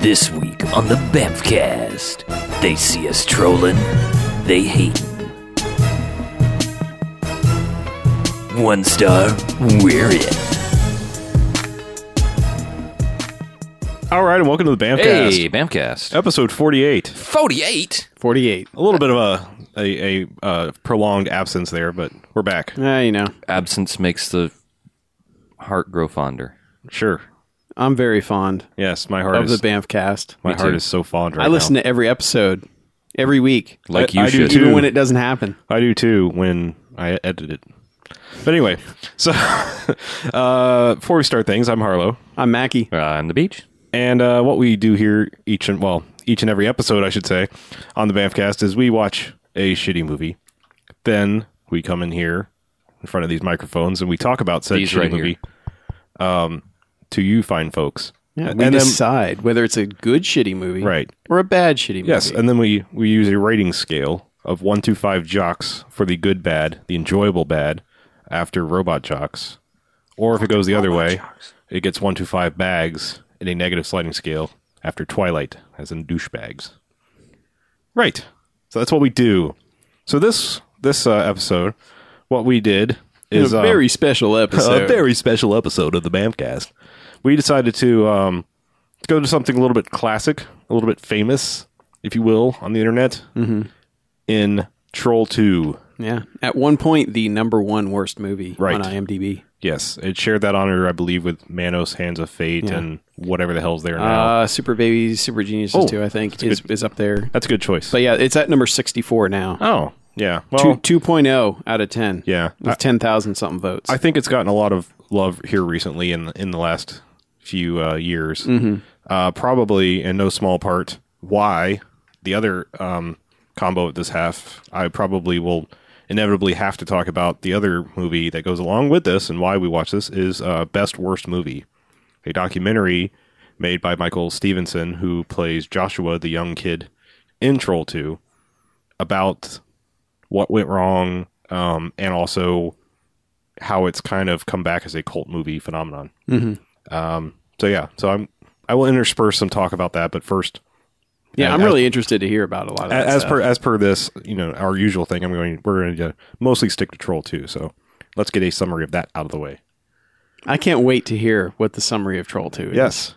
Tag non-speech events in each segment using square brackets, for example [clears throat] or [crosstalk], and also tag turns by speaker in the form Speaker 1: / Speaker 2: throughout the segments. Speaker 1: This week on the Bamfcast, they see us trolling, they hate. One star, we're it.
Speaker 2: All right, and welcome to the Bamcast,
Speaker 3: Hey, Bamcast.
Speaker 2: episode forty-eight.
Speaker 3: 48?
Speaker 4: 48.
Speaker 2: A little bit of a a, a uh, prolonged absence there, but we're back.
Speaker 4: Yeah, you know,
Speaker 3: Absence makes the heart grow fonder.
Speaker 2: Sure.
Speaker 4: I'm very fond
Speaker 2: Yes, my heart
Speaker 4: of the
Speaker 2: is
Speaker 4: Bamfcast.
Speaker 2: my
Speaker 3: Me
Speaker 2: heart
Speaker 3: too.
Speaker 2: is so fond right
Speaker 4: I listen
Speaker 2: now.
Speaker 4: to every episode, every week,
Speaker 3: Like
Speaker 2: I-
Speaker 3: you
Speaker 2: I do
Speaker 3: should.
Speaker 2: too.
Speaker 4: even when it doesn't happen.
Speaker 2: I do too when I edit it. But anyway, [laughs] so uh, before we start things, I'm Harlow,
Speaker 4: I'm Mackie.
Speaker 3: Uh, on the beach.
Speaker 2: and uh, what we do here each and well each and every episode, I should say, on the Bamfcast is we watch a shitty movie, then we come in here in front of these microphones and we talk about said
Speaker 3: These
Speaker 2: shitty
Speaker 3: right here.
Speaker 2: movie. Um, to you fine folks.
Speaker 4: Yeah,
Speaker 2: and
Speaker 4: we
Speaker 2: then-
Speaker 4: decide whether it's a good shitty movie
Speaker 2: Right.
Speaker 4: or a bad shitty movie.
Speaker 2: Yes, and then we we use a rating scale of one to five jocks for the good bad, the enjoyable bad, after robot jocks, or if it goes the other way, it gets one to five bags in a negative sliding scale after Twilight, as in douchebags. Right. So that's what we do. So this this uh, episode, what we did
Speaker 4: It's
Speaker 2: is
Speaker 4: a
Speaker 2: um,
Speaker 4: very special episode.
Speaker 2: a very special episode of the Bamcast. We decided to um, go to something a little bit classic, a little bit famous, if you will, on the internet. In Troll Two,
Speaker 4: yeah. At one point, the number one worst movie
Speaker 2: Right.
Speaker 4: on IMDb.
Speaker 2: yes, it shared that honor, I believe, with Manos, Hands of Fate, and whatever the hell's there now.
Speaker 4: Uh, Super Babies, Super Geniuses
Speaker 2: Oh,
Speaker 4: too. I think is, is up there.
Speaker 2: That's a good choice.
Speaker 4: But yeah, it's at number 64 now.
Speaker 2: oh, yeah.
Speaker 4: Two
Speaker 2: Well,
Speaker 4: 2.0 out of 10.
Speaker 2: Yeah.
Speaker 4: With
Speaker 2: I-
Speaker 4: 10,000 something votes.
Speaker 2: I think it's gotten a lot of love here recently in in the last few uh, years. Uh, probably in no small part why the other um, combo at this half. I probably will inevitably have to talk about the other movie that goes along with this and why we watch this is uh, best worst movie, a documentary made by Michael Stevenson who plays Joshua the young kid in Troll Two about what went wrong um, and also how it's kind of come back as a cult movie phenomenon. Mm-hmm. Um, so yeah, so I'm I will intersperse some talk about that, but first,
Speaker 4: yeah, I'm
Speaker 2: as-
Speaker 4: really interested to hear about a lot of that
Speaker 2: a- as
Speaker 4: stuff.
Speaker 2: per as per this, you know, our usual thing, I'm going we're going to mostly stick to Troll Two. So let's get a summary of that out of the way.
Speaker 4: I can't wait to hear what the summary of Troll 2 is.
Speaker 2: Yes.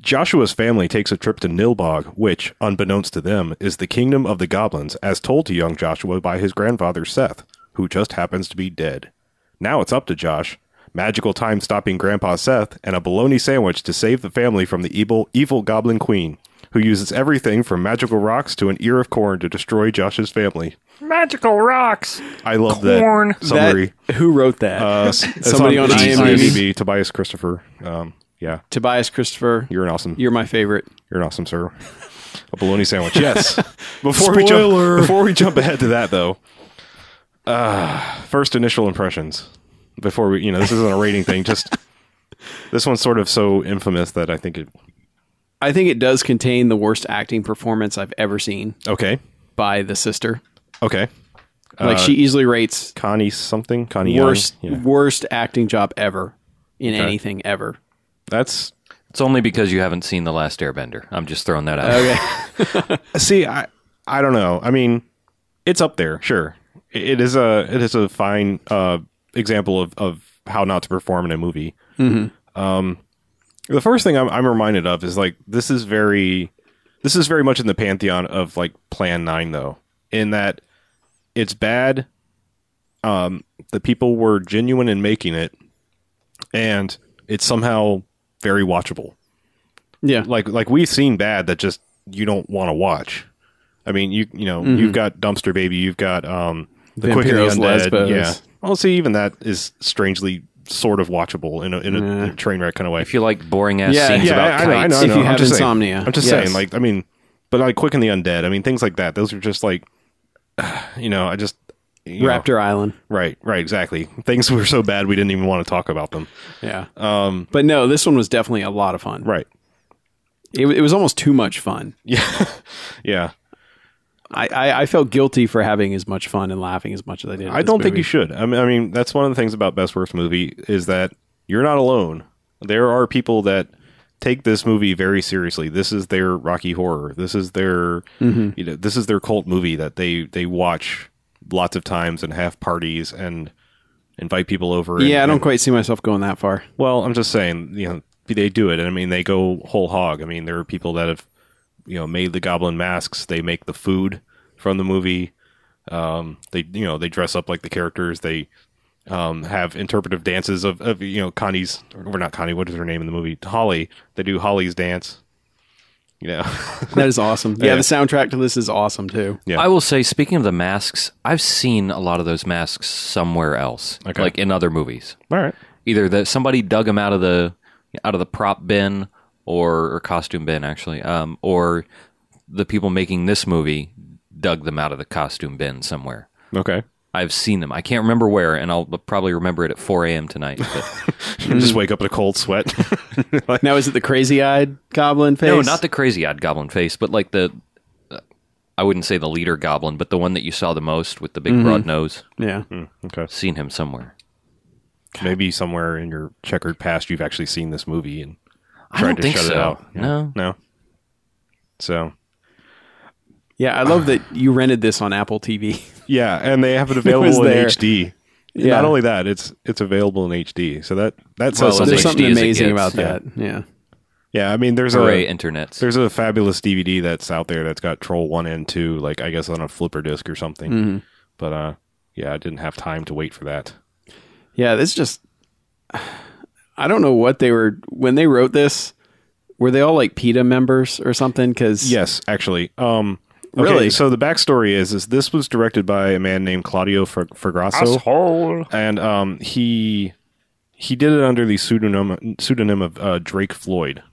Speaker 2: Joshua's family takes a trip to Nilbog, which, unbeknownst to them, is the kingdom of the goblins, as told to young Joshua by his grandfather Seth, who just happens to be dead. Now it's up to Josh, magical time stopping Grandpa Seth, and a bologna sandwich to save the family from the evil, evil goblin queen, who uses everything from magical rocks to an ear of corn to destroy Josh's family.
Speaker 1: Magical rocks!
Speaker 2: I love
Speaker 1: Corn.
Speaker 2: that summary.
Speaker 4: That- who wrote that?
Speaker 2: uh, s- it's
Speaker 4: Somebody on
Speaker 2: it's
Speaker 4: IMDb.
Speaker 2: Tobias Christopher. Um, yeah,
Speaker 4: Tobias Christopher. You're,
Speaker 2: you're an awesome.
Speaker 4: my favorite.
Speaker 2: You're an awesome sir. A bologna
Speaker 4: [laughs]
Speaker 2: sandwich. Yes. [laughs] Before we jump
Speaker 4: Spoiler.
Speaker 2: before we jump ahead to that though. Uh, first initial impressions. Before we you know, this isn't a rating thing,
Speaker 4: [laughs]
Speaker 2: just this one's sort of so infamous that I think it
Speaker 4: I think it does contain the worst acting performance I've ever seen
Speaker 2: Okay.
Speaker 4: by the sister.
Speaker 2: Okay.
Speaker 4: Like she easily rates
Speaker 2: Connie something? Connie Uh, Young?
Speaker 4: worst
Speaker 2: Yeah.
Speaker 4: worst acting job ever in anything ever.
Speaker 2: That's
Speaker 3: It's only because you haven't seen The Last Airbender. I'm just throwing that out.
Speaker 2: see, I I don't know. I mean, it's up there, sure. It it is a it is a fine uh example of, of how not to perform in a movie. Um, the first thing I'm, I'm reminded of is like this is very this is very much in the pantheon of like plan 9 though in that it's bad um the people were genuine in making it and it's somehow very watchable
Speaker 4: Yeah.
Speaker 2: like like we've seen bad that just you don't want to watch i mean you you know you've got dumpster baby you've got um the quick and the
Speaker 4: Mm-hmm. Vampiros
Speaker 2: undead
Speaker 4: Lesbos.
Speaker 2: yeah well see even that is strangely sort of watchable in a, in a, in a train wreck kind of way
Speaker 3: If you like boring ass
Speaker 4: Yeah,
Speaker 3: scenes
Speaker 4: yeah,
Speaker 3: about kites,
Speaker 4: I know. if you
Speaker 2: I'm
Speaker 4: have
Speaker 2: just
Speaker 4: insomnia.
Speaker 2: Saying, I'm just
Speaker 4: Yes.
Speaker 2: saying, like, I mean, but like Quick and the Undead, I mean, things like that. Those are just like, [sighs] you know, I just you know.
Speaker 4: Raptor Island.
Speaker 2: right, right, exactly. Things were so bad we didn't even want to talk about them.
Speaker 4: Yeah. Um but no, this one was definitely a lot of fun.
Speaker 2: Right.
Speaker 4: It, wa- it was almost too much fun.
Speaker 2: Yeah. yeah.
Speaker 4: I, I I felt guilty for having as much fun and laughing as much as I did. at
Speaker 2: I
Speaker 4: this
Speaker 2: don't think
Speaker 4: movie.
Speaker 2: you should. I mean, I mean, that's one of the things about best worst movie is that you're not alone. There are people that take this movie very seriously. This is their Rocky Horror. This is their
Speaker 4: Mm-hmm.
Speaker 2: you know this is their cult movie that they they watch lots of times and have parties and invite people over. and-
Speaker 4: Yeah, I don't
Speaker 2: and-
Speaker 4: quite see myself going that far.
Speaker 2: well, I'm just saying, you know, they do it. I mean, they go whole hog. I mean, there are people that have, you know, made the goblin masks. They make the food from the movie. Um, they, you know, they dress up like the characters. They um, have interpretive dances of, of, you know, Connie's, or not Connie, what is her name in the movie? Holly. They do Holly's dance. You [laughs] know,
Speaker 4: That is
Speaker 3: [laughs]
Speaker 4: awesome. yeah, the soundtrack to this is awesome too.
Speaker 2: Yeah.
Speaker 3: I will say, speaking of the masks, I've seen a lot of those masks somewhere else,
Speaker 2: Okay.
Speaker 3: like in other movies.
Speaker 2: all right.
Speaker 3: Either that somebody dug them out of the out of the prop bin or, or costume bin, actually, um, or the people making this movie dug them out of the costume bin somewhere.
Speaker 2: Okay.
Speaker 3: I've seen them. I can't remember where, and I'll probably remember it at 4 a.m. tonight. But
Speaker 2: Just wake up in a cold sweat. [laughs]
Speaker 4: Now is it the crazy-eyed goblin face?
Speaker 3: no, not the crazy odd goblin face, but like the I wouldn't say the leader goblin, but the one that you saw the most with the big
Speaker 2: Mm-hmm.
Speaker 3: broad nose.
Speaker 4: yeah.
Speaker 3: Hmm.
Speaker 2: okay.
Speaker 3: Seen him somewhere.
Speaker 2: Maybe somewhere in your checkered past, you've actually seen this movie and
Speaker 3: I
Speaker 2: tried
Speaker 3: don't
Speaker 2: to
Speaker 3: think
Speaker 2: shut
Speaker 3: so.
Speaker 2: it out. Yeah.
Speaker 3: No.
Speaker 2: No. So
Speaker 4: Yeah, I love that you rented this on Apple TV.
Speaker 2: yeah, and they have [laughs] it
Speaker 4: was
Speaker 2: available in
Speaker 4: there.
Speaker 2: HD.
Speaker 4: [laughs] Yeah.
Speaker 2: Not only that, it's it's available in HD. So that that
Speaker 3: Well,
Speaker 2: says something.
Speaker 4: There's
Speaker 3: it's HD
Speaker 4: something
Speaker 3: as it
Speaker 4: amazing about
Speaker 3: gets.
Speaker 2: Yeah.
Speaker 4: that. Yeah.
Speaker 2: Yeah, I mean, there's
Speaker 3: Hooray,
Speaker 2: a
Speaker 3: internets.
Speaker 2: there's a fabulous DVD that's out there that's got Troll One and Two, like I guess on a flipper disc or something.
Speaker 3: Mm-hmm.
Speaker 2: But uh, yeah, I didn't have time to wait for that.
Speaker 4: Yeah, this just I don't know what they were when they wrote this. Were they all like PETA members or something? Because
Speaker 2: Yes, actually. Um, okay,
Speaker 4: Really?
Speaker 2: So the backstory is is this was directed by a man named Claudio Fer- Fergasso, and um, he he did it under the pseudonym pseudonym of uh, Drake Floyd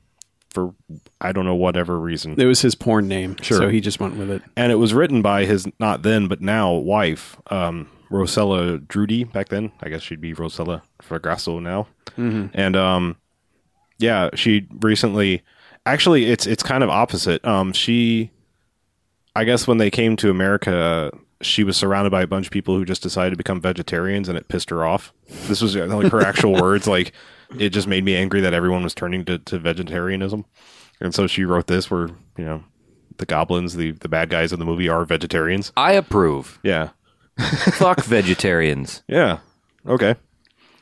Speaker 2: for I don't know whatever reason,
Speaker 4: it was his porn name, sure. so he just went with it.
Speaker 2: and it was written by his not then but now wife um, Rosella Drudy back then. I guess she'd be Rosella Fergasso now, and um, yeah, she recently actually it's it's kind of opposite. Um, she I guess when they came to America, she was surrounded by a bunch of people who just decided to become vegetarians, and it pissed her off. This was uh, like her actual words. Like it just made me angry that everyone was turning to, to vegetarianism, and so she wrote this where you know the goblins, the the bad guys in the movie are vegetarians.
Speaker 3: I approve.
Speaker 2: Yeah, [laughs]
Speaker 3: Fuck vegetarians.
Speaker 2: yeah. Okay.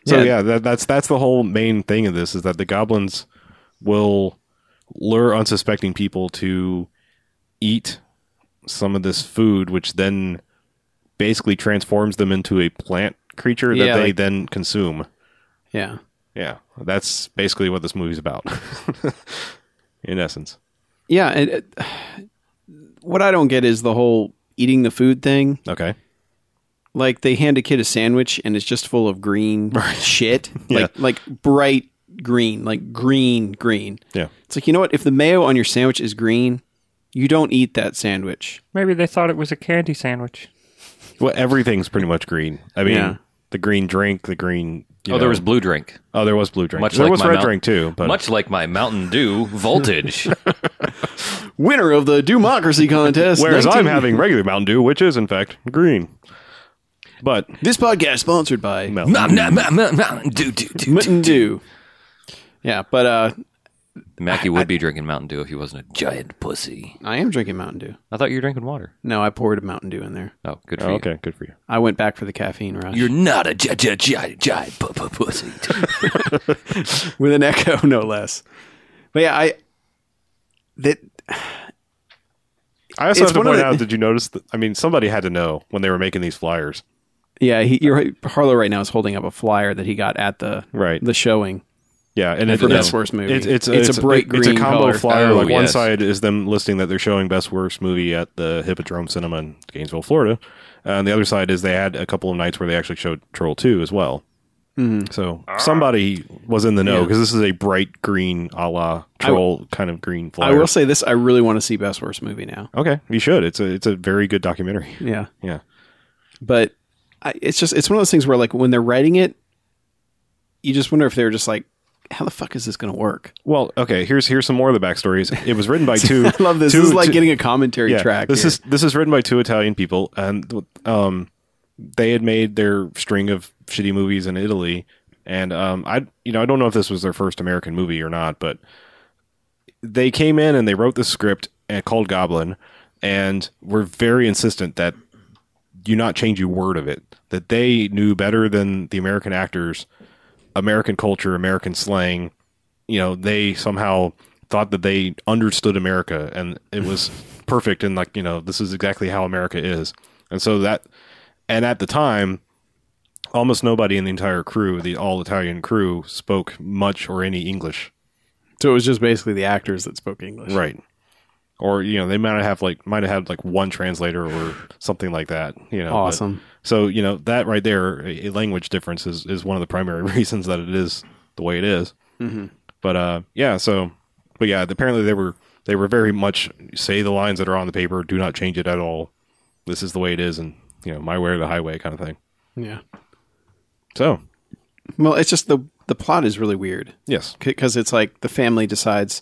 Speaker 2: So
Speaker 4: Yeah.
Speaker 2: yeah, that, that's that's the whole main thing of this is that the goblins will lure unsuspecting people to eat some of this food, which then basically transforms them into a plant creature that
Speaker 4: Yeah,
Speaker 2: they
Speaker 4: like-
Speaker 2: then consume.
Speaker 4: Yeah.
Speaker 2: Yeah, that's basically what this movie's about, [laughs] in essence.
Speaker 4: Yeah, and uh, [sighs] what I don't get is the whole eating the food thing.
Speaker 2: Okay.
Speaker 4: Like they hand a kid a sandwich and it's just full of green shit, like like bright green, like green green.
Speaker 2: Yeah.
Speaker 4: It's like you know what? If the mayo on your sandwich is green, you don't eat that sandwich.
Speaker 5: Maybe they thought it was a candy sandwich.
Speaker 2: Well, everything's pretty much green. I mean,
Speaker 4: Yeah.
Speaker 2: the green drink, the green. you
Speaker 3: Oh, there
Speaker 2: know-
Speaker 3: was blue drink.
Speaker 2: Oh, there was blue drink.
Speaker 3: Much
Speaker 2: there
Speaker 3: like
Speaker 2: was
Speaker 3: my
Speaker 2: red
Speaker 3: mouth-
Speaker 2: drink too, but
Speaker 3: Much like my Mountain
Speaker 2: [laughs]
Speaker 3: Dew voltage. [laughs]
Speaker 4: Winner of the democracy contest.
Speaker 2: Whereas
Speaker 4: 19
Speaker 2: I'm
Speaker 3: [laughs]
Speaker 2: having regular Mountain Dew, which is in fact green. But
Speaker 4: This podcast sponsored by
Speaker 2: no,
Speaker 3: Mountain Mountain- Mountain Dew. Dew, Dew.
Speaker 4: Mountain Dew. Yeah, but uh,
Speaker 3: Mackie would be drinking Mountain Dew if he wasn't a giant.
Speaker 1: Giant pussy.
Speaker 4: I am drinking Mountain Dew.
Speaker 3: I thought you were drinking water.
Speaker 4: No, I poured a Mountain Dew in there.
Speaker 3: Oh, good for
Speaker 2: Oh,
Speaker 3: you.
Speaker 2: okay, good for you.
Speaker 4: I went back for the caffeine rush
Speaker 1: You're not a gi- gi- gi- giant pu- pu- pussy.
Speaker 4: with an echo, [laughs] no less. But yeah, I that
Speaker 2: I also
Speaker 4: It's
Speaker 2: have to
Speaker 4: one of
Speaker 2: point
Speaker 4: the-
Speaker 2: out. Did you notice? That, I mean, somebody had to know when they were making these flyers.
Speaker 4: yeah. He, you're right. Harlow right now is holding up a flyer that he got at the
Speaker 2: Right.
Speaker 4: the showing.
Speaker 2: Yeah, and it's
Speaker 4: for best worst movie.
Speaker 2: It's it's,
Speaker 4: It's a bright
Speaker 2: it's a
Speaker 4: green
Speaker 2: combo
Speaker 4: color.
Speaker 2: flyer.
Speaker 3: Oh,
Speaker 2: like one
Speaker 3: yes.
Speaker 2: side is them listing that they're showing best worst movie at the Hippodrome Cinema in Gainesville, Florida, and the other side is they had a couple of nights where they actually showed Troll Two as well.
Speaker 4: Mm-hmm.
Speaker 2: So somebody was in the know because this is a bright green, a la Troll kind of green flyer.
Speaker 4: I will say this: I really want to see Best Worst Movie now.
Speaker 2: Okay, you should. It's a it's a very good documentary.
Speaker 4: Yeah,
Speaker 2: Yeah.
Speaker 4: but I, it's just it's one of those things where like when they're writing it, you just wonder if they're just like, how the fuck is this going to [laughs] work?
Speaker 2: Well, okay. Here's here's some more of the backstories. It was
Speaker 4: [laughs]
Speaker 2: written by two.
Speaker 4: I love this.
Speaker 2: two-
Speaker 4: this is like
Speaker 2: two-
Speaker 4: getting a commentary
Speaker 2: yeah,
Speaker 4: track.
Speaker 2: This
Speaker 4: here.
Speaker 2: is this is written by two Italian people, and um, they had made their string of shitty movies in Italy, and um, I you know I don't know if this was their first American movie or not, but they came in and they wrote the script and called Goblin, and were very insistent that you not change a word of it. That they knew better than the American actors, American culture, American slang. You know, they somehow thought that they understood America and it was perfect and like you know this is exactly how America is. And so that, and at the time, almost nobody in the entire crew, the all Italian crew, spoke much or any English.
Speaker 4: So it was just basically the actors that spoke English.
Speaker 2: Right. Or you know they might have like might have had like one translator or something like that. You know, but-
Speaker 4: Awesome.
Speaker 2: so you know that right there, a a language difference is is one of the primary [laughs] reasons that it is the way it is. But uh, yeah. So, but yeah, apparently they were they were very much say the lines that are on the paper, do not change it at all. This is the way it is, and you know my way or the highway kind of thing.
Speaker 4: Yeah.
Speaker 2: So
Speaker 4: Well, it's just the the plot is really weird
Speaker 2: yes,
Speaker 4: because it's like the family decides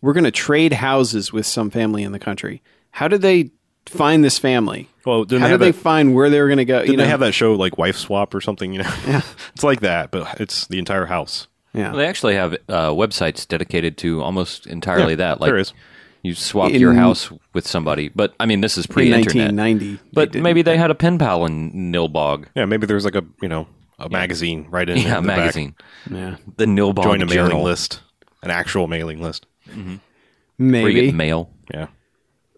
Speaker 4: we're going to trade houses with some family in the country. How did they find this family?
Speaker 2: Well, didn't
Speaker 4: how
Speaker 2: they
Speaker 4: did
Speaker 2: have
Speaker 4: they
Speaker 2: that-
Speaker 4: find where they were going to go?
Speaker 2: didn't they have that show like Wife Swap or something? You know, yeah, [laughs] it's like that, but it's the entire house.
Speaker 4: Yeah.
Speaker 3: Well, they actually have uh, websites dedicated to almost entirely
Speaker 2: Yeah,
Speaker 3: that. Like
Speaker 2: there is.
Speaker 3: you swap
Speaker 4: In-
Speaker 3: your house with somebody, but I mean this is
Speaker 4: in
Speaker 3: pre-internet.
Speaker 4: 1990.
Speaker 3: but
Speaker 4: didn't.
Speaker 3: maybe they had a pen pal in Nilbog.
Speaker 2: Yeah, maybe there's like a you know a magazine right in,
Speaker 3: [laughs] Yeah,
Speaker 2: in the back.
Speaker 3: magazine.
Speaker 4: yeah.
Speaker 3: The Nilbog
Speaker 2: Join a mailing
Speaker 3: Journal,
Speaker 2: list, an actual mailing list.
Speaker 3: where you
Speaker 4: Maybe.
Speaker 3: get mail.
Speaker 2: Yeah,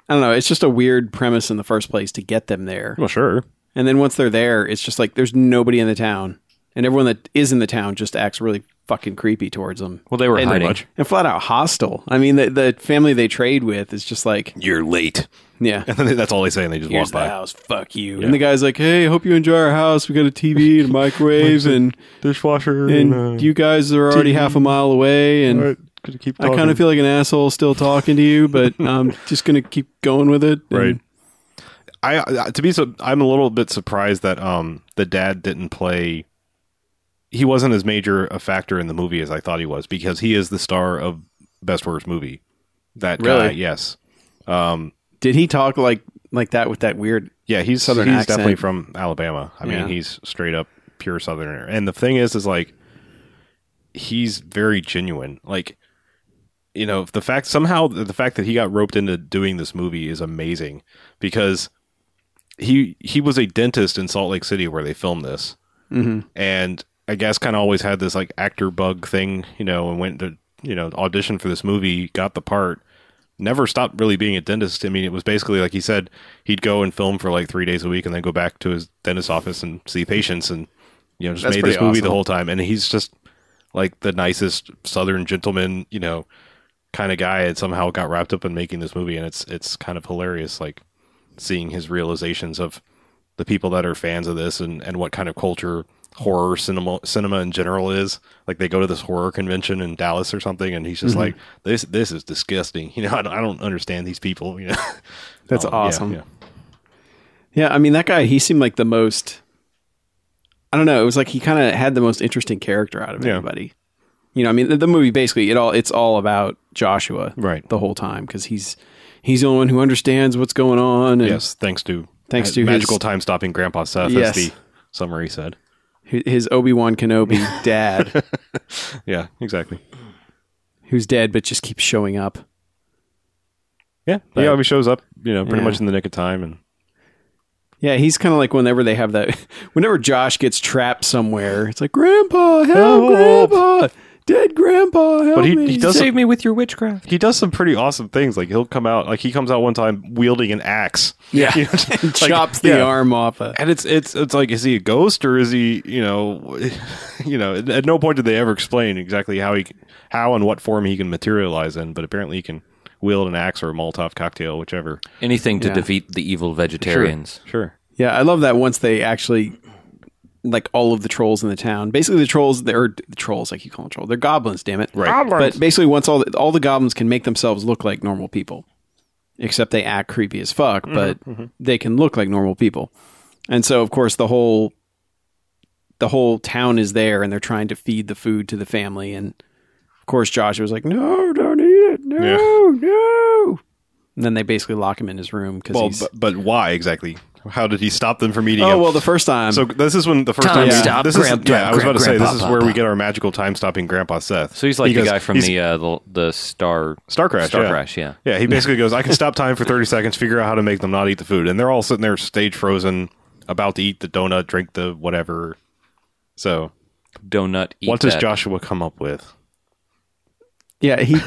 Speaker 4: I don't know. It's just a weird premise in the first place to get them there.
Speaker 2: well, sure.
Speaker 4: And then once they're there, it's just like there's nobody in the town. And everyone that is in the town just acts really fucking creepy towards them.
Speaker 3: Well, they were
Speaker 4: and,
Speaker 3: hiding.
Speaker 4: And flat out hostile. I mean, the, the family they trade with is just like,
Speaker 2: You're late.
Speaker 4: yeah.
Speaker 2: That's all they say, [laughs] and they just
Speaker 4: Here's
Speaker 2: walk
Speaker 4: the
Speaker 2: by.
Speaker 4: house. Fuck you. And the guy's like, hey, hope you enjoy our house. We got a TV
Speaker 2: [laughs]
Speaker 4: and microwaves. and
Speaker 2: Dishwasher. uh,
Speaker 4: and you guys are already half a mile away. And
Speaker 2: could you keep
Speaker 4: I kind of feel like an asshole still talking to
Speaker 2: [laughs]
Speaker 4: you, but I'm just going to keep going with it. And-
Speaker 2: right. I I- to be so I'm a little bit surprised that um the dad didn't play. He wasn't as major a factor in the movie as I thought he was because he is the star of Best Worst Movie. That guy,
Speaker 4: Really?
Speaker 2: yes,
Speaker 4: Did he talk like like that with that weird?
Speaker 2: Yeah, he's
Speaker 4: Southern
Speaker 2: He's
Speaker 4: accent.
Speaker 2: definitely from Alabama. I
Speaker 4: Yeah.
Speaker 2: mean, he's straight up pure Southerner. And the thing is, is like he's very genuine. Like you know, the fact somehow the fact that he got roped into doing this movie is amazing because he he was a dentist in Salt Lake City where they filmed this, mm-hmm. and I guess kind of always had this like actor bug thing, you know, and went to you know audition for this movie, got the part, never stopped really being a dentist. I mean, it was basically like he said he'd go and film for like three days a week and then go back to his dentist office and see patients and you know just
Speaker 4: That's
Speaker 2: made this
Speaker 4: pretty
Speaker 2: movie
Speaker 4: awesome.
Speaker 2: the whole time. And he's just like the nicest Southern gentleman, you know, kind of guy. And somehow got wrapped up in making this movie, and it's it's kind of hilarious, like seeing his realizations of the people that are fans of this and, and what kind of culture horror cinema cinema in general is. Like they go to this horror convention in Dallas or something, and he's just like, "This this is disgusting." [laughs] You know, I don't, I don't understand these people. You know,
Speaker 4: That's
Speaker 2: Um, [laughs] yeah,
Speaker 4: awesome.
Speaker 2: yeah.
Speaker 4: Yeah, I mean that guy. He seemed like the most. I don't know. It was like he kind of had the most interesting character out of
Speaker 2: Yeah.
Speaker 4: everybody. You know, I mean the, the movie basically it all it's all about Joshua,
Speaker 2: Right.
Speaker 4: The whole time because he's he's the only one who understands what's going on. And
Speaker 2: Yes, thanks to
Speaker 4: Thanks to
Speaker 2: magical
Speaker 4: his-
Speaker 2: time stopping Grandpa Seth,
Speaker 4: Yes.
Speaker 2: as the summary said.
Speaker 4: hi- his Obi
Speaker 2: [laughs]
Speaker 4: Wan Kenobi dad,
Speaker 2: Yeah, exactly.
Speaker 4: who's dead but just keeps showing up.
Speaker 2: Yeah, he always shows up. You know, pretty much in the nick of time, and
Speaker 4: Yeah, he's kind of like whenever they have that, [laughs] whenever Josh gets trapped somewhere, it's like Grandpa, help,
Speaker 2: Help."
Speaker 4: Grandpa, dead Grandpa, help
Speaker 2: Oh, but he,
Speaker 4: me.
Speaker 2: he does some,
Speaker 3: Oh, me with your witchcraft.
Speaker 2: he does some pretty awesome things. Like he'll come out like he comes out one time wielding an axe.
Speaker 4: [laughs] Yeah.
Speaker 2: You know, [laughs] like,
Speaker 4: [laughs] chops the
Speaker 2: yeah.
Speaker 4: arm off. uh, Of,
Speaker 2: and it's it's it's like is he a ghost or is he you know [laughs] you know at no point did they ever explain exactly how he c- how and what form he can materialize in but apparently he can wield an axe or a molotov cocktail whichever
Speaker 3: Anything to
Speaker 4: Yeah.
Speaker 3: defeat the evil vegetarians.
Speaker 2: sure
Speaker 4: yeah, I love that. Once they actually, like all of the trolls in the town, basically the trolls, they're the trolls. I keep calling them trolls. They're goblins, damn it.
Speaker 2: right
Speaker 5: Goblins.
Speaker 4: But basically, once all the, all the goblins can make themselves look like normal people, except they act creepy as fuck,
Speaker 2: Mm-hmm,
Speaker 4: but they can look like normal people. And so, of course, the whole the whole town is there, and they're trying to feed the food to the family. And of course, Joshua was like, "No, don't eat it. No,
Speaker 2: Yeah.
Speaker 4: no." And then they basically lock him in his room because
Speaker 2: well
Speaker 4: he's
Speaker 2: but, but why exactly how did he stop them from eating?
Speaker 4: Oh
Speaker 2: him?
Speaker 4: well, the first time.
Speaker 2: so this is when the first
Speaker 1: Time
Speaker 2: time. we-
Speaker 1: stop,
Speaker 2: this
Speaker 1: grab-
Speaker 2: is, yeah, I was
Speaker 1: grab-
Speaker 2: about to say
Speaker 1: grandpa,
Speaker 2: this is where
Speaker 1: papa.
Speaker 2: we get our magical time stopping Grandpa Seth.
Speaker 3: So he's like
Speaker 2: He
Speaker 3: the
Speaker 2: goes-
Speaker 3: guy from
Speaker 2: he's-
Speaker 3: the, uh, the the Star
Speaker 2: Star Crash.
Speaker 3: Star
Speaker 2: yeah.
Speaker 3: Crash, yeah.
Speaker 2: Yeah, he basically
Speaker 3: [laughs]
Speaker 2: goes, I can stop time for 30 seconds, figure out how to make them not eat the food. And they're all sitting there stage frozen, about to eat the donut, drink the whatever. So,
Speaker 3: donut. Eat
Speaker 2: what does
Speaker 3: that.
Speaker 2: Joshua come up with? [laughs]
Speaker 4: yeah, he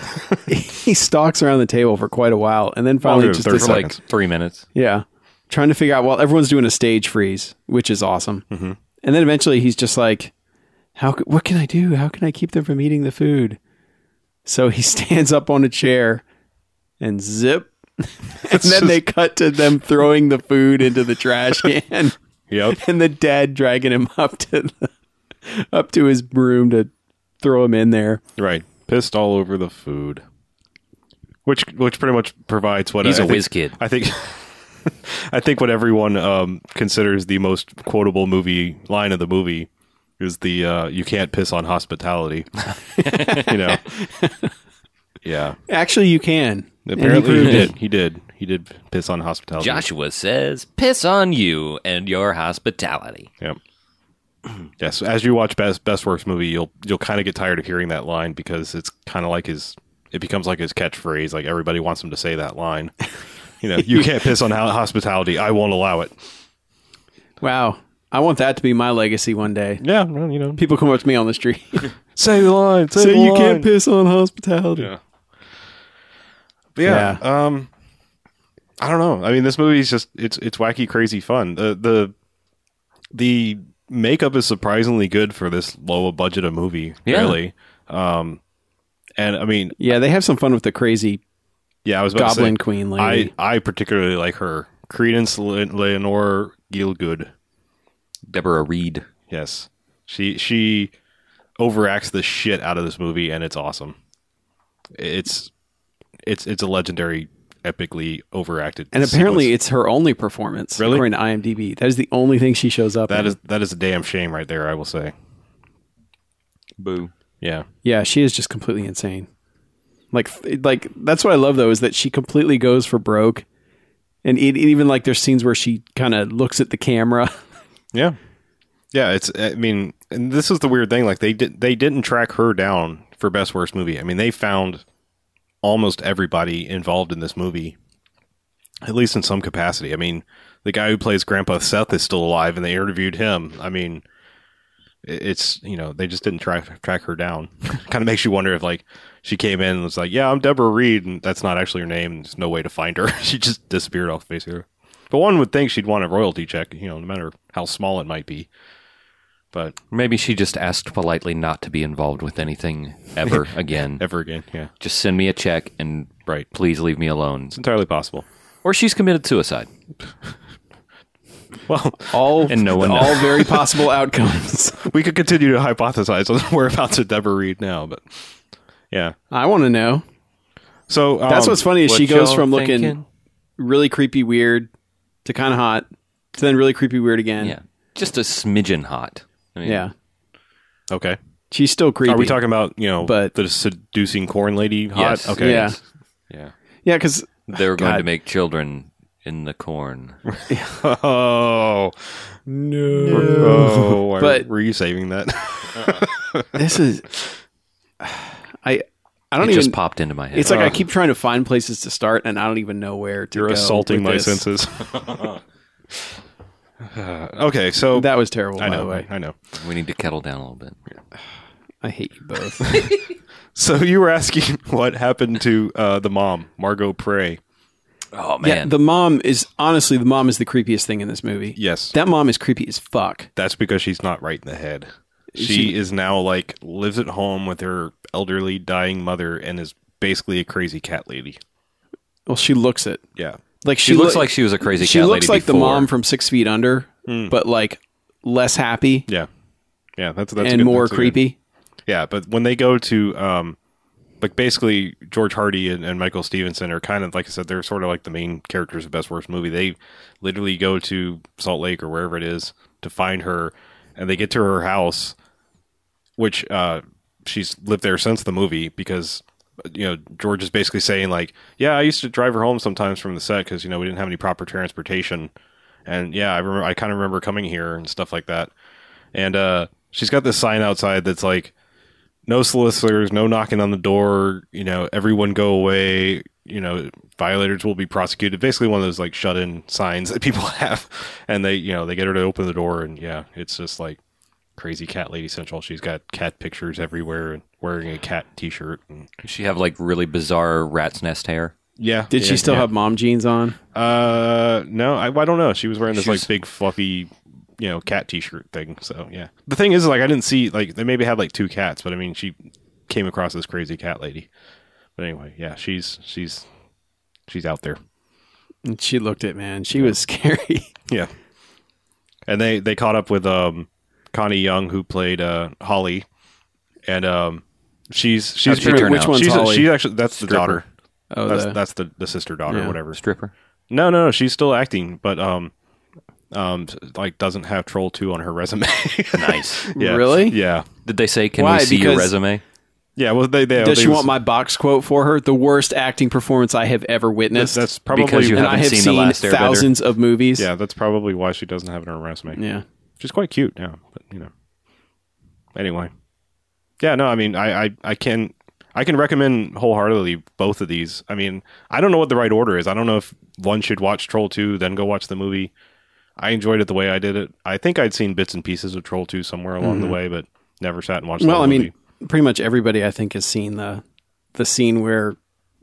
Speaker 4: he stalks around the table for quite a while, and then finally
Speaker 2: dude,
Speaker 4: just
Speaker 2: they're
Speaker 4: decides,
Speaker 3: for
Speaker 2: seconds.
Speaker 3: like three minutes?
Speaker 4: yeah, trying to figure out while everyone's doing a stage freeze, which is awesome. Mm-hmm. And then eventually he's just like, "How? c- What can I do? How can I keep them from eating the food?" So he [laughs] stands up on a chair and zip. [laughs] And then they cut to them throwing the food into
Speaker 2: [laughs]
Speaker 4: the trash can.
Speaker 2: Yep. [laughs]
Speaker 4: and the dad dragging him up to the, up to his room to throw him in there.
Speaker 2: right. Pissed all over the food. Which which pretty much provides what
Speaker 3: He's
Speaker 2: a
Speaker 3: a whiz kid.
Speaker 2: I think [laughs] I think what everyone um, considers the most quotable movie line of the movie is the uh, you can't piss on hospitality. [laughs] you
Speaker 3: [laughs]
Speaker 2: know. Yeah.
Speaker 4: Actually, you can. And he
Speaker 2: Apparently he,
Speaker 4: proved
Speaker 2: did.
Speaker 4: it.
Speaker 2: He did. He did piss on hospitality.
Speaker 3: Joshua says, "Piss on you and your hospitality."
Speaker 2: Yep. [clears throat] Yes. As you watch best best worst movie, you'll you'll kind of get tired of hearing that line because it's kind of like his. It becomes like his catchphrase. Like everybody wants him to say that line. You know, you can't piss on ho- hospitality. I won't allow it.
Speaker 4: Wow, I want that to be my legacy one day.
Speaker 2: Yeah, well, you know,
Speaker 4: People come up to me on the street, [laughs]
Speaker 2: say the line. Say,
Speaker 4: say
Speaker 2: the
Speaker 4: you
Speaker 2: line.
Speaker 4: can't piss on hospitality.
Speaker 2: Yeah. But yeah, Um, I don't know. I mean, this movie is just it's it's wacky, crazy fun. The the the makeup is surprisingly good for this low a budget of movie.
Speaker 3: Yeah.
Speaker 2: Really. Um, and I mean,
Speaker 4: Yeah, they have some fun with the crazy
Speaker 2: yeah, I was about
Speaker 4: goblin
Speaker 2: to say,
Speaker 4: queen
Speaker 2: I
Speaker 4: lady.
Speaker 2: I particularly like her, Credence Le- Leonore Gielgud.
Speaker 3: Deborah Reed.
Speaker 2: Yes, she she overacts the shit out of this movie, and it's awesome. It's it's it's a legendary, epically overacted.
Speaker 4: and apparently,
Speaker 2: sequence.
Speaker 4: it's her only performance
Speaker 2: Really?
Speaker 4: according to IMDb. That is the only thing she shows up.
Speaker 2: that
Speaker 4: in.
Speaker 2: is that is a damn shame right there. I will say.
Speaker 3: Boo.
Speaker 2: Yeah,
Speaker 4: yeah, she is just completely insane. Like, like that's what I love though is that she completely goes for broke, and it, even like there's scenes where she kind of looks at the camera.
Speaker 2: yeah, yeah. It's I mean, and this is the weird thing. Like they did they didn't track her down for best worst movie. I mean, they found almost everybody involved in this movie, at least in some capacity. I mean, the guy who plays Grandpa Seth is still alive, and they interviewed him. I mean, it- it's you know they just didn't track track her down. [laughs] kind of makes you wonder if like she came in and was like, "Yeah, I'm Deborah Reed," and that's not actually her name. And there's no way to find her. [laughs] she just disappeared off the face of the earth. But one would think she'd want a royalty check, you know, no matter how small it might be. But
Speaker 3: Maybe she just asked politely not to be involved with anything
Speaker 2: [laughs]
Speaker 3: ever again.
Speaker 2: ever again, yeah,
Speaker 3: Just send me a check and
Speaker 2: Right.
Speaker 3: please leave me alone.
Speaker 2: it's entirely possible.
Speaker 3: Or she's committed suicide.
Speaker 2: Well,
Speaker 4: All
Speaker 3: And no one knows.
Speaker 4: all [laughs] very possible outcomes.
Speaker 2: we could continue to hypothesize on [laughs] the whereabouts of Deborah Reed now, but yeah.
Speaker 4: [laughs] I want to know.
Speaker 2: So um,
Speaker 4: That's what's funny is she
Speaker 3: what
Speaker 4: goes
Speaker 3: y'all
Speaker 4: from looking
Speaker 3: thinking?
Speaker 4: really creepy weird to kind of hot to then really creepy weird again.
Speaker 3: Yeah. Just a smidgen hot. I mean,
Speaker 4: Yeah.
Speaker 2: Okay,
Speaker 4: She's still creepy.
Speaker 2: are we talking about you know
Speaker 4: But-
Speaker 2: the seducing corn lady? Hot?
Speaker 3: Yes.
Speaker 2: Okay.
Speaker 4: Yeah.
Speaker 2: Yeah.
Speaker 4: Yeah, cuz
Speaker 3: They were going
Speaker 4: God.
Speaker 3: to make children in the corn.
Speaker 2: Oh
Speaker 4: no.
Speaker 2: Oh, why-
Speaker 4: But-
Speaker 2: were you saving
Speaker 4: [laughs]
Speaker 2: that?
Speaker 4: This is I I
Speaker 3: It
Speaker 4: don't even
Speaker 3: just popped into my head.
Speaker 4: It's like I keep trying to find places to start and I don't even know where to
Speaker 2: You're
Speaker 4: go
Speaker 2: assaulting my
Speaker 4: with this. [laughs]
Speaker 2: senses. [sighs] okay, so
Speaker 4: That was terrible
Speaker 2: I
Speaker 4: by
Speaker 2: know,
Speaker 4: the way.
Speaker 2: I know.
Speaker 3: we need to kettle down a little bit.
Speaker 4: I hate you
Speaker 3: [laughs]
Speaker 4: both.
Speaker 2: So you were asking [laughs] what happened to uh, the mom, Margot Prey?
Speaker 3: Oh man.
Speaker 4: yeah, the mom is honestly the mom is the creepiest thing in this movie.
Speaker 2: Yes,
Speaker 4: That mom is creepy as fuck.
Speaker 2: that's because she's not right in the head. She,
Speaker 4: She-
Speaker 2: is now like lives at home with her elderly dying mother and is basically a crazy cat lady.
Speaker 4: Well, she looks it.
Speaker 2: Yeah,
Speaker 4: Like she,
Speaker 3: she looks
Speaker 4: loo-
Speaker 3: like she was a crazy
Speaker 4: she
Speaker 3: cat
Speaker 4: looks
Speaker 3: lady
Speaker 4: like the
Speaker 3: before.
Speaker 4: mom from Six Feet Under, but like less happy
Speaker 2: Hmm. yeah, yeah. That's that's a
Speaker 4: and
Speaker 2: good-
Speaker 4: more
Speaker 2: that's a good-
Speaker 4: creepy.
Speaker 2: Yeah, but when they go to um like basically George Hardy and, and Michael Stevenson are kind of like I said, they're sort of like the main characters of Best Worst Movie. They literally go to Salt Lake or wherever it is to find her and they get to her house which uh she's lived there since the movie because you know George is basically saying like yeah I used to drive her home sometimes from the set because you know we didn't have any proper transportation And yeah, I remember I kind of remember coming here and stuff like that. And uh, she's got this sign outside that's like, "No solicitors, no knocking on the door. You know, everyone go away. You know, violators will be prosecuted." Basically, one of those like shut-in signs [laughs] that people have, and they you know they get her to open the door, and yeah, it's just like crazy cat lady central. She's got cat pictures everywhere and wearing a cat T-shirt. And
Speaker 3: Does she have like really bizarre rat's nest hair?
Speaker 2: yeah,
Speaker 4: Did
Speaker 2: yeah,
Speaker 4: she still
Speaker 2: yeah.
Speaker 4: have mom jeans on?
Speaker 2: Uh, no, I, I don't know. She was wearing this
Speaker 3: She
Speaker 2: like
Speaker 3: was-
Speaker 2: big fluffy, you know, cat T-shirt thing. So yeah, the thing is, like, I didn't see like they maybe had like two cats, but I mean, she came across this crazy cat lady. But anyway, yeah, she's she's she's out there.
Speaker 4: And she looked it, man. She was [laughs] scary.
Speaker 2: Yeah, and they they caught up with um Connie Young who played uh Holly, and um she's she's
Speaker 3: she turn
Speaker 4: Which
Speaker 3: out?
Speaker 4: one's
Speaker 2: she's,
Speaker 4: Holly?
Speaker 2: she's actually that's the
Speaker 3: Stripper.
Speaker 2: daughter.
Speaker 4: oh,
Speaker 2: that's
Speaker 4: the-
Speaker 2: that's the, the sister daughter
Speaker 4: Yeah.
Speaker 2: whatever.
Speaker 3: Stripper.
Speaker 2: No, no, no. She's still acting, but um, um, like doesn't have Troll Two on her resume. [laughs]
Speaker 3: Nice.
Speaker 2: yeah.
Speaker 4: Really?
Speaker 2: Yeah.
Speaker 3: Did they say can
Speaker 4: Why?
Speaker 3: we see your
Speaker 4: Because-
Speaker 3: resume?
Speaker 2: Yeah. Well, they. they
Speaker 4: Does
Speaker 2: they
Speaker 4: she
Speaker 2: was-
Speaker 4: want my box quote for her? The worst acting performance I have ever witnessed.
Speaker 2: That's probably.
Speaker 3: Because you
Speaker 4: and
Speaker 3: haven't
Speaker 4: I have
Speaker 3: seen
Speaker 4: seen,
Speaker 3: The Last Airbender.
Speaker 4: thousands of movies.
Speaker 2: yeah, that's probably why she doesn't have it on her resume.
Speaker 4: yeah.
Speaker 2: She's quite cute now, but you know. Anyway. Yeah. No. I mean, I, I, I can. I can recommend wholeheartedly both of these. I mean, I don't know what the right order is. I don't know if one should watch Troll 2, then go watch the movie. I enjoyed it the way I did it. I think I'd seen bits and pieces of Troll 2 somewhere along the way, but never sat and watched the
Speaker 4: Mm-hmm. Well, I
Speaker 2: whole movie.
Speaker 4: mean, pretty much everybody I think has seen the the scene where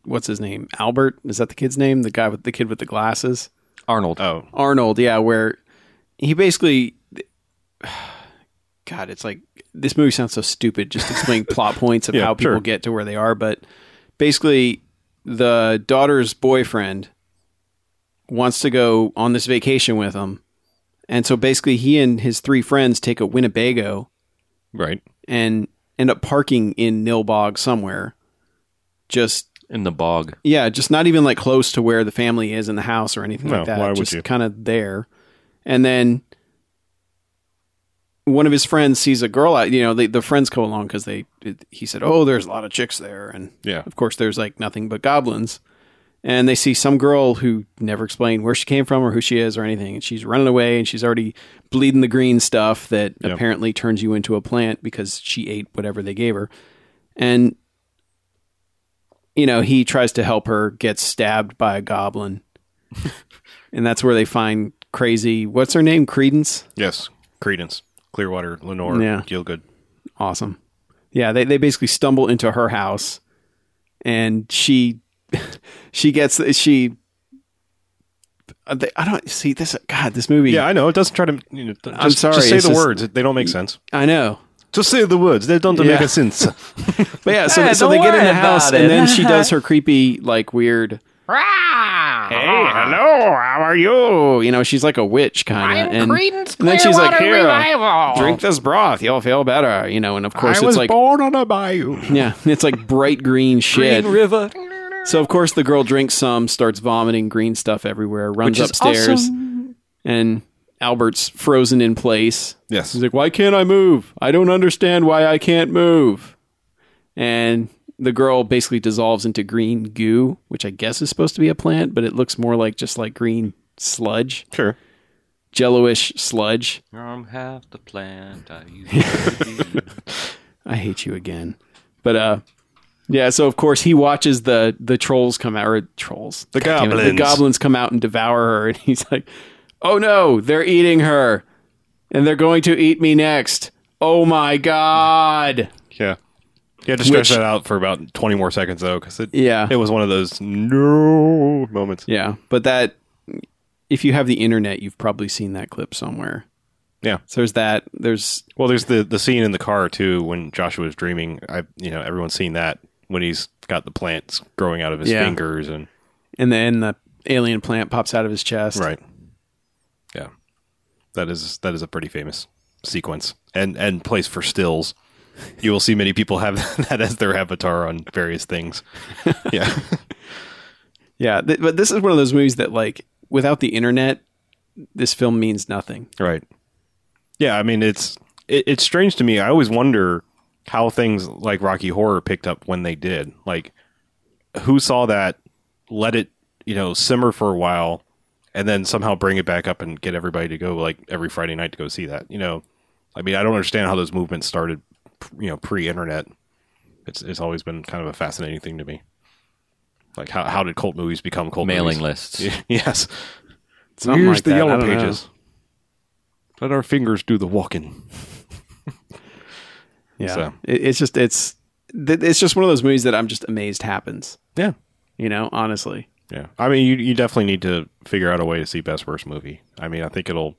Speaker 4: what's his name? Albert is that the kid's name? The guy with the kid with the glasses.
Speaker 3: Arnold.
Speaker 2: Oh,
Speaker 4: Arnold, yeah, where he basically [sighs] God, it's like this movie sounds so stupid
Speaker 2: [laughs]
Speaker 4: just explaining plot points of
Speaker 2: Yeah,
Speaker 4: how people
Speaker 2: sure.
Speaker 4: get to where they are, but basically the daughter's boyfriend wants to go on this vacation with him. And so basically he and his three friends take a Winnebago
Speaker 2: right.
Speaker 4: and end up parking in Nilbog somewhere. Just
Speaker 3: In the bog.
Speaker 4: yeah, just not even like close to where the family is in the house or anything
Speaker 2: No,
Speaker 4: like that.
Speaker 2: why would
Speaker 4: just
Speaker 2: you?
Speaker 4: kind of there. And then one of his friends sees a girl out, you know, the, the friends go along cuz they he said, "Oh, there's a lot of chicks there." And
Speaker 2: Yeah.
Speaker 4: of course there's like nothing but goblins. And they see some girl who never explained where she came from or who she is or anything, and she's running away and she's already bleeding the green stuff that
Speaker 2: Yep.
Speaker 4: apparently turns you into a plant because she ate whatever they gave her. And you know, he tries to help her, gets stabbed by
Speaker 2: [laughs]
Speaker 4: a goblin. and that's where they find crazy what's her name? Credence?
Speaker 2: Yes. Credence, Clearwater, Lenore,
Speaker 4: Yeah.
Speaker 2: Gielgud.
Speaker 4: Awesome. Yeah, they, they basically stumble into her house and she [laughs] she gets she uh, they, I don't see this god, this movie.
Speaker 2: Yeah, I know. It doesn't try to. You know, th- just,
Speaker 4: I'm sorry,
Speaker 2: Just say
Speaker 4: it's
Speaker 2: the
Speaker 4: just-
Speaker 2: words. They don't make sense.
Speaker 4: I know.
Speaker 2: Just say the words. They don't
Speaker 4: Yeah.
Speaker 2: make [laughs] sense.
Speaker 4: But yeah, so, so
Speaker 3: don't
Speaker 4: they get in
Speaker 3: worry
Speaker 4: the house
Speaker 3: about
Speaker 4: and
Speaker 3: it.
Speaker 4: then she does her creepy like weird
Speaker 5: Hey,
Speaker 2: hello. How are you?
Speaker 4: Oh, you know, she's like a witch kind of. And,
Speaker 5: Creedence
Speaker 4: and then she's like,
Speaker 5: Clearwater
Speaker 4: "Here,
Speaker 5: Revival."
Speaker 4: drink this broth, you'll feel better." You know, and of course
Speaker 2: I was
Speaker 4: it's like,
Speaker 2: born on a bayou.
Speaker 4: yeah, it's like bright green shit.
Speaker 3: River.
Speaker 4: so of course the girl drinks some, starts vomiting green stuff everywhere, runs
Speaker 3: Which is
Speaker 4: upstairs, and Albert's frozen in place.
Speaker 2: Yes.
Speaker 4: He's like, "Why can't I move? I don't understand why I can't move." And the girl basically dissolves into green goo, which I guess is supposed to be a plant, but it looks more like just like green sludge,
Speaker 2: Sure.
Speaker 4: jello-ish sludge.
Speaker 3: From half the
Speaker 4: [laughs]
Speaker 3: plant I used to be.
Speaker 4: I hate you again. But uh yeah, so of course he watches the the trolls come out or trolls.
Speaker 2: The
Speaker 4: God damn it,
Speaker 2: goblins.
Speaker 4: the goblins come out and devour her and he's like, "Oh no, they're eating her. And they're going to eat me next. Oh my god."
Speaker 2: Yeah. You had to stretch
Speaker 4: Which-
Speaker 2: that out for about 20 more seconds, though, because it,
Speaker 4: Yeah.
Speaker 2: it was one of those no moments.
Speaker 4: Yeah, but that if you have the internet, you've probably seen that clip somewhere.
Speaker 2: Yeah.
Speaker 4: So there's that. There's
Speaker 2: Well, there's the, the scene in the car, too, when Joshua's dreaming. I, You know, everyone's seen that when he's got the plants growing out of his
Speaker 4: Yeah.
Speaker 2: fingers. and
Speaker 4: and then the alien plant pops out of his chest.
Speaker 2: Right. Yeah. That is that is a pretty famous sequence and and place for stills. You will see many people have [laughs] that as their avatar on various things. Yeah.
Speaker 4: Yeah, th- but this is one of those movies that like without the internet, this film means nothing.
Speaker 2: right. Yeah, I mean it's it, it's strange to me. I always wonder how things like Rocky Horror picked up when they did. Like who saw that let it, you know, simmer for a while and then somehow bring it back up and get everybody to go like every Friday night to go see that. You know, I mean, I don't understand how those movements started. You know, pre-internet, it's it's always been kind of a fascinating thing to me. Like how how did cult movies become cult
Speaker 3: [laughs] Mailing
Speaker 2: movies?
Speaker 4: [laughs]
Speaker 3: lists.
Speaker 2: yes.
Speaker 4: Something
Speaker 2: Here's
Speaker 4: like
Speaker 2: the
Speaker 4: that. I
Speaker 2: yellow
Speaker 4: don't know.
Speaker 2: pages. Let our fingers do the walking.
Speaker 4: Yeah,
Speaker 2: So.
Speaker 4: It- it's just it's th- it's just one of those movies that I'm just amazed happens.
Speaker 2: Yeah.
Speaker 4: You know, honestly,
Speaker 2: Yeah. I mean, you you definitely need to figure out a way to see best worst movie. I mean, I think it'll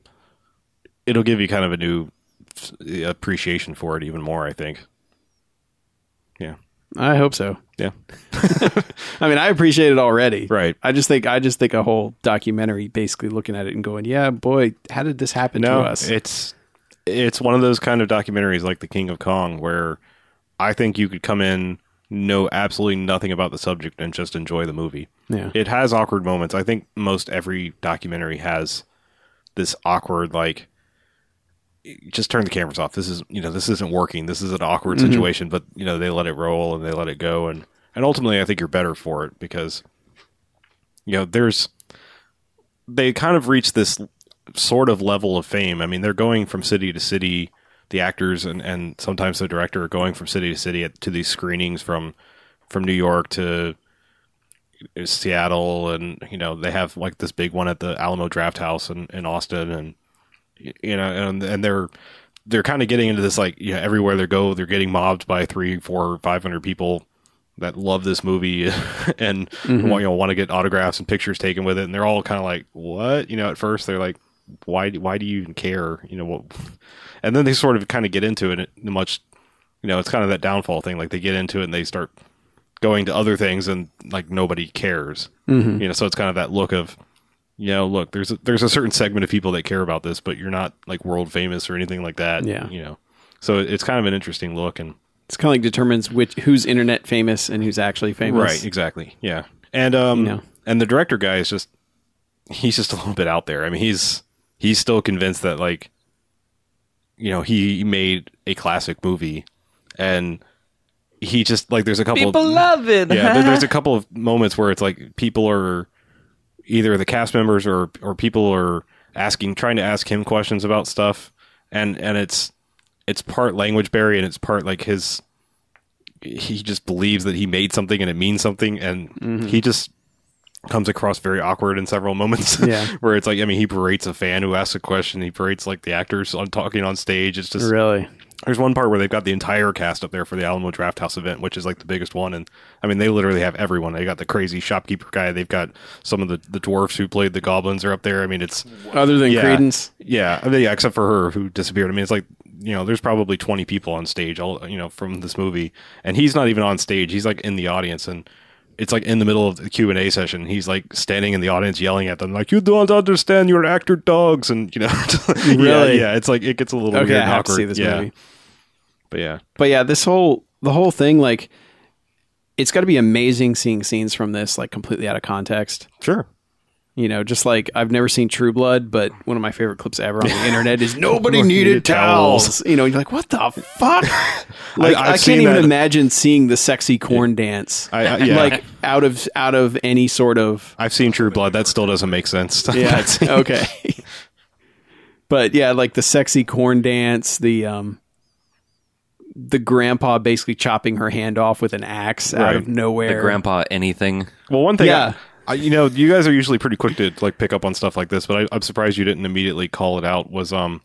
Speaker 2: it'll give you kind of a new s- appreciation for it even more, I think. Yeah.
Speaker 4: I hope so.
Speaker 2: Yeah.
Speaker 4: I mean, I appreciate it already.
Speaker 2: Right.
Speaker 4: I just think I just think a whole documentary, basically looking at it and going, "Yeah, boy, how did this happen
Speaker 2: No,
Speaker 4: to us?"
Speaker 2: it's it's one of those kind of documentaries like The King of Kong where I think you could come in know absolutely nothing about the subject and just enjoy the movie.
Speaker 4: yeah,
Speaker 2: It has awkward moments. I think most every documentary has this awkward like just turn the cameras off. This is you know this isn't working. This is an awkward
Speaker 4: Mm-hmm.
Speaker 2: situation, but you know they let it roll and they let it go and and ultimately I think you're better for it because you know there's they kind of reach this sort of level of fame. I mean they're going from city to city. The actors and and sometimes the director are going from city to city at, to these screenings from from New York to Seattle, and you know they have like this big one at the Alamo Draft House in, in Austin, and y- you know, and and they're they're kind of getting into this like you know everywhere they go, they're getting mobbed by three, four, five hundred people that love this movie [laughs] and want, you know want to get autographs and pictures taken with it, and they're all kind of like what you know at first they're like why why do you even care you know what, [laughs] and then they sort of kind of get into it in much you know it's kind of that downfall thing like they get into it and they start going to other things and like nobody cares. You know, so it's kind of that look of, you know, look, there's a, there's a certain segment of people that care about this, but you're not like world famous or anything like that.
Speaker 4: Yeah.
Speaker 2: you know, so it's kind of an interesting look and
Speaker 4: it's kind of like determines which who's internet famous and who's actually famous.
Speaker 2: right, exactly, yeah, and um,
Speaker 4: You know.
Speaker 2: and the director guy is just he's just a little bit out there. I mean, he's he's still convinced that like, you know, he made a classic movie, and he just like there's a couple
Speaker 1: People love it.
Speaker 2: yeah there- there's a couple of moments where it's like people are either the cast members or or people are asking trying to ask him questions about stuff and and it's it's part language barrier and it's part like his he just believes that he made something and it means something and
Speaker 4: Mm-hmm.
Speaker 2: he just comes across very awkward in several moments
Speaker 4: Yeah.
Speaker 2: [laughs] where it's like i mean he berates a fan who asks a question he berates like the actors on talking on stage it's just
Speaker 4: Really?
Speaker 2: there's one part where they've got the entire cast up there for the Alamo Draft House event, which is like the biggest one, and I mean they literally have everyone. They got the crazy shopkeeper guy. They've got some of the, the dwarfs who played the goblins are up there. I mean it's
Speaker 4: Other than
Speaker 2: yeah,
Speaker 4: Credence,
Speaker 2: yeah, I mean, yeah, except for her who disappeared. I mean it's like you know there's probably 20 people on stage, all you know from this movie, and he's not even on stage. He's like in the audience, and it's like in the middle of the Q and A session. He's like standing in the audience yelling at them like you don't understand. You're actor dogs, and you know [laughs] yeah,
Speaker 4: Really?
Speaker 2: yeah. It's like it gets a little
Speaker 4: okay,
Speaker 2: weird
Speaker 4: I
Speaker 2: and
Speaker 4: have to
Speaker 2: awkward.
Speaker 4: see this
Speaker 2: yeah.
Speaker 4: movie.
Speaker 2: But yeah.
Speaker 4: But yeah, this whole the whole thing, like, it's got to be amazing seeing scenes from this, like, completely out of context.
Speaker 2: Sure.
Speaker 4: You know, just like I've never seen True Blood, but one of my favorite clips ever on the internet is nobody needed towels. You know, you're like, what the fuck?
Speaker 2: I've
Speaker 4: like, I, can't
Speaker 2: seen
Speaker 4: even
Speaker 2: that.
Speaker 4: imagine seeing the sexy corn dance,
Speaker 2: I, I, yeah.
Speaker 4: like out of out of any
Speaker 2: [laughs]
Speaker 4: sort of
Speaker 2: I've seen True Blood. That still doesn't make [laughs] sense.
Speaker 4: yeah.
Speaker 2: That's-
Speaker 4: [laughs] okay. but yeah, like the sexy corn dance, the um the grandpa basically chopping her hand off with an axe out
Speaker 2: Right.
Speaker 4: of
Speaker 2: The
Speaker 4: nowhere.
Speaker 3: The grandpa anything.
Speaker 2: well, one thing.
Speaker 4: Yeah.
Speaker 2: I, I- you know, you guys are usually pretty quick to like pick up on stuff like this, but I, I'm surprised you didn't immediately call it out. Was um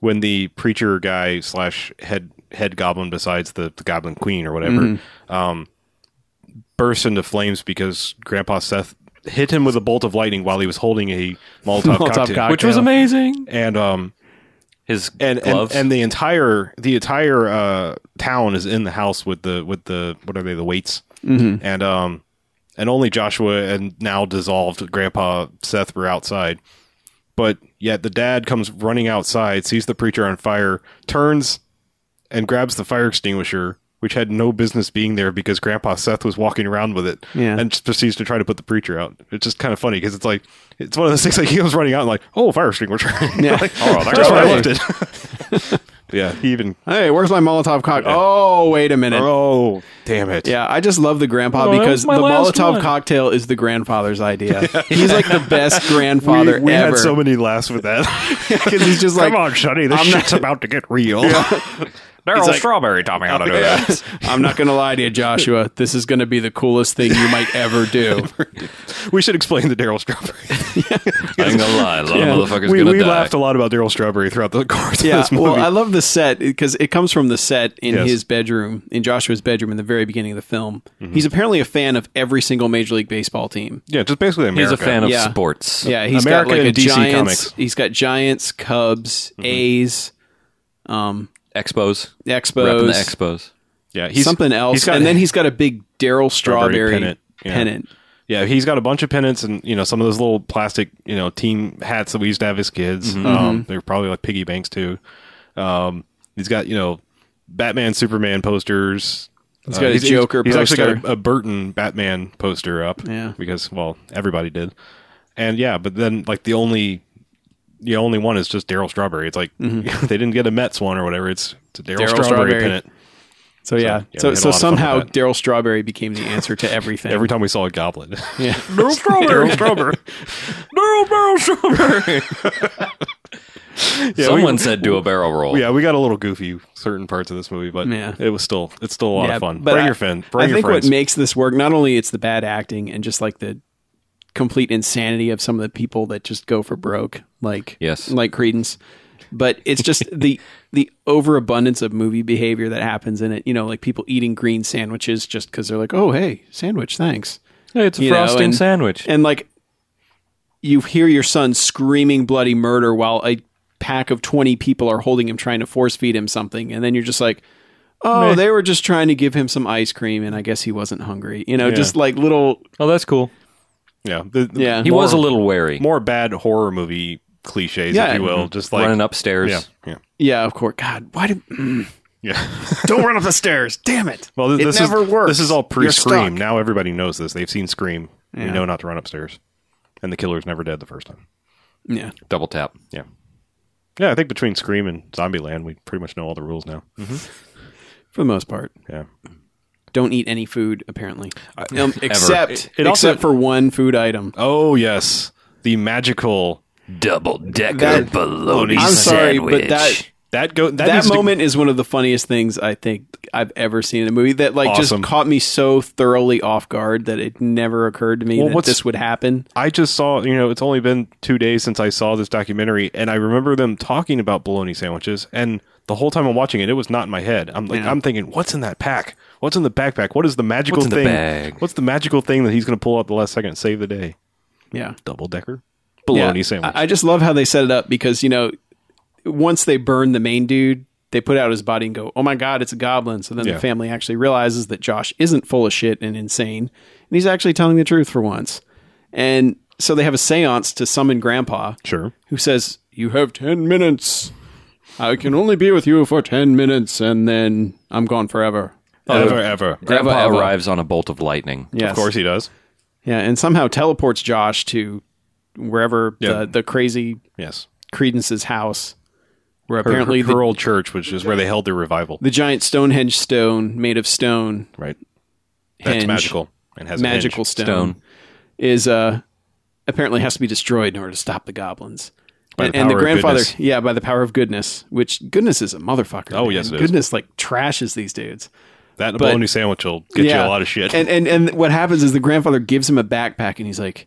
Speaker 2: when the preacher guy slash head head goblin besides the, the goblin queen or whatever um bursts into flames because Grandpa Seth hit him with a bolt of lightning while he was holding a [laughs] Molotov,
Speaker 4: Molotov
Speaker 2: cocktail,
Speaker 4: cocktail.
Speaker 3: Which was amazing.
Speaker 2: and um
Speaker 3: His
Speaker 2: and and,
Speaker 3: gloves.
Speaker 2: and the entire the entire uh, town is in the house with the with the what are they the weights and um and only Joshua and now dissolved Grandpa Seth were outside, but yet the dad comes running outside, sees the preacher on fire, turns and grabs the fire extinguisher. Which had no business being there because Grandpa Seth was walking around with it,
Speaker 4: Yeah.
Speaker 2: and just proceeds to try to put the preacher out. It's just kind of funny because it's like it's [laughs] one of those things like he was running out and like, oh, fire extinguisher, yeah, like,
Speaker 4: Oh,
Speaker 2: just where I
Speaker 4: right.
Speaker 2: left it. Yeah, he even.
Speaker 4: Hey, where's my Molotov cocktail? Oh, wait a minute.
Speaker 2: Oh, damn it!
Speaker 4: Yeah, I just love the grandpa
Speaker 3: Oh, that
Speaker 4: because
Speaker 3: was
Speaker 4: the
Speaker 3: my last
Speaker 4: Molotov
Speaker 3: one.
Speaker 4: cocktail is the
Speaker 2: [laughs]
Speaker 4: grandfather's idea. He's like the best grandfather
Speaker 2: we, we
Speaker 4: ever.
Speaker 2: had so many laughs with that.
Speaker 4: because he's just like,
Speaker 2: Come on, Shuddy, this shit's about to get real.
Speaker 3: They're all strawberry Tommy how to do that.
Speaker 4: [laughs] I'm not going to lie to you, Joshua. This is going to be the coolest thing you might
Speaker 2: [laughs]
Speaker 4: ever do.
Speaker 2: [laughs] We should explain the Daryl Strawberry.
Speaker 3: I ain't gonna lie, a lot of motherfuckers
Speaker 2: we
Speaker 3: gonna
Speaker 2: we
Speaker 3: die.
Speaker 2: laughed a lot about Daryl Strawberry throughout the course of
Speaker 4: yeah,
Speaker 2: this movie.
Speaker 4: well, I love the set because it comes from the set in
Speaker 2: Yes.
Speaker 4: his bedroom, in Joshua's bedroom, in the very beginning of the film.
Speaker 2: Mm-hmm.
Speaker 4: He's apparently a fan of every single Major League Baseball team.
Speaker 2: yeah, just basically
Speaker 3: He's
Speaker 2: America.
Speaker 3: a fan of
Speaker 4: Yeah.
Speaker 3: sports.
Speaker 4: Yeah, he's
Speaker 2: America
Speaker 4: got like
Speaker 2: and
Speaker 4: a
Speaker 2: DC
Speaker 4: Giants.
Speaker 2: Comics. Mm-hmm.
Speaker 4: He's got Giants, Cubs, A's,
Speaker 3: Expos.
Speaker 4: Expos,
Speaker 3: Repping the Expos.
Speaker 2: Yeah, he's
Speaker 4: something else,
Speaker 2: He's got,
Speaker 4: and then he's got a big Daryl Strawberry
Speaker 2: Strawberry
Speaker 4: pennant.
Speaker 2: pennant. Yeah. yeah, he's got a bunch of pennants and you know some of those little plastic you know team hats that we used to have as kids.
Speaker 4: Mm-hmm.
Speaker 2: Um, they're probably like piggy banks too. Um, he's got you know Batman, Superman posters. Uh,
Speaker 4: He's got a Joker
Speaker 2: He's, actually got
Speaker 4: poster.
Speaker 2: a, a Burton Batman poster up.
Speaker 4: Yeah.
Speaker 2: because well everybody did, and yeah, but then like the only. The only one is just Daryl Strawberry. It's like [laughs] they didn't get a Mets one or whatever. It's, it's a Daryl
Speaker 4: Mm-hmm. Daryl
Speaker 2: Strawberry,
Speaker 4: Strawberry.
Speaker 2: pennant.
Speaker 4: So yeah,
Speaker 2: yeah,
Speaker 4: so
Speaker 2: we had a
Speaker 4: so
Speaker 2: lot of fun with
Speaker 4: somehow
Speaker 2: that.
Speaker 4: Daryl Strawberry became the answer to
Speaker 2: [laughs]
Speaker 4: everything.
Speaker 2: Every time we saw a goblin, [laughs]
Speaker 4: yeah.
Speaker 3: Daryl Strawberry.
Speaker 2: Strawberry.
Speaker 3: Daryl Barrel Strawberry. [laughs]
Speaker 2: Yeah,
Speaker 3: Someone
Speaker 2: we-
Speaker 3: said do a barrel roll.
Speaker 2: yeah, we got a little goofy certain parts of this movie, but
Speaker 4: Yeah.
Speaker 2: it was still it's still a lot
Speaker 4: Yeah,
Speaker 2: of fun.
Speaker 4: but
Speaker 2: Bring
Speaker 4: I-
Speaker 2: your friend. Bring
Speaker 4: I
Speaker 2: your
Speaker 4: think
Speaker 2: friends.
Speaker 4: what makes this work not only it's the bad acting and just like the complete insanity of some of the people that just go for broke, like
Speaker 3: Yes.
Speaker 4: like Credence, but
Speaker 2: [laughs]
Speaker 4: it's just the the overabundance of movie behavior that happens in it. You know, like people eating green sandwiches just because they're like, oh hey, sandwich, thanks.
Speaker 3: It's a
Speaker 4: You know,
Speaker 3: frosting
Speaker 4: and-
Speaker 3: sandwich.
Speaker 4: and like you hear your son screaming bloody murder while a pack of 20 people are holding him trying to force feed him something and then you're just like oh they were just trying to give him some ice cream and i guess he wasn't hungry you know just like little
Speaker 3: oh, that's cool.
Speaker 2: yeah, the- the
Speaker 4: Yeah.
Speaker 3: He
Speaker 2: more-
Speaker 3: was a little wary.
Speaker 2: more bad horror movie cliches,
Speaker 4: Yeah, mm-hmm.
Speaker 2: if you will. Just like
Speaker 3: running upstairs.
Speaker 2: Yeah, yeah,
Speaker 4: yeah of course god
Speaker 2: [laughs]
Speaker 4: why did
Speaker 2: yeah. [laughs]
Speaker 4: don't run up the stairs damn it
Speaker 2: Well, th-
Speaker 4: it
Speaker 2: this
Speaker 4: never
Speaker 2: is,
Speaker 4: works
Speaker 2: This is all
Speaker 4: You're
Speaker 2: pre-Scream.
Speaker 4: stuck.
Speaker 2: Now everybody knows this. They've seen Scream. We
Speaker 4: Yeah.
Speaker 2: know not to run upstairs, and the killer's never dead the first time.
Speaker 4: yeah
Speaker 3: Double tap.
Speaker 2: Yeah, yeah. I think between Scream and Zombieland, we pretty much know all the rules now.
Speaker 4: Mm-hmm. for the most part
Speaker 2: Yeah,
Speaker 4: don't eat any food apparently um, except
Speaker 2: It also-
Speaker 4: except for one food item
Speaker 2: Oh yes, the magical
Speaker 1: Double decker
Speaker 4: That-
Speaker 1: bologna
Speaker 4: I'm sorry,
Speaker 1: sandwich.
Speaker 4: but that-
Speaker 2: that go that,
Speaker 4: that
Speaker 2: needs to-
Speaker 4: moment is one of the funniest things I think I've ever seen in a movie that like
Speaker 2: Awesome.
Speaker 4: just caught me so thoroughly off guard that it never occurred to me
Speaker 2: Well,
Speaker 4: that
Speaker 2: what's-
Speaker 4: this would happen.
Speaker 2: I just saw, you know, it's only been two days since I saw this documentary, and I remember them talking about bologna sandwiches. And the whole time I'm watching it, it was not in my head. I'm like,
Speaker 4: Yeah.
Speaker 2: I'm thinking, what's in that pack? What's in the backpack? What is the magical
Speaker 3: What's
Speaker 2: thing?
Speaker 3: in the bag?
Speaker 2: What's the magical thing that he's going to pull out the last second and save the day?
Speaker 4: Yeah.
Speaker 2: Double decker bologna
Speaker 4: Yeah.
Speaker 2: sandwich.
Speaker 4: I, I just love how they set it up because, you know, once they burn the main dude, they put out his body and go, Oh my god, it's a goblin. So then
Speaker 2: Yeah.
Speaker 4: the family actually realizes that Josh isn't full of shit and insane. And he's actually telling the truth for once. And so they have a seance to summon grandpa.
Speaker 2: sure.
Speaker 4: who says, You have 10 minutes. I can only be with you for 10 minutes and then I'm gone forever.
Speaker 2: ever, ever.
Speaker 3: Grandpa
Speaker 4: Grandpa Eva.
Speaker 3: arrives on a bolt of lightning.
Speaker 4: Oh, Yes.
Speaker 2: Of course he does.
Speaker 4: Yeah, and somehow teleports Josh to wherever
Speaker 2: Yeah.
Speaker 4: the, the crazy
Speaker 2: Yes.
Speaker 4: Credence's house, where
Speaker 2: Her,
Speaker 4: apparently
Speaker 2: her
Speaker 4: the,
Speaker 2: old church, which is where they held their revival.
Speaker 4: the giant Stonehenge stone made of stone,
Speaker 2: Right. That's
Speaker 4: Henge.
Speaker 2: magical. And has a hinge.
Speaker 4: magical stone,
Speaker 3: Stone.
Speaker 4: is uh, apparently has to be destroyed in order to stop the goblins.
Speaker 2: By
Speaker 4: and,
Speaker 2: the
Speaker 4: and
Speaker 2: power of
Speaker 4: grandfather,
Speaker 2: goodness.
Speaker 4: yeah, by the power of goodness, which goodness is a motherfucker.
Speaker 2: Oh,
Speaker 4: man.
Speaker 2: yes, it is.
Speaker 4: goodness like trashes these dudes.
Speaker 2: That and a
Speaker 4: but-
Speaker 2: bologna sandwich will get you a lot of shit.
Speaker 4: And and and what happens is the grandfather gives him a backpack and he's like,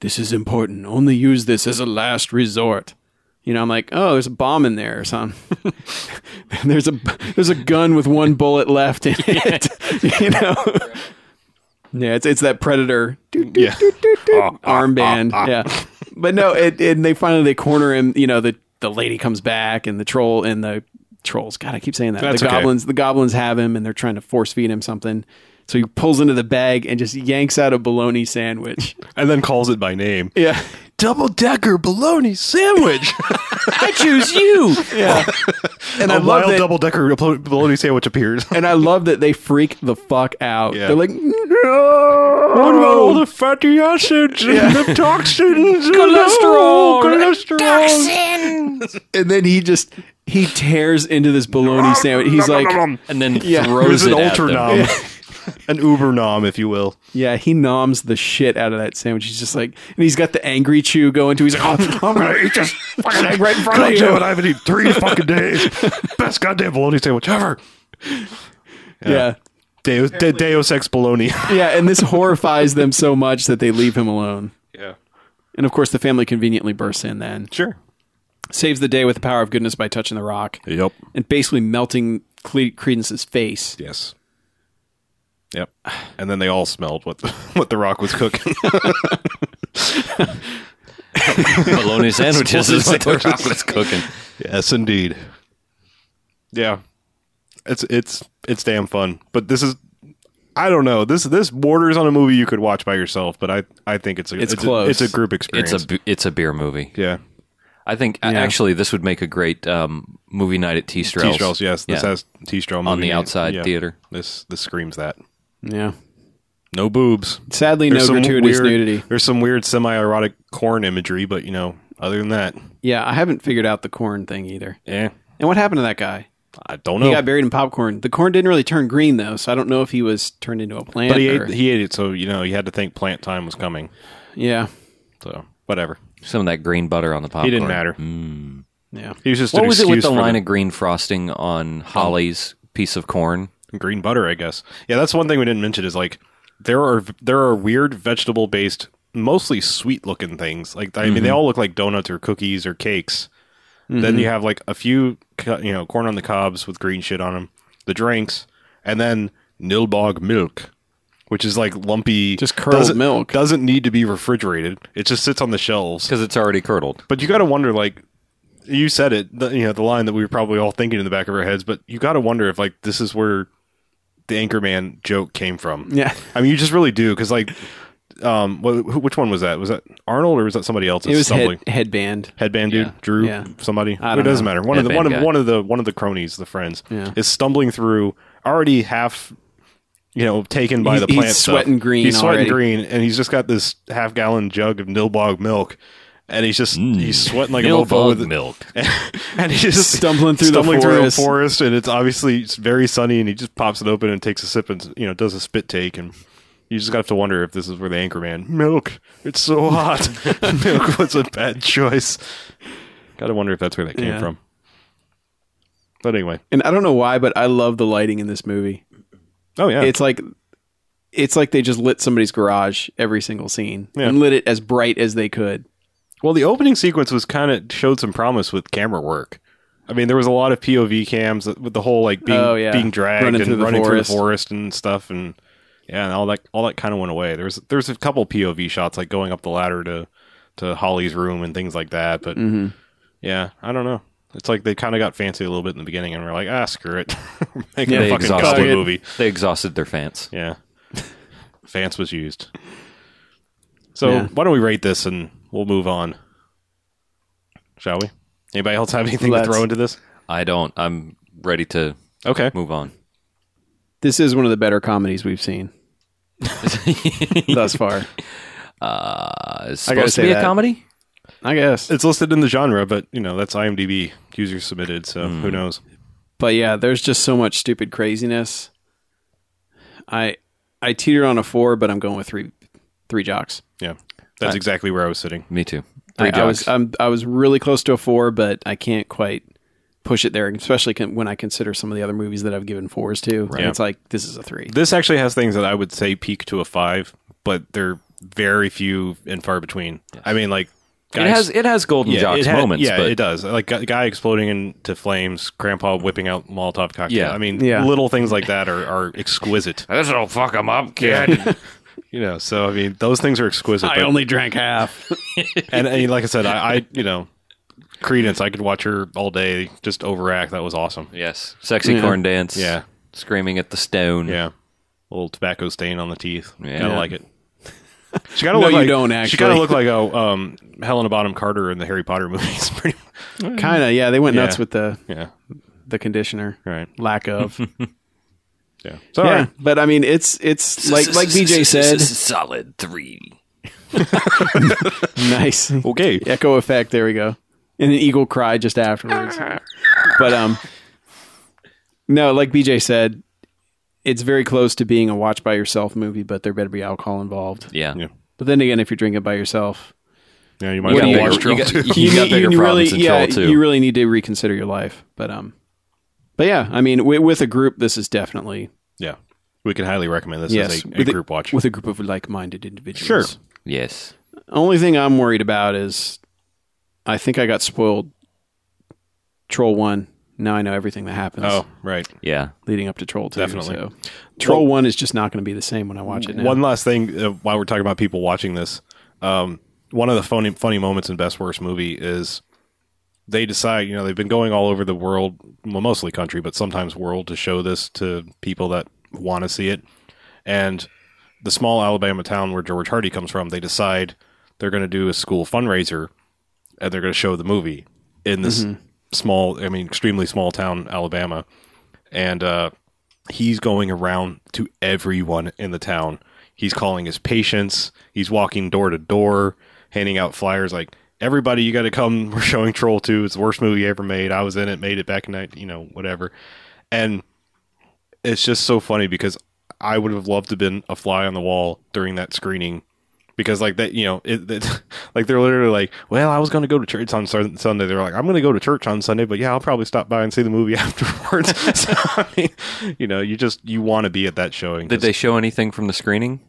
Speaker 4: "This is important. Only use this as a last resort." You know, I'm like, "Oh, there's a bomb in there or something. [laughs] there's a there's a gun with one bullet left in it." [laughs] you know. Yeah, it's it's that predator doo, doo,
Speaker 2: [laughs] yeah.
Speaker 4: armband.
Speaker 2: Ah,
Speaker 4: Yeah. But no, it, and they finally they corner him, you know, the the lady comes back and the troll and the trolls. God, I keep saying that.
Speaker 2: That's
Speaker 4: the
Speaker 2: okay.
Speaker 4: goblins the goblins have him and they're trying to force feed him something. So he pulls into the bag and just yanks out a
Speaker 2: [laughs]
Speaker 4: bologna sandwich.
Speaker 2: And then calls it by name.
Speaker 4: Yeah.
Speaker 2: double decker bologna sandwich.
Speaker 4: I choose you. Yeah. And I
Speaker 2: a
Speaker 4: love
Speaker 2: wild
Speaker 4: that
Speaker 2: double decker [laughs] bologna sandwich appears.
Speaker 4: and I love that they freak the fuck out.
Speaker 2: Yeah.
Speaker 4: They're like,
Speaker 2: What about all
Speaker 4: no.
Speaker 2: the fatty acids and the toxins?
Speaker 4: [laughs]
Speaker 3: Cholesterol.
Speaker 2: Cholesterol.
Speaker 4: [laughs] And then he just he tears into this bologna sandwich. He's like,
Speaker 3: and [laughs] then
Speaker 4: Yeah.
Speaker 3: throws
Speaker 2: an
Speaker 3: it at
Speaker 2: ultra
Speaker 3: them.
Speaker 2: nom, [laughs] an uber nom, if you will.
Speaker 4: yeah, he noms the shit out of that sandwich. He's just like, and he's got the angry chew going too. He's like, oh, I'm gonna
Speaker 2: [laughs]
Speaker 4: eat this fucking egg right in front of
Speaker 2: God damn it,
Speaker 4: you.
Speaker 2: I haven't eaten
Speaker 4: [laughs]
Speaker 2: three fucking days. Best goddamn bologna sandwich ever.
Speaker 4: Yeah.
Speaker 2: Deus, de, Deus ex bologna.
Speaker 4: Yeah, and this horrifies them so much that they leave him alone.
Speaker 2: Yeah.
Speaker 4: And of course, the family conveniently bursts in then.
Speaker 2: [laughs] Sure.
Speaker 4: Saves the day with the power of goodness by touching the rock
Speaker 2: Yep.
Speaker 4: and basically melting Cle- Credence's face.
Speaker 2: Yes. Yep. And then they all smelled what the, [laughs] what the rock was cooking.
Speaker 3: [laughs] bologna sandwiches is what the rock was cooking.
Speaker 2: yes, indeed. Yeah. It's it's it's damn fun. But this is I don't know. This this borders on a movie you could watch by yourself, but I I think it's a
Speaker 4: It's
Speaker 2: a-
Speaker 4: close.
Speaker 2: it's a group
Speaker 3: It's
Speaker 2: experience.
Speaker 3: a bu- it's a beer movie.
Speaker 2: yeah.
Speaker 3: I think uh,
Speaker 4: Yeah.
Speaker 3: actually this would make a great um, movie night at T Strells.
Speaker 2: T-Strells, yes. This
Speaker 3: Yeah.
Speaker 2: has T-Strel
Speaker 3: the
Speaker 2: movie.
Speaker 3: outside theater.
Speaker 2: This this screams that.
Speaker 4: Yeah.
Speaker 2: No boobs.
Speaker 4: Sadly, no gratuitous
Speaker 2: weird,
Speaker 4: nudity.
Speaker 2: There's some weird semi-erotic corn imagery, but you know, other than that,
Speaker 4: Yeah, I haven't figured out the corn thing either.
Speaker 2: eh,
Speaker 4: And what happened to that guy?
Speaker 2: I don't
Speaker 4: He
Speaker 2: know.
Speaker 4: got buried in popcorn. The corn didn't really turn green though, so I don't know if he was turned into a plant.
Speaker 2: but he
Speaker 4: or-
Speaker 2: ate, he ate it, so you know, he had to think plant time was coming.
Speaker 4: yeah,
Speaker 2: So whatever.
Speaker 3: Some of that green butter on the popcorn.
Speaker 2: He didn't matter.
Speaker 4: yeah.
Speaker 2: He was just
Speaker 3: What
Speaker 2: an
Speaker 3: was it with
Speaker 2: excuse
Speaker 3: the
Speaker 2: for
Speaker 3: line of green frosting on Holly's piece of corn?
Speaker 2: green butter, I guess. Yeah, that's one thing we didn't mention is like there are there are weird vegetable based, mostly sweet looking things. Like I mean,
Speaker 3: Mm-hmm.
Speaker 2: they all look like donuts or cookies or cakes. Then you have like a few, co- you know, corn on the cobs with green shit on them, the drinks, and then Nilbog milk, which is like lumpy,
Speaker 4: Just curdled
Speaker 2: doesn't-
Speaker 4: milk.
Speaker 2: Doesn't need to be refrigerated. It just sits on the shelves.
Speaker 3: Because it's already curdled.
Speaker 2: But you got to wonder, like you said it, the, you know, the line that we were probably all thinking in the back of our heads. But you got to wonder if like this is where the Anchorman joke came from.
Speaker 4: Yeah.
Speaker 2: I mean, you just really do because like, um, wh- wh- which one was that? Was that Arnold or was that somebody else?
Speaker 4: It
Speaker 2: that's
Speaker 4: was
Speaker 2: stumbling?
Speaker 4: head, headband.
Speaker 2: headband dude, Drew,
Speaker 4: Yeah.
Speaker 2: somebody.
Speaker 4: I
Speaker 2: it
Speaker 4: don't
Speaker 2: doesn't
Speaker 4: know.
Speaker 2: matter. One of the one
Speaker 3: Headband
Speaker 2: of
Speaker 3: guy.
Speaker 2: one of the one of the cronies, the friends,
Speaker 4: Yeah.
Speaker 2: is stumbling through already half. You know, taken by
Speaker 4: He's-
Speaker 2: the
Speaker 4: he's
Speaker 2: plant. stuff.
Speaker 4: sweating green
Speaker 2: He's sweating
Speaker 4: already.
Speaker 2: green, and he's just got this half gallon jug of Nilbog milk, and he's just he's sweating like a mofo with it
Speaker 3: milk.
Speaker 2: [laughs] and he's just
Speaker 4: Stumbling through the
Speaker 2: stumbling through
Speaker 4: forest.
Speaker 2: forest, and it's obviously it's very sunny, and he just pops it open and takes a sip, and you know does a spit take, and you just have to wonder if this is where the Anchorman milk. It's so hot. [laughs] milk was a bad choice. Gotta wonder if that's where that came
Speaker 4: Yeah.
Speaker 2: from. But anyway,
Speaker 4: And I don't know why, but I love the lighting in this movie.
Speaker 2: oh yeah,
Speaker 4: It's like it's like they just lit somebody's garage every single scene
Speaker 2: Yeah.
Speaker 4: and lit it as bright as they could.
Speaker 2: well the opening sequence was kind of showed some promise with camera work. I mean, there was a lot of POV cams with the whole like being
Speaker 4: Oh, yeah.
Speaker 2: being dragged
Speaker 4: Running
Speaker 2: and
Speaker 4: through the
Speaker 2: running
Speaker 4: forest.
Speaker 2: through the forest and stuff, and yeah, and all that all that kind of went away. There's there's a couple POV shots like going up the ladder to to Holly's room and things like that, but
Speaker 4: Mm-hmm.
Speaker 2: yeah, I don't know. It's like they kind of got fancy a little bit in the beginning, and we're like, ah, screw it, [laughs] We're making a
Speaker 3: they
Speaker 2: fucking
Speaker 3: exhausted
Speaker 2: cowboy
Speaker 3: it.
Speaker 2: movie.
Speaker 3: They exhausted their fans.
Speaker 2: Yeah, [laughs] Vance was used. So
Speaker 4: Yeah.
Speaker 2: why don't we rate this and we'll move on? Shall we? Anybody else have anything
Speaker 4: Let's.
Speaker 2: to throw into this?
Speaker 3: I don't. I'm ready to
Speaker 2: Okay.
Speaker 3: move on.
Speaker 4: This is one of the better comedies
Speaker 2: [laughs]
Speaker 4: we've seen thus far.
Speaker 3: Uh, it's
Speaker 4: I gotta
Speaker 3: supposed to
Speaker 4: say
Speaker 3: be a
Speaker 4: that.
Speaker 3: comedy?
Speaker 4: I guess.
Speaker 2: It's listed in the genre, but you know that's IMDb user submitted, so
Speaker 3: Mm.
Speaker 2: who knows?
Speaker 4: But yeah, there's just so much stupid craziness. I I teeter on a 4, but I'm going with 3 3 jocks.
Speaker 2: Yeah, that's exactly where I was sitting.
Speaker 3: Me too.
Speaker 4: I,
Speaker 3: Three
Speaker 4: I was
Speaker 3: jocks.
Speaker 4: I'm, I was really close to a four, but I can't quite push it there, especially con- when I consider some of the other movies that I've given fours to. And It's like this is a three.
Speaker 2: This actually has things that I would say peak to a five, but they're very few and far between. I mean, like
Speaker 3: it
Speaker 2: guys-
Speaker 3: has it has golden
Speaker 2: yeah,
Speaker 3: jocks
Speaker 2: it had-
Speaker 3: moments,
Speaker 2: Yeah,
Speaker 3: but
Speaker 2: it does. Like a guy exploding into flames, grandpa whipping out Molotov cocktail.
Speaker 3: Yeah.
Speaker 2: I mean,
Speaker 4: Yeah.
Speaker 2: little things like that are, are exquisite.
Speaker 5: [laughs] This'll fuck him up, kid.
Speaker 2: [laughs] You know, so I mean, those things are exquisite. but-
Speaker 4: drank [laughs] half.
Speaker 2: and, and like I said, I, I you know, Credence, I could watch her all day just overact. That was awesome.
Speaker 3: yes, sexy corn dance.
Speaker 2: Yeah.
Speaker 3: screaming at the stone.
Speaker 2: Yeah. little tobacco stain on the teeth.
Speaker 3: Yeah.
Speaker 2: Gotta like it. She gotta
Speaker 4: No,
Speaker 2: look
Speaker 4: you
Speaker 2: like,
Speaker 4: don't,
Speaker 2: She gotta
Speaker 4: actually.
Speaker 2: look like a um, Helena Bottom Carter in the Harry Potter [laughs] movies. Pretty much.
Speaker 4: kind of. Yeah, they went nuts
Speaker 2: Yeah.
Speaker 4: with the
Speaker 2: Yeah.
Speaker 4: the conditioner.
Speaker 2: Right.
Speaker 4: Lack of.
Speaker 2: Yeah. So, all
Speaker 4: yeah,
Speaker 2: right.
Speaker 4: but I mean, it's it's like like BJ said,
Speaker 1: solid three.
Speaker 4: nice
Speaker 2: Okay.
Speaker 4: echo effect. There we go, and an eagle cry just afterwards. but um, no, like BJ said, it's very close to being a watch by yourself movie, but there better be alcohol involved.
Speaker 3: Yeah.
Speaker 2: Yeah.
Speaker 4: But then again, if you're drinking by yourself,
Speaker 2: Yeah, you might
Speaker 4: What
Speaker 2: as
Speaker 4: do
Speaker 2: well
Speaker 4: you-
Speaker 2: watch
Speaker 4: you
Speaker 2: Troll
Speaker 3: got-
Speaker 2: too.
Speaker 3: you got bigger problems than
Speaker 4: yeah,
Speaker 3: Troll 2.
Speaker 4: You really need to reconsider your life. But um, but yeah, I mean, wi with a group, this is definitely
Speaker 2: Yeah, we can highly recommend this as
Speaker 4: yes,
Speaker 2: a, a
Speaker 4: with
Speaker 2: group watch.
Speaker 4: with a group of like-minded individuals.
Speaker 2: Sure.
Speaker 3: Yes.
Speaker 4: Only thing I'm worried about is, I think I got spoiled. Troll one. Now I know everything that happens
Speaker 2: oh, right.
Speaker 3: Yeah.
Speaker 4: leading up to Troll two.
Speaker 2: Definitely.
Speaker 4: So. Troll one is just not going to be the same when I watch it now.
Speaker 2: One last thing uh, while we're talking about people watching this, um, one of the funny funny moments in Best Worst Movie is they decide you know they've been going all over the world, well, mostly country, but sometimes world to show this to people that want to see it, and the small Alabama town where George Hardy comes from, they decide they're going to do a school fundraiser and they're going to show the movie in this
Speaker 4: Mm-hmm.
Speaker 2: small, I mean, extremely small town, Alabama. And uh, he's going around to everyone in the town. He's calling his patients. He's walking door to door, handing out flyers like, everybody, you got to come. [laughs] We're showing Troll 2. It's the worst movie ever made. I was in it, made it back in, 19 you know, whatever. And it's just so funny because I would have loved to have been a fly on the wall during that screening because like that [laughs] you know it, it like they're literally like well I was going to go to church on Sun- Sunday they're like I'm going to go to church on Sunday but yeah I'll probably stop by and see the movie [laughs] afterwards so I mean you know you just you want to be at that showing
Speaker 3: Did they show anything from the screening?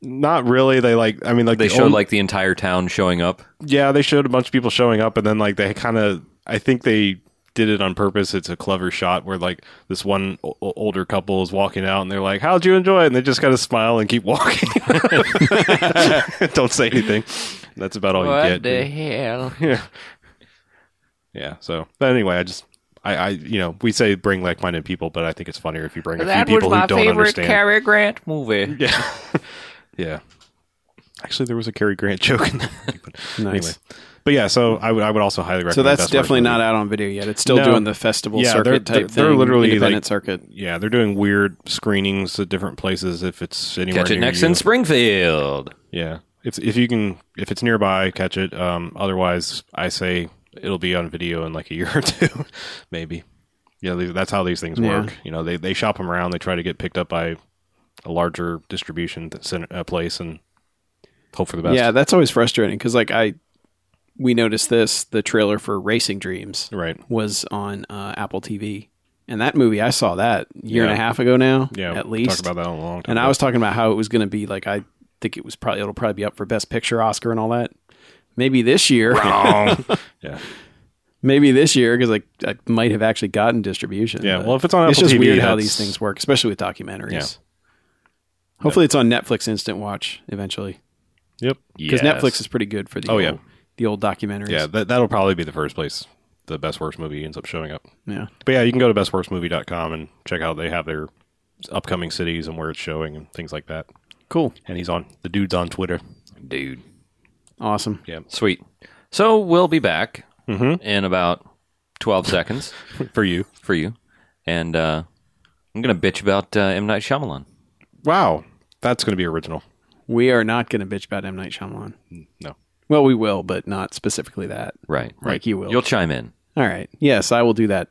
Speaker 2: not really they like I mean like
Speaker 3: They
Speaker 2: the
Speaker 3: showed
Speaker 2: only-
Speaker 3: like the entire town showing up.
Speaker 2: yeah they showed a bunch of people showing up and then like they kind of I think they did it on purpose it's a clever shot where like this one o- o- older couple is walking out and they're like how'd you enjoy it and they just kind of smile and keep [laughs] walking [laughs] don't say anything that's about all you get
Speaker 3: hell?
Speaker 2: [laughs] yeah. Yeah. So, but anyway, I just, I, I, you know, we say bring like-minded people, but I think it's funnier if you bring a few people who don't understand.
Speaker 3: Cary Grant movie.
Speaker 2: [laughs] yeah. yeah. Actually, there was a Cary Grant joke in that.
Speaker 4: [laughs]
Speaker 2: But Anyway, but yeah, so I would, I would also highly recommend.
Speaker 4: so that's
Speaker 2: Best Worst
Speaker 4: definitely
Speaker 2: Movie.
Speaker 4: not out on video yet. It's still
Speaker 2: No.
Speaker 4: doing the festival
Speaker 2: Yeah,
Speaker 4: circuit
Speaker 2: they're-
Speaker 4: type
Speaker 2: they're
Speaker 4: thing,
Speaker 2: literally,
Speaker 4: independent
Speaker 2: like-
Speaker 4: circuit.
Speaker 2: Yeah, they're doing weird screenings at different places. If it's anywhere
Speaker 3: Catch it
Speaker 2: near
Speaker 3: next
Speaker 2: you.
Speaker 3: in Springfield.
Speaker 2: Yeah. If if you can if it's nearby, catch it. Um otherwise I say it'll be on video in like a year [laughs] or two, maybe. Yeah, these- that's how these things
Speaker 4: Yeah.
Speaker 2: work. You know, they they shop them around, they try to get picked up by a larger distribution th- center, uh, place and hope for the best.
Speaker 4: Yeah, that's always frustrating because like I, we noticed this the trailer for Racing Dreams
Speaker 2: Right.
Speaker 4: was on uh, Apple TV, and that movie I saw that year and
Speaker 2: Yeah.
Speaker 4: a half ago now.
Speaker 2: Yeah,
Speaker 4: at
Speaker 2: we
Speaker 4: least.
Speaker 2: talked about that a long time.
Speaker 4: and I
Speaker 2: ago.
Speaker 4: was talking about how it was going to be like I think it was probably it'll probably be up for Best Picture Oscar and all that. Maybe this year,
Speaker 5: Wrong.
Speaker 2: [laughs] yeah.
Speaker 4: [laughs] maybe this year because like I might have actually gotten distribution.
Speaker 2: Yeah,
Speaker 4: but
Speaker 2: well, if it's on
Speaker 4: it's
Speaker 2: Apple
Speaker 4: just
Speaker 2: TV,
Speaker 4: weird how
Speaker 2: that's-
Speaker 4: these things work, especially with documentaries.
Speaker 2: Yeah.
Speaker 4: Hopefully, it's on Netflix Instant Watch eventually. [laughs]
Speaker 2: Yep.
Speaker 4: because Netflix is pretty good for the
Speaker 2: Oh,
Speaker 4: old,
Speaker 2: yeah.
Speaker 4: the old documentaries.
Speaker 2: Yeah, that that'll probably be the first place the best worst movie ends up showing up.
Speaker 4: yeah.
Speaker 2: But yeah, you can go to bestworstmovie.com and check out they have their upcoming cities and where it's showing and things like that.
Speaker 4: Cool,
Speaker 2: and he's on the dude's on Twitter.
Speaker 3: Dude.
Speaker 4: awesome.
Speaker 3: Sweet. Mm-hmm. So we'll be back in about 12 [laughs] seconds
Speaker 2: For you,
Speaker 3: for you. And uh, I'm going to bitch about uh, M. Night Shyamalan.
Speaker 2: wow, that's going to be original.
Speaker 4: We are not going to bitch about M Night Shyamalan.
Speaker 2: No,
Speaker 4: Well, we will, but not specifically that.
Speaker 3: Right.
Speaker 4: Like you will.
Speaker 3: You'll chime in.
Speaker 4: All right. Yes, I will do that.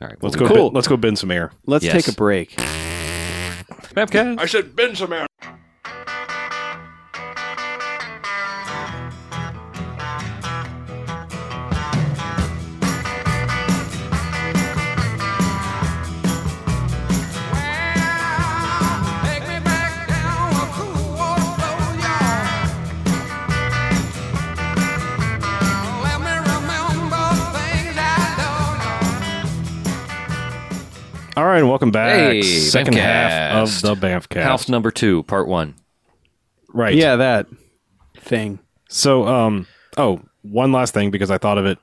Speaker 3: All right.
Speaker 2: let's go.
Speaker 4: Cool.
Speaker 2: bin- let's go bin some air.
Speaker 4: Let's
Speaker 3: Yes.
Speaker 4: take a break.
Speaker 5: I said bend some air.
Speaker 6: Take me back down a cool water flow, y'all. Let me remember things I don't know.
Speaker 2: All right, and welcome back.
Speaker 3: Hey,
Speaker 2: Second half of
Speaker 3: Bamfcast.
Speaker 2: the Banffcast.
Speaker 3: House number two, part [laughs] one.
Speaker 2: right?
Speaker 4: Yeah, that thing.
Speaker 2: So, um, oh, one last thing because I thought of it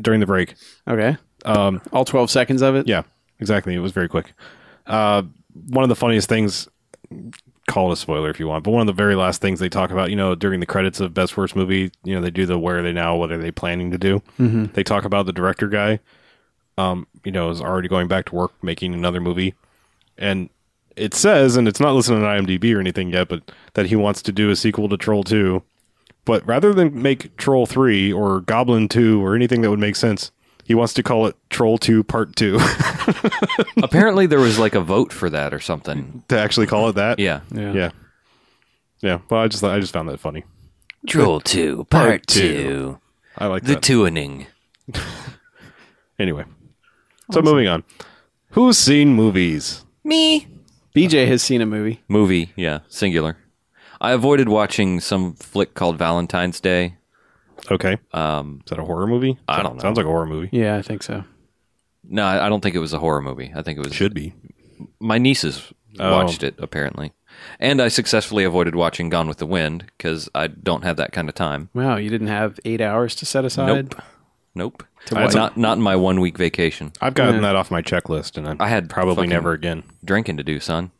Speaker 2: during the break.
Speaker 4: Okay. Um, all twelve seconds of it.
Speaker 2: Yeah, exactly. It was very quick. Uh, one of the funniest things, call it a spoiler if you want, but one of the very last things they talk about, you know, during the credits of Best Worst Movie, you know, they do the where are they now, what are they planning to do? Mm-hmm. They talk about the director guy, um, you know, is already going back to work making another movie. And it says, and it's not listed on IMDb or anything yet, but that he wants to do a sequel to Troll 2. But rather than make Troll 3 or Goblin 2 or anything that would make sense, He wants to call it Troll 2 Part [laughs] 2
Speaker 3: Apparently, there was like a vote for that or something.
Speaker 2: to actually call it that.
Speaker 3: Yeah.
Speaker 2: Yeah. Yeah. Well, I just I just found that funny.
Speaker 1: Troll 2, Part
Speaker 2: two.
Speaker 1: 2.
Speaker 2: I like
Speaker 1: The
Speaker 2: that.
Speaker 1: tuning.
Speaker 2: anyway. So moving on. Who's seen movies?
Speaker 3: Me.
Speaker 4: BJ has seen a movie.
Speaker 3: Movie. Yeah. Singular. I avoided watching some flick called Valentine's Day.
Speaker 2: Okay. Um, is that a horror movie?
Speaker 3: I don't know.
Speaker 2: Sounds like a horror movie.
Speaker 4: Yeah, I think so.
Speaker 3: No, I I don't think it was a horror movie. I think it was
Speaker 2: Should be.
Speaker 3: my nieces
Speaker 2: Oh.
Speaker 3: watched it apparently, and I successfully avoided watching Gone with the Wind because I don't have that kind of time.
Speaker 4: Wow, you didn't have eight hours to set aside.
Speaker 3: Nope. Nope.
Speaker 2: watch-
Speaker 3: Not not in my one week vacation.
Speaker 2: I've gotten that off my checklist, and I'm
Speaker 3: I had
Speaker 2: probably
Speaker 3: fucking-
Speaker 2: never again.
Speaker 3: drinking to do, son.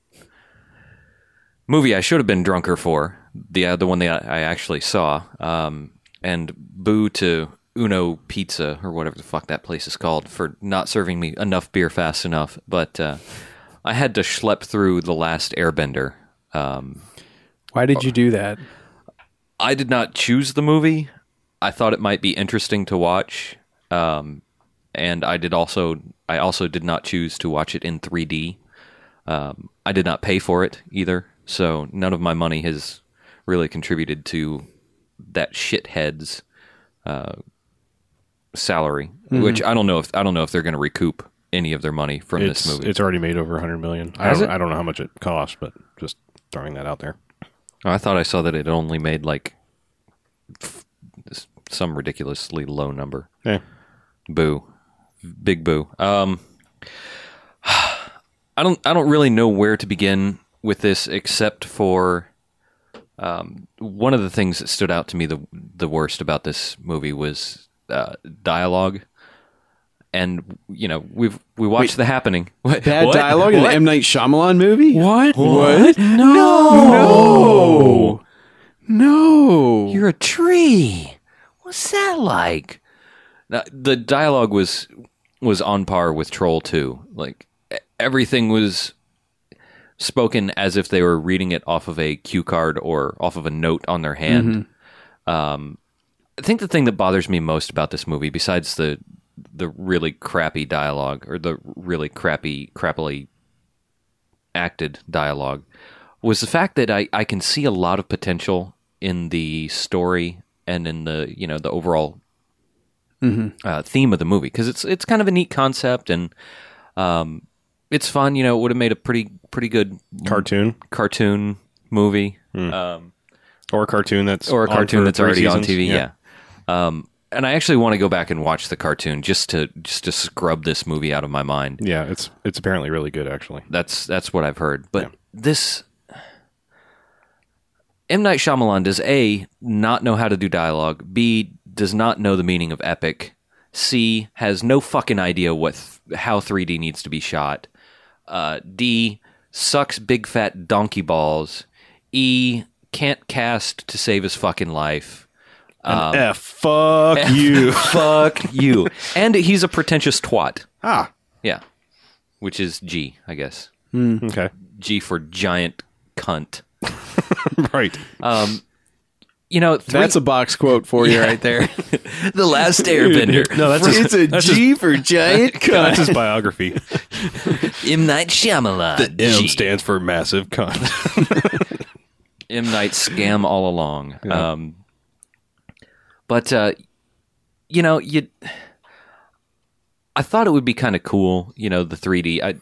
Speaker 3: Movie I should have been drunker for the uh, the one that I I actually saw, um, and boo to Uno Pizza or whatever the fuck that place is called for not serving me enough beer fast enough. But uh, I had to schlep through the last Airbender. Um,
Speaker 4: Why did you do that?
Speaker 3: I did not choose the movie. I thought it might be interesting to watch, um, and I did also. I also did not choose to watch it in 3D. Um, I did not pay for it either, so none of my money has really contributed to that shithead's uh, salary. Which I don't know if I don't know if they're going to recoup any of their money from
Speaker 2: It's
Speaker 3: this movie.
Speaker 2: it's already made over 100 million. I
Speaker 3: Has
Speaker 2: don't,
Speaker 3: it?
Speaker 2: I don't know how much it cost, but just throwing that out there.
Speaker 3: Oh, I thought I saw that it only made like f- some ridiculously low number.
Speaker 2: Yeah.
Speaker 3: Boo. Big boo. Um I don't I don't really know where to begin with this except for um, one of the things that stood out to me the the worst about this movie was uh, dialogue. And you know, we've we watched The Happening. What?
Speaker 4: Bad
Speaker 3: What?
Speaker 4: dialogue in an
Speaker 3: What?
Speaker 4: M Night Shyamalan movie? What? What? No. No.
Speaker 3: You're a tree. What's that like? Now, the dialogue was was on par with Troll 2. Like e- everything was spoken as if they were reading it off of a cue card or off of a note on their hand. Um, I think the thing that bothers me most about this movie, besides the the really crappy dialogue or the really crappy crappily acted dialogue was the fact that I, I can see a lot of potential in the story and in the you know the overall uh, theme of the movie because it's it's kind of a neat concept and um, it's fun you know it would have made a pretty pretty good
Speaker 2: Cartoon
Speaker 3: cartoon movie
Speaker 2: or a cartoon that's
Speaker 3: or a
Speaker 2: on
Speaker 3: cartoon
Speaker 2: for
Speaker 3: that's
Speaker 2: three
Speaker 3: already on
Speaker 2: seasons.
Speaker 3: TV. Yeah. Um, and I actually want to go back and watch the cartoon just to just to scrub this movie out of my mind.
Speaker 2: Yeah, it's it's apparently really good actually.
Speaker 3: That's that's what I've heard. But this M Night Shyamalan does a not know how to do dialogue. B does not know the meaning of epic. C has no fucking idea what th- how 3D needs to be shot. Uh, D sucks big fat donkey balls. E can't cast to save his fucking life. [laughs] Um,
Speaker 2: Eh, fuck you.
Speaker 3: Fuck you. And he's a pretentious twat.
Speaker 2: ah.
Speaker 3: Yeah. Which is G, I guess.
Speaker 2: Okay. [laughs]
Speaker 3: G for giant cunt.
Speaker 2: Right.
Speaker 3: You know, three,
Speaker 4: That's a box qute for you right
Speaker 3: [laughs]
Speaker 4: there.
Speaker 3: the last airbender. [laughs]
Speaker 2: no, that's his,
Speaker 4: It's a G for giant
Speaker 2: [laughs]
Speaker 4: cunt.
Speaker 2: that's his biography.
Speaker 3: M. Night Shyamalan.
Speaker 2: M
Speaker 3: G.
Speaker 2: stands for massive cunt.
Speaker 3: M. Night Scam all along. Um, but, uh, you know, you. I thought it would be kind of cool, you know, the 3D. I,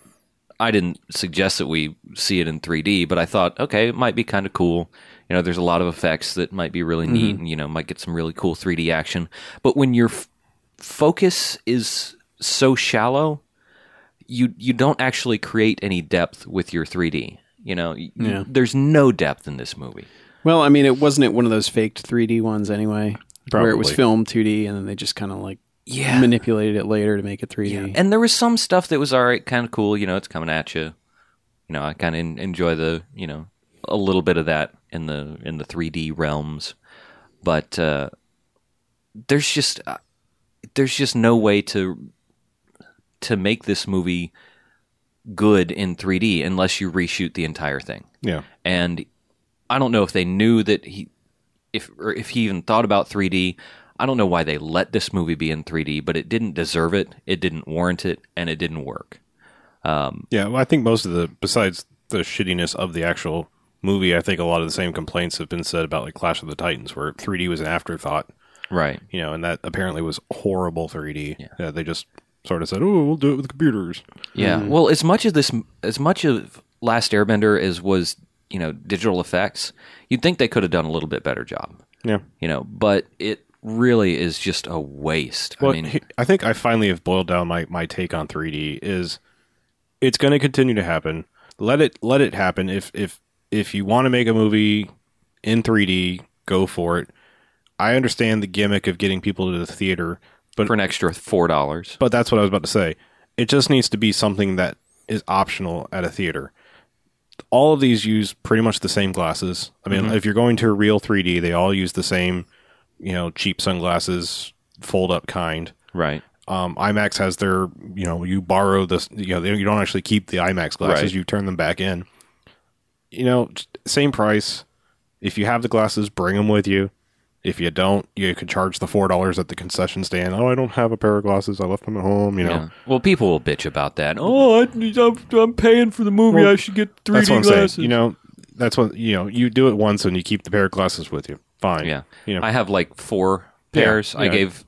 Speaker 3: I didn't suggest that we see it in 3D, but I thought, okay, it might be kind of cool. You know, there's a lot of effects that might be really neat, and you know, might get some really cool 3D action. But when your f- focus is so shallow, you you don't actually create any depth with your 3D. You know, Y- there's no depth in this movie.
Speaker 4: Well, I mean, it wasn't it one of those faked 3D ones anyway, where it was
Speaker 2: Probably.
Speaker 4: filmed 2D and then they just kind of like
Speaker 3: Yeah.
Speaker 4: manipulated it later to make it 3D.
Speaker 3: And there was some stuff that was all right, kind of cool. You know, it's coming at you. You know, I kind of en- enjoy the you know a little bit of that in the in the 3D realms, but uh, there's just uh, there's just no way to to make this movie good in 3D unless you reshoot the entire thing.
Speaker 2: [laughs] yeah.
Speaker 3: and I don't know if they knew that he if or if he even thought about 3D. I don't know why they let this movie be in 3D, but it didn't deserve it. It didn't warrant it, and it didn't work.
Speaker 2: Yeah, well, I think most of the besides the shittiness of the actual movie, I think a lot of the same complaints have been said about like Clash of the Titans, where 3D was an afterthought,
Speaker 3: Right.
Speaker 2: you know, and that apparently was horrible 3D. Yeah, they just sort of said, "Oh, we'll do it with computers."
Speaker 3: Yeah. Well, as much of this, as much of Last Airbender as was, you know, digital effects, you'd think they could have done a little bit better job.
Speaker 2: Yeah.
Speaker 3: You know, but it really is just a waste.
Speaker 2: Well,
Speaker 3: I mean,
Speaker 2: he- I think I finally have boiled down my, my take on 3D is it's going to continue to happen. Let it let it happen. If if if you want to make a movie in 3D, go for it. I understand the gimmick of getting people to the theater, but
Speaker 3: for an extra four dollars.
Speaker 2: but that's what I was about to say. It just needs to be something that is optional at a theater. All of these use pretty much the same glasses. I
Speaker 3: Mm-hmm.
Speaker 2: mean, if you're going to a real 3D, they all use the same, you know, cheap sunglasses, fold up kind
Speaker 3: Right.
Speaker 2: um, IMAX has their, you know, you borrow this, you know, they, you don't actually keep the IMAX glasses,
Speaker 3: Right.
Speaker 2: you turn them back in. You know, j- same price. If you have the glasses, bring them with you. If you don't, you could charge the four dollars at the concession stand. Oh, I don't have a pair of glasses. I left them at home. You know,
Speaker 3: Yeah. Well, people will bitch about that. Oh,
Speaker 5: Oh, I, I'm, I'm paying for the movie. I should get 3D
Speaker 2: that's what I'm
Speaker 5: glasses.
Speaker 2: saying. You know, that's what you know. You do it once, and you keep the pair of glasses with you. Fine.
Speaker 3: yeah.
Speaker 2: You know,
Speaker 3: I have like four pairs. I
Speaker 2: yeah.
Speaker 3: gave,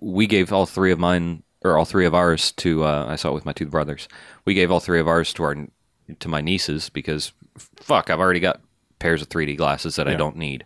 Speaker 3: we gave all three of mine or all three of ours to. Uh, I saw it with my two brothers. We gave all three of ours to our to my nieces because fuck, I've already got pairs of 3D glasses that I don't need,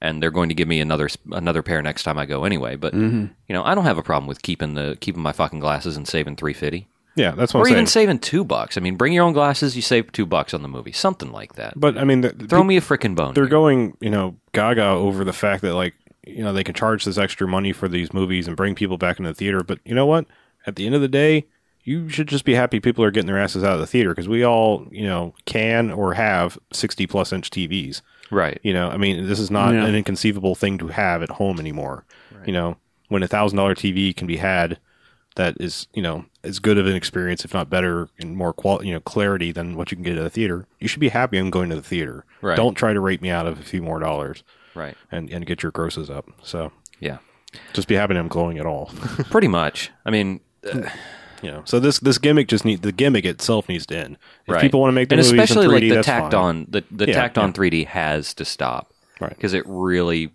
Speaker 3: and they're going to give me another s- another pair next time I go anyway. But
Speaker 2: Mm-hmm.
Speaker 3: you know, I don't have a problem with keeping the keeping my fucking glasses and saving three fifty.
Speaker 2: yeah. That's what
Speaker 3: Or
Speaker 2: I'm saying.
Speaker 3: even saving two bucks. I mean, bring your own glasses. You save two bucks on the movie, something like that.
Speaker 2: but I mean, the, the
Speaker 3: Throw me a frickin' bone.
Speaker 2: they're
Speaker 3: here.
Speaker 2: going you know gaga over the fact that like you know they can charge this extra money for these movies and bring people back into the theater but you know what at the end of the day you should just be happy people are getting their asses out of the theater because we all you know can or have 60 plus inch tvs
Speaker 3: right.
Speaker 2: you know i mean this is not
Speaker 4: Yeah.
Speaker 2: an inconceivable thing to have at home anymore you know when a thousand dollar tv can be had that is you know as good of an experience if not better and more quality you know clarity than what you can get at a theater you should be happy i'm going to the theater
Speaker 3: Right.
Speaker 2: don't try to rate me out of a few more dollars
Speaker 3: Right.
Speaker 2: and and get your grosses up so
Speaker 3: Yeah.
Speaker 2: just be happy i'm glowing at
Speaker 3: [laughs]
Speaker 2: all
Speaker 3: Pretty much. I mean,
Speaker 2: you know so this this gimmick just need the gimmick itself needs to end if
Speaker 3: right.
Speaker 2: people want to make the
Speaker 3: and
Speaker 2: movies
Speaker 3: especially
Speaker 2: in 3D,
Speaker 3: like the
Speaker 2: that's
Speaker 3: tacked
Speaker 2: fine.
Speaker 3: on the the
Speaker 2: Yeah,
Speaker 3: tacked on
Speaker 2: yeah.
Speaker 3: 3D has to stop.
Speaker 2: Right.
Speaker 3: Because it really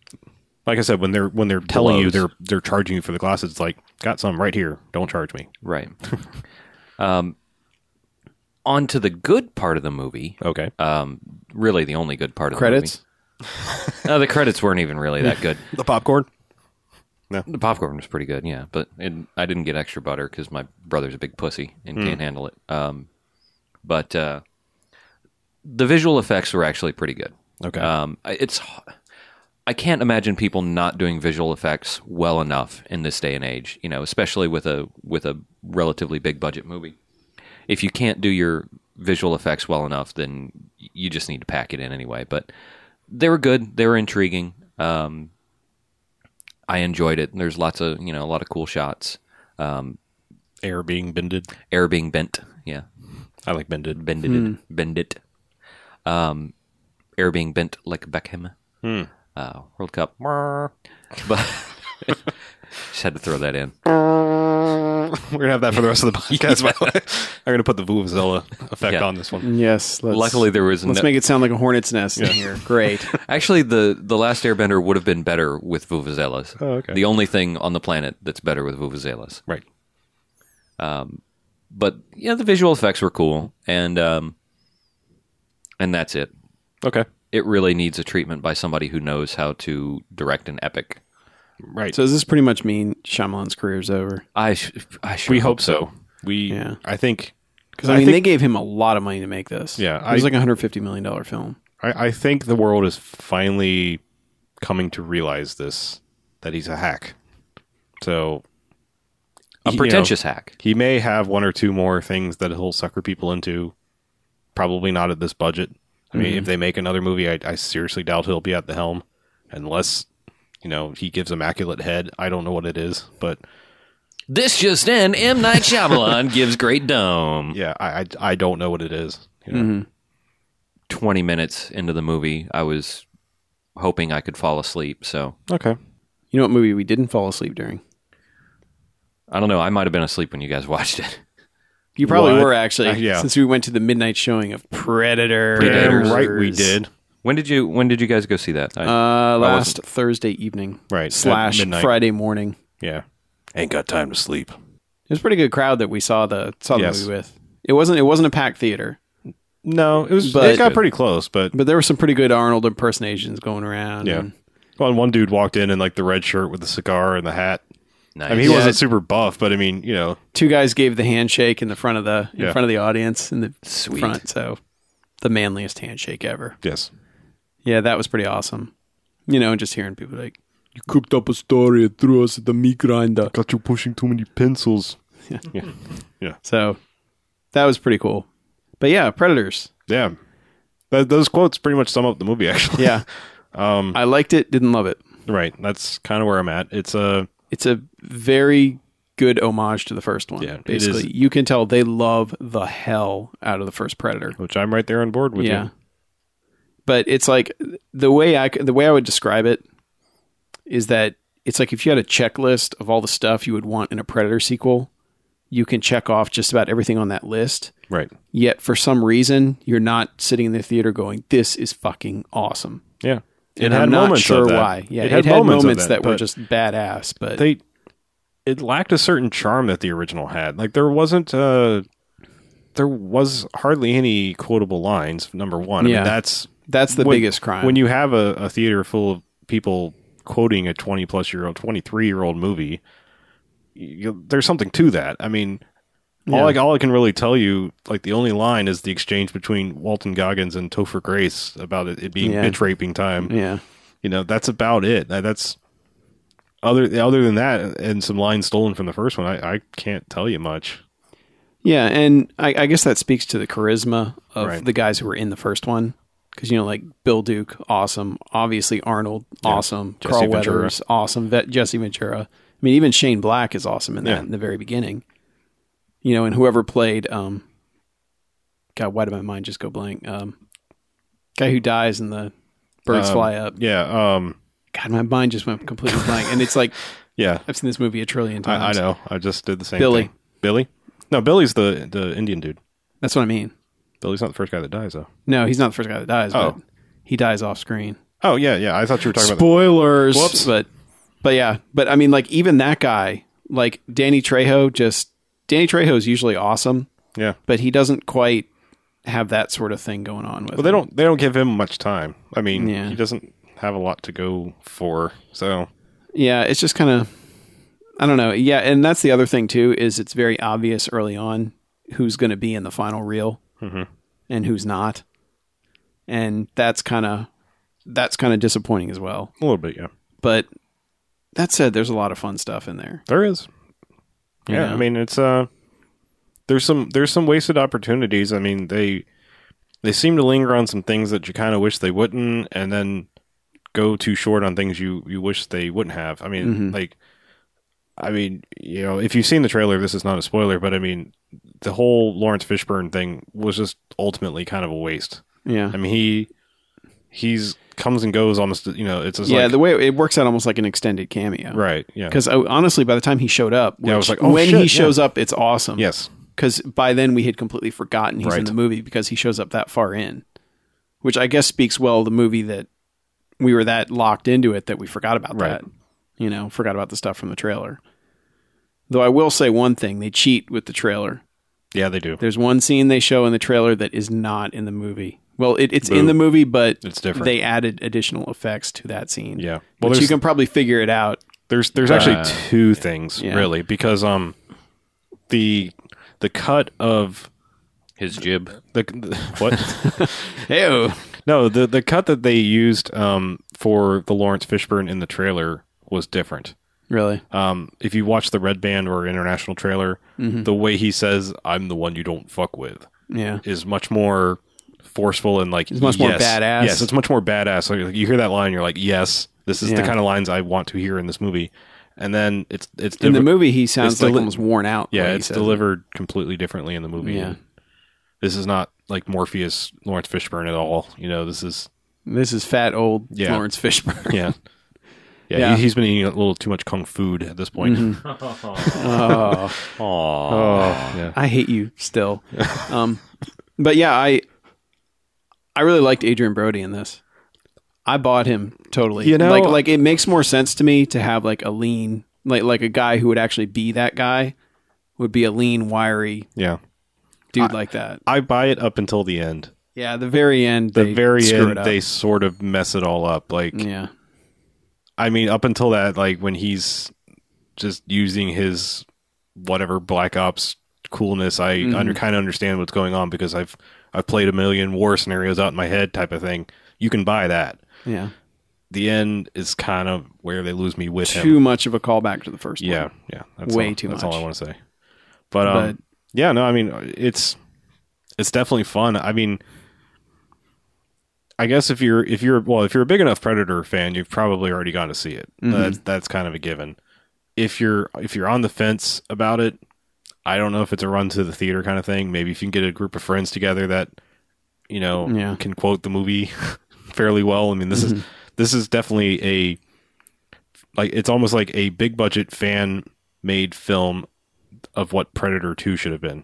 Speaker 2: like i said when they're when they're telling you
Speaker 3: Blows.
Speaker 2: they're they're charging you for the glasses it's like got some right here don't charge me
Speaker 3: right.
Speaker 2: [laughs]
Speaker 3: um onto the good part of the movie.
Speaker 2: okay
Speaker 3: Really the only good part of
Speaker 4: Credits?
Speaker 3: the movie. No, the credits weren't even really that
Speaker 2: [laughs]
Speaker 3: good.
Speaker 2: the popcorn
Speaker 3: The popcorn was pretty good, yeah, but it, I didn't get extra butter because my brother's a big pussy and can't handle it. Um, but uh, the visual effects were actually pretty good.
Speaker 2: Okay.
Speaker 3: um, I- it's h- I can't imagine people not doing visual effects well enough in this day and age. You know, especially with a with a relatively big budget movie. If you can't do your visual effects well enough, then you just need to pack it in anyway. But they were good. They were intriguing. Um, I enjoyed it. There's lots of you know a lot of cool shots.
Speaker 2: air being bended.
Speaker 3: Air being bent, yeah,
Speaker 2: I like bended.
Speaker 3: bended,
Speaker 4: Hmm.
Speaker 3: it, bend it. Um, air being bent like Beckham.
Speaker 2: Hmm.
Speaker 3: Uh, World Cup, [laughs] but [laughs] just had to throw that in.
Speaker 2: [laughs] We're gonna have that for the rest [laughs] of the podcast. By the way, I'm gonna put the Vuvuzela effect
Speaker 3: Yeah.
Speaker 2: on this one.
Speaker 4: Yes. Let's,
Speaker 3: Luckily, there was
Speaker 4: let's
Speaker 3: no,
Speaker 4: make it sound like a hornet's nest in here.
Speaker 2: [laughs]
Speaker 4: Great.
Speaker 3: actually the the last Airbender would have been better with vuvuzelas.
Speaker 2: Oh, okay.
Speaker 3: The only thing on the planet that's better with vuvuzelas.
Speaker 2: Right.
Speaker 3: But yeah, the visual effects were cool, and um, and that's it.
Speaker 2: Okay.
Speaker 3: It really needs a treatment by somebody who knows how to direct an epic.
Speaker 2: Right.
Speaker 4: So does this pretty much mean Shyamalan's career's over?
Speaker 3: I, sh- I sure
Speaker 2: we hope so. We.
Speaker 4: Yeah.
Speaker 2: I think.
Speaker 4: Because I, mean, they gave him a lot of money to make this.
Speaker 2: Yeah,
Speaker 4: it was
Speaker 2: I-
Speaker 4: like a hundred fifty million dollar film.
Speaker 2: I, I think the world is finally coming to realize this that he's a hack. So
Speaker 3: a
Speaker 2: you know,
Speaker 3: pretentious hack.
Speaker 2: he may have one or two more things that he'll sucker people into. Probably not at this budget. I mean, if they make another movie, I, I seriously doubt he'll be at the helm, unless you know he gives immaculate head. I don't know what it is, but
Speaker 3: This just in: M Night Shyamalan [laughs] gives great dome.
Speaker 2: yeah, I I, I don't know what it is. You know?
Speaker 3: Twenty minutes into the movie, I was hoping I could fall asleep. So
Speaker 2: Okay.
Speaker 4: You know what movie we didn't fall asleep during?
Speaker 3: I don't know. I might have been asleep when you guys [laughs] watched it.
Speaker 4: You probably
Speaker 2: What?
Speaker 4: were actually,
Speaker 2: Uh, yeah.
Speaker 4: since we went to the midnight showing of Predator.
Speaker 3: Predators.
Speaker 2: Damn right we did.
Speaker 3: When did you When did you guys go see that? I,
Speaker 4: Uh, last
Speaker 3: wasn't-
Speaker 4: Thursday evening,
Speaker 2: Right, at
Speaker 4: Slash
Speaker 2: midnight.
Speaker 4: Friday morning.
Speaker 2: Yeah. Ain't got time to sleep.
Speaker 4: It was a pretty good crowd that we saw the saw the
Speaker 2: Yes.
Speaker 4: movie with. It wasn't it wasn't a packed theater,
Speaker 2: No, it was.
Speaker 4: But-
Speaker 2: it got pretty close, but mm.
Speaker 4: but there were some pretty good Arnold impersonations going around.
Speaker 2: yeah.
Speaker 4: and-
Speaker 2: Well, one dude walked in in like the red shirt with the cigar and the hat.
Speaker 3: nice.
Speaker 2: I mean, he
Speaker 4: Yeah.
Speaker 2: wasn't super buff, but I mean, you know,
Speaker 4: two guys gave the handshake in the front of the in
Speaker 2: Yeah.
Speaker 4: front of the audience in the
Speaker 3: Sweet.
Speaker 4: front. So the manliest handshake ever.
Speaker 2: yes.
Speaker 4: Yeah, that was pretty awesome. You know, and just hearing people like,
Speaker 5: You cooked up a story and threw us at the meat grinder.
Speaker 2: Got you pushing too many pencils.
Speaker 4: so that was pretty cool. But yeah, Predators.
Speaker 2: Yeah. Th- those quotes pretty much sum up the movie, [laughs] actually.
Speaker 4: Yeah, um, I liked it, didn't love it.
Speaker 2: Right. That's kind of where I'm at. It's uh, a.
Speaker 4: It's a very good homage to the first one.
Speaker 2: Yeah, it
Speaker 4: basically,
Speaker 2: is.
Speaker 4: you can tell they love the hell out of the first Predator.
Speaker 2: Which I'm right there on board with
Speaker 4: yeah. But it's like the way I c- the way I would describe it is that it's like if you had a checklist of all the stuff you would want in a Predator sequel, you can check off just about everything on that list.
Speaker 2: you. Right.
Speaker 4: Yet for some reason, you're not sitting in the theater going, "This is fucking awesome."
Speaker 2: Yeah. It
Speaker 4: And I'm not
Speaker 2: moments of
Speaker 4: sure
Speaker 2: that.
Speaker 4: why. Yeah, it had, moments, that, were
Speaker 2: but
Speaker 4: just badass, but
Speaker 2: They. It lacked a certain charm that the original had. Like, there wasn't. Uh, there was hardly any quotable lines, number one. I
Speaker 4: Yeah.
Speaker 2: mean, that's
Speaker 4: that's the
Speaker 2: when-
Speaker 4: biggest crime.
Speaker 2: When you have a, a theater full of people quoting a 20 plus year old, 23 year old movie, you, there's something to that. I mean, all, I, all I can really tell you, like the only line is the exchange between Walton Goggins and Topher Grace about it, it being
Speaker 4: Yeah.
Speaker 2: bitch raping time.
Speaker 4: yeah,
Speaker 2: You know, that's about it. That- That's other other than that, and some lines stolen from the first one. I, I can't tell you much.
Speaker 4: Yeah, and I, I guess that speaks to the charisma of
Speaker 2: Right.
Speaker 4: the guys who were in the first one. Because you know, like Bill Duke, awesome. Obviously, Arnold, awesome.
Speaker 2: Jesse
Speaker 4: Carl
Speaker 2: Ventura.
Speaker 4: Weathers, awesome. Vet, Jesse Ventura. I mean, even Shane Black is awesome in that
Speaker 2: Yeah.
Speaker 4: in the very beginning. You know, and whoever played, um, God, why did my mind just go blank? Um, guy who dies and the birds
Speaker 2: Um,
Speaker 4: fly up.
Speaker 2: Yeah. Um.
Speaker 4: God, my mind just went completely blank. And
Speaker 2: [laughs]
Speaker 4: it's like
Speaker 2: Yeah.
Speaker 4: I've seen this movie a trillion
Speaker 2: I, I
Speaker 4: times.
Speaker 2: know. I just did the same.
Speaker 4: Billy.
Speaker 2: thing. Billy. No, Billy's the the Indian dude.
Speaker 4: That's what I mean.
Speaker 2: Billy's not the first guy that dies, though.
Speaker 4: No, he's not the first guy that dies.
Speaker 2: Oh.
Speaker 4: but he dies off screen.
Speaker 2: Oh yeah, yeah. I thought you were talking about.
Speaker 4: spoilers.
Speaker 2: Whoops.
Speaker 4: But but yeah, but I mean, like even that guy, like Danny Trejo, just Danny Trejo's usually awesome,
Speaker 2: The, yeah.
Speaker 4: but he doesn't quite have that sort of thing going on with.
Speaker 2: Well, they
Speaker 4: him.
Speaker 2: don't they don't give him much time. I mean,
Speaker 4: Yeah.
Speaker 2: he doesn't have a lot to go for. So
Speaker 4: Yeah, it's just kind of. I don't know. Yeah, and that's the other thing too is it's very obvious early on who's going to be in the final reel
Speaker 2: Mm-hmm.
Speaker 4: and who's not, and that's kind of that's kind of disappointing as well.
Speaker 2: a little bit, yeah.
Speaker 4: But that said, there's a lot of fun stuff in there.
Speaker 2: There is.
Speaker 4: you
Speaker 2: Yeah,
Speaker 4: know?
Speaker 2: I mean, it's uh, there's some there's some wasted opportunities. I mean, they they seem to linger on some things that you kind of wish they wouldn't, and then go too short on things you you wish they wouldn't have. I mean,
Speaker 4: Mm-hmm.
Speaker 2: like, I mean, you know, if you've seen the trailer, this is not a spoiler, but I mean, the whole Lawrence Fishburne thing was just ultimately kind of a waste.
Speaker 4: yeah,
Speaker 2: I mean, he he's comes and goes almost. You know, it's just
Speaker 4: yeah,
Speaker 2: like
Speaker 4: the way it works out almost like an extended cameo.
Speaker 2: right, yeah,
Speaker 4: Because honestly, by the time he showed up,
Speaker 2: Yeah, I was
Speaker 4: which
Speaker 2: like, oh,
Speaker 4: when
Speaker 2: shit,
Speaker 4: he shows up, it's awesome.
Speaker 2: yes,
Speaker 4: Because by then we had completely forgotten he's in
Speaker 2: Right.
Speaker 4: the movie because he shows up that far in, which I guess speaks well of the movie that we were that locked into it that we forgot about
Speaker 2: Right.
Speaker 4: that. You know, forgot about the stuff from the trailer. Though I will say one thing, they cheat with the trailer.
Speaker 2: yeah, they do.
Speaker 4: There's one scene they show in the trailer that is not in the movie. Well, it, it's in the movie, but
Speaker 2: It's different.
Speaker 4: They added additional effects to that scene.
Speaker 2: Yeah.
Speaker 4: Well,
Speaker 2: Well,
Speaker 4: but you
Speaker 2: there's-
Speaker 4: can probably figure it out.
Speaker 2: There's there's actually two things
Speaker 4: yeah.
Speaker 2: really because um the the cut of
Speaker 3: His jib.
Speaker 2: the, the
Speaker 4: [laughs]
Speaker 2: what
Speaker 4: Ew.
Speaker 2: no the the cut that they used um for the Lawrence Fishburne in the trailer was different.
Speaker 4: Really?
Speaker 2: Um, if you watch the Red Band or International trailer,
Speaker 4: Mm-hmm.
Speaker 2: the way he says "I'm the one you don't fuck with"
Speaker 4: Yeah.
Speaker 2: is much more forceful and like it's
Speaker 4: much more badass.
Speaker 2: Yes, it's much more badass. Like you hear that line, you're like, yes, this is
Speaker 4: Yeah.
Speaker 2: the kind of lines I want to hear in this movie. And then it's it's
Speaker 4: In the
Speaker 2: different-
Speaker 4: movie, he sounds
Speaker 2: it's deli-
Speaker 4: like almost worn out. the way
Speaker 2: Yeah,
Speaker 4: he
Speaker 2: it's
Speaker 4: says it.
Speaker 2: delivered completely differently in the movie.
Speaker 4: Yeah.
Speaker 2: This is not like Morpheus Lawrence Fishburne at all. You know, this is
Speaker 4: This is fat old
Speaker 2: Yeah.
Speaker 4: [laughs] Lawrence Fishburne.
Speaker 2: yeah. Yeah,
Speaker 4: Yeah. Mm-hmm.
Speaker 2: He, has been eating a little too much kung food at this point. oh, yeah.
Speaker 4: I hate you still. um, but yeah, I I really liked Adrian Brody in this. I bought him totally.
Speaker 2: You know-
Speaker 4: like like it makes more sense to me to have like a lean, like like a guy who would actually be that guy would be a lean, wiry
Speaker 2: [laughs] yeah.
Speaker 4: dude like that.
Speaker 2: I buy it up until the end.
Speaker 4: Yeah, the very end.
Speaker 2: The
Speaker 4: they
Speaker 2: very
Speaker 4: screw it
Speaker 2: end,
Speaker 4: up.
Speaker 2: they sort of mess it all up. Like,
Speaker 4: yeah.
Speaker 2: I mean, up until that, like when he's just using his whatever Black Ops coolness, I
Speaker 4: Mm-hmm.
Speaker 2: under, kind of understand what's going on because I've I've played a million war scenarios out in my head, type of thing. You can buy that.
Speaker 4: Yeah.
Speaker 2: The end is kind of where they lose me with him.
Speaker 4: Too much of a callback to the first one.
Speaker 2: Yeah, yeah. That's
Speaker 4: Way
Speaker 2: all,
Speaker 4: too
Speaker 2: That's
Speaker 4: much.
Speaker 2: all I want to say. But, um,
Speaker 4: But-
Speaker 2: yeah, no, I mean it's it's definitely fun. I mean, I guess if you're if you're well if you're a big enough Predator fan, you've probably already gone to see it.
Speaker 4: Mm-hmm.
Speaker 2: That's that's kind of a given. If you're if you're on the fence about it, I don't know if it's a run to the theater kind of thing. Maybe if you can get a group of friends together that you know
Speaker 4: Yeah. Mm-hmm.
Speaker 2: can quote the movie [laughs] fairly well. I mean, this is this is definitely a like it's almost like a big budget fan made film of what Predator 2 should have been.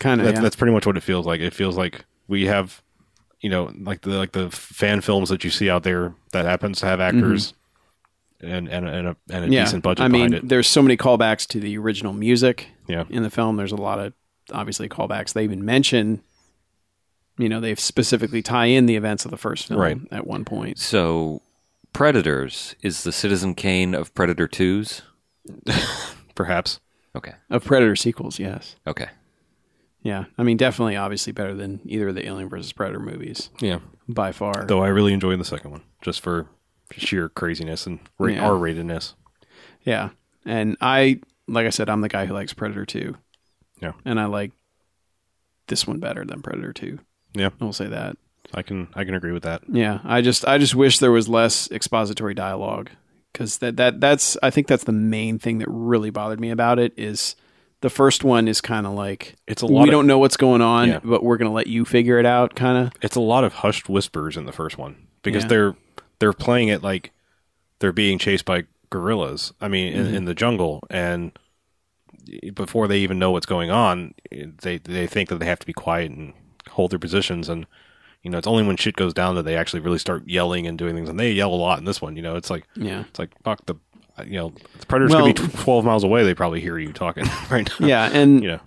Speaker 4: Kind of.
Speaker 2: That's,
Speaker 4: Yeah.
Speaker 2: that's pretty much what it feels like. It feels like we have you know like the like the fan films that you see out there that happens to have actors and and and a, and a
Speaker 4: Mm-hmm. yeah.
Speaker 2: decent budget
Speaker 4: I mean,
Speaker 2: behind it.
Speaker 4: there's so many callbacks to the original music.
Speaker 2: Yeah.
Speaker 4: in the film. There's a lot of obviously callbacks. They even mention, you know, they specifically tie in the events of the first film
Speaker 2: Right.
Speaker 4: at one point.
Speaker 3: So, Predators is the Citizen Kane of Predator 2s.
Speaker 2: Perhaps.
Speaker 3: Okay.
Speaker 4: Of Predator sequels, yes.
Speaker 3: Okay.
Speaker 4: Yeah. I mean, definitely, obviously better than either of the Alien versus Predator movies
Speaker 2: Yeah.
Speaker 4: by far.
Speaker 2: Though I really enjoyed the second one just for sheer craziness and ra-
Speaker 4: Yeah.
Speaker 2: R-ratedness.
Speaker 4: yeah. And I, like I said, I'm the guy who likes Predator 2.
Speaker 2: Yeah.
Speaker 4: And I like this one better than Predator 2.
Speaker 2: Yeah.
Speaker 4: I'll say that.
Speaker 2: I can I can agree with that.
Speaker 4: Yeah, I just I just wish there was less expository dialogue because that that that's I think that's the main thing that really bothered me about it is the first one is kind of like
Speaker 2: It's a
Speaker 4: we
Speaker 2: lot of-
Speaker 4: don't know what's going on,
Speaker 2: Yeah.
Speaker 4: but we're gonna let you figure it out,
Speaker 2: [laughs]
Speaker 4: kind of.
Speaker 2: it's a lot of hushed whispers in the first one because
Speaker 4: Yeah.
Speaker 2: they're they're playing it like they're being chased by gorillas. I mean,
Speaker 4: Mm-hmm.
Speaker 2: in, in the jungle, and before they even know what's going on, they they think that they have to be quiet and hold their positions. And you know, it's only when shit goes down that they actually really start yelling and doing things. And they yell a lot in this one. You know, it's like
Speaker 4: Yeah.
Speaker 2: it's like fuck the you know the predators
Speaker 4: Well-
Speaker 2: could be tw- twelve miles away. They probably hear you talking [laughs] right now.
Speaker 4: Yeah, and
Speaker 2: you know,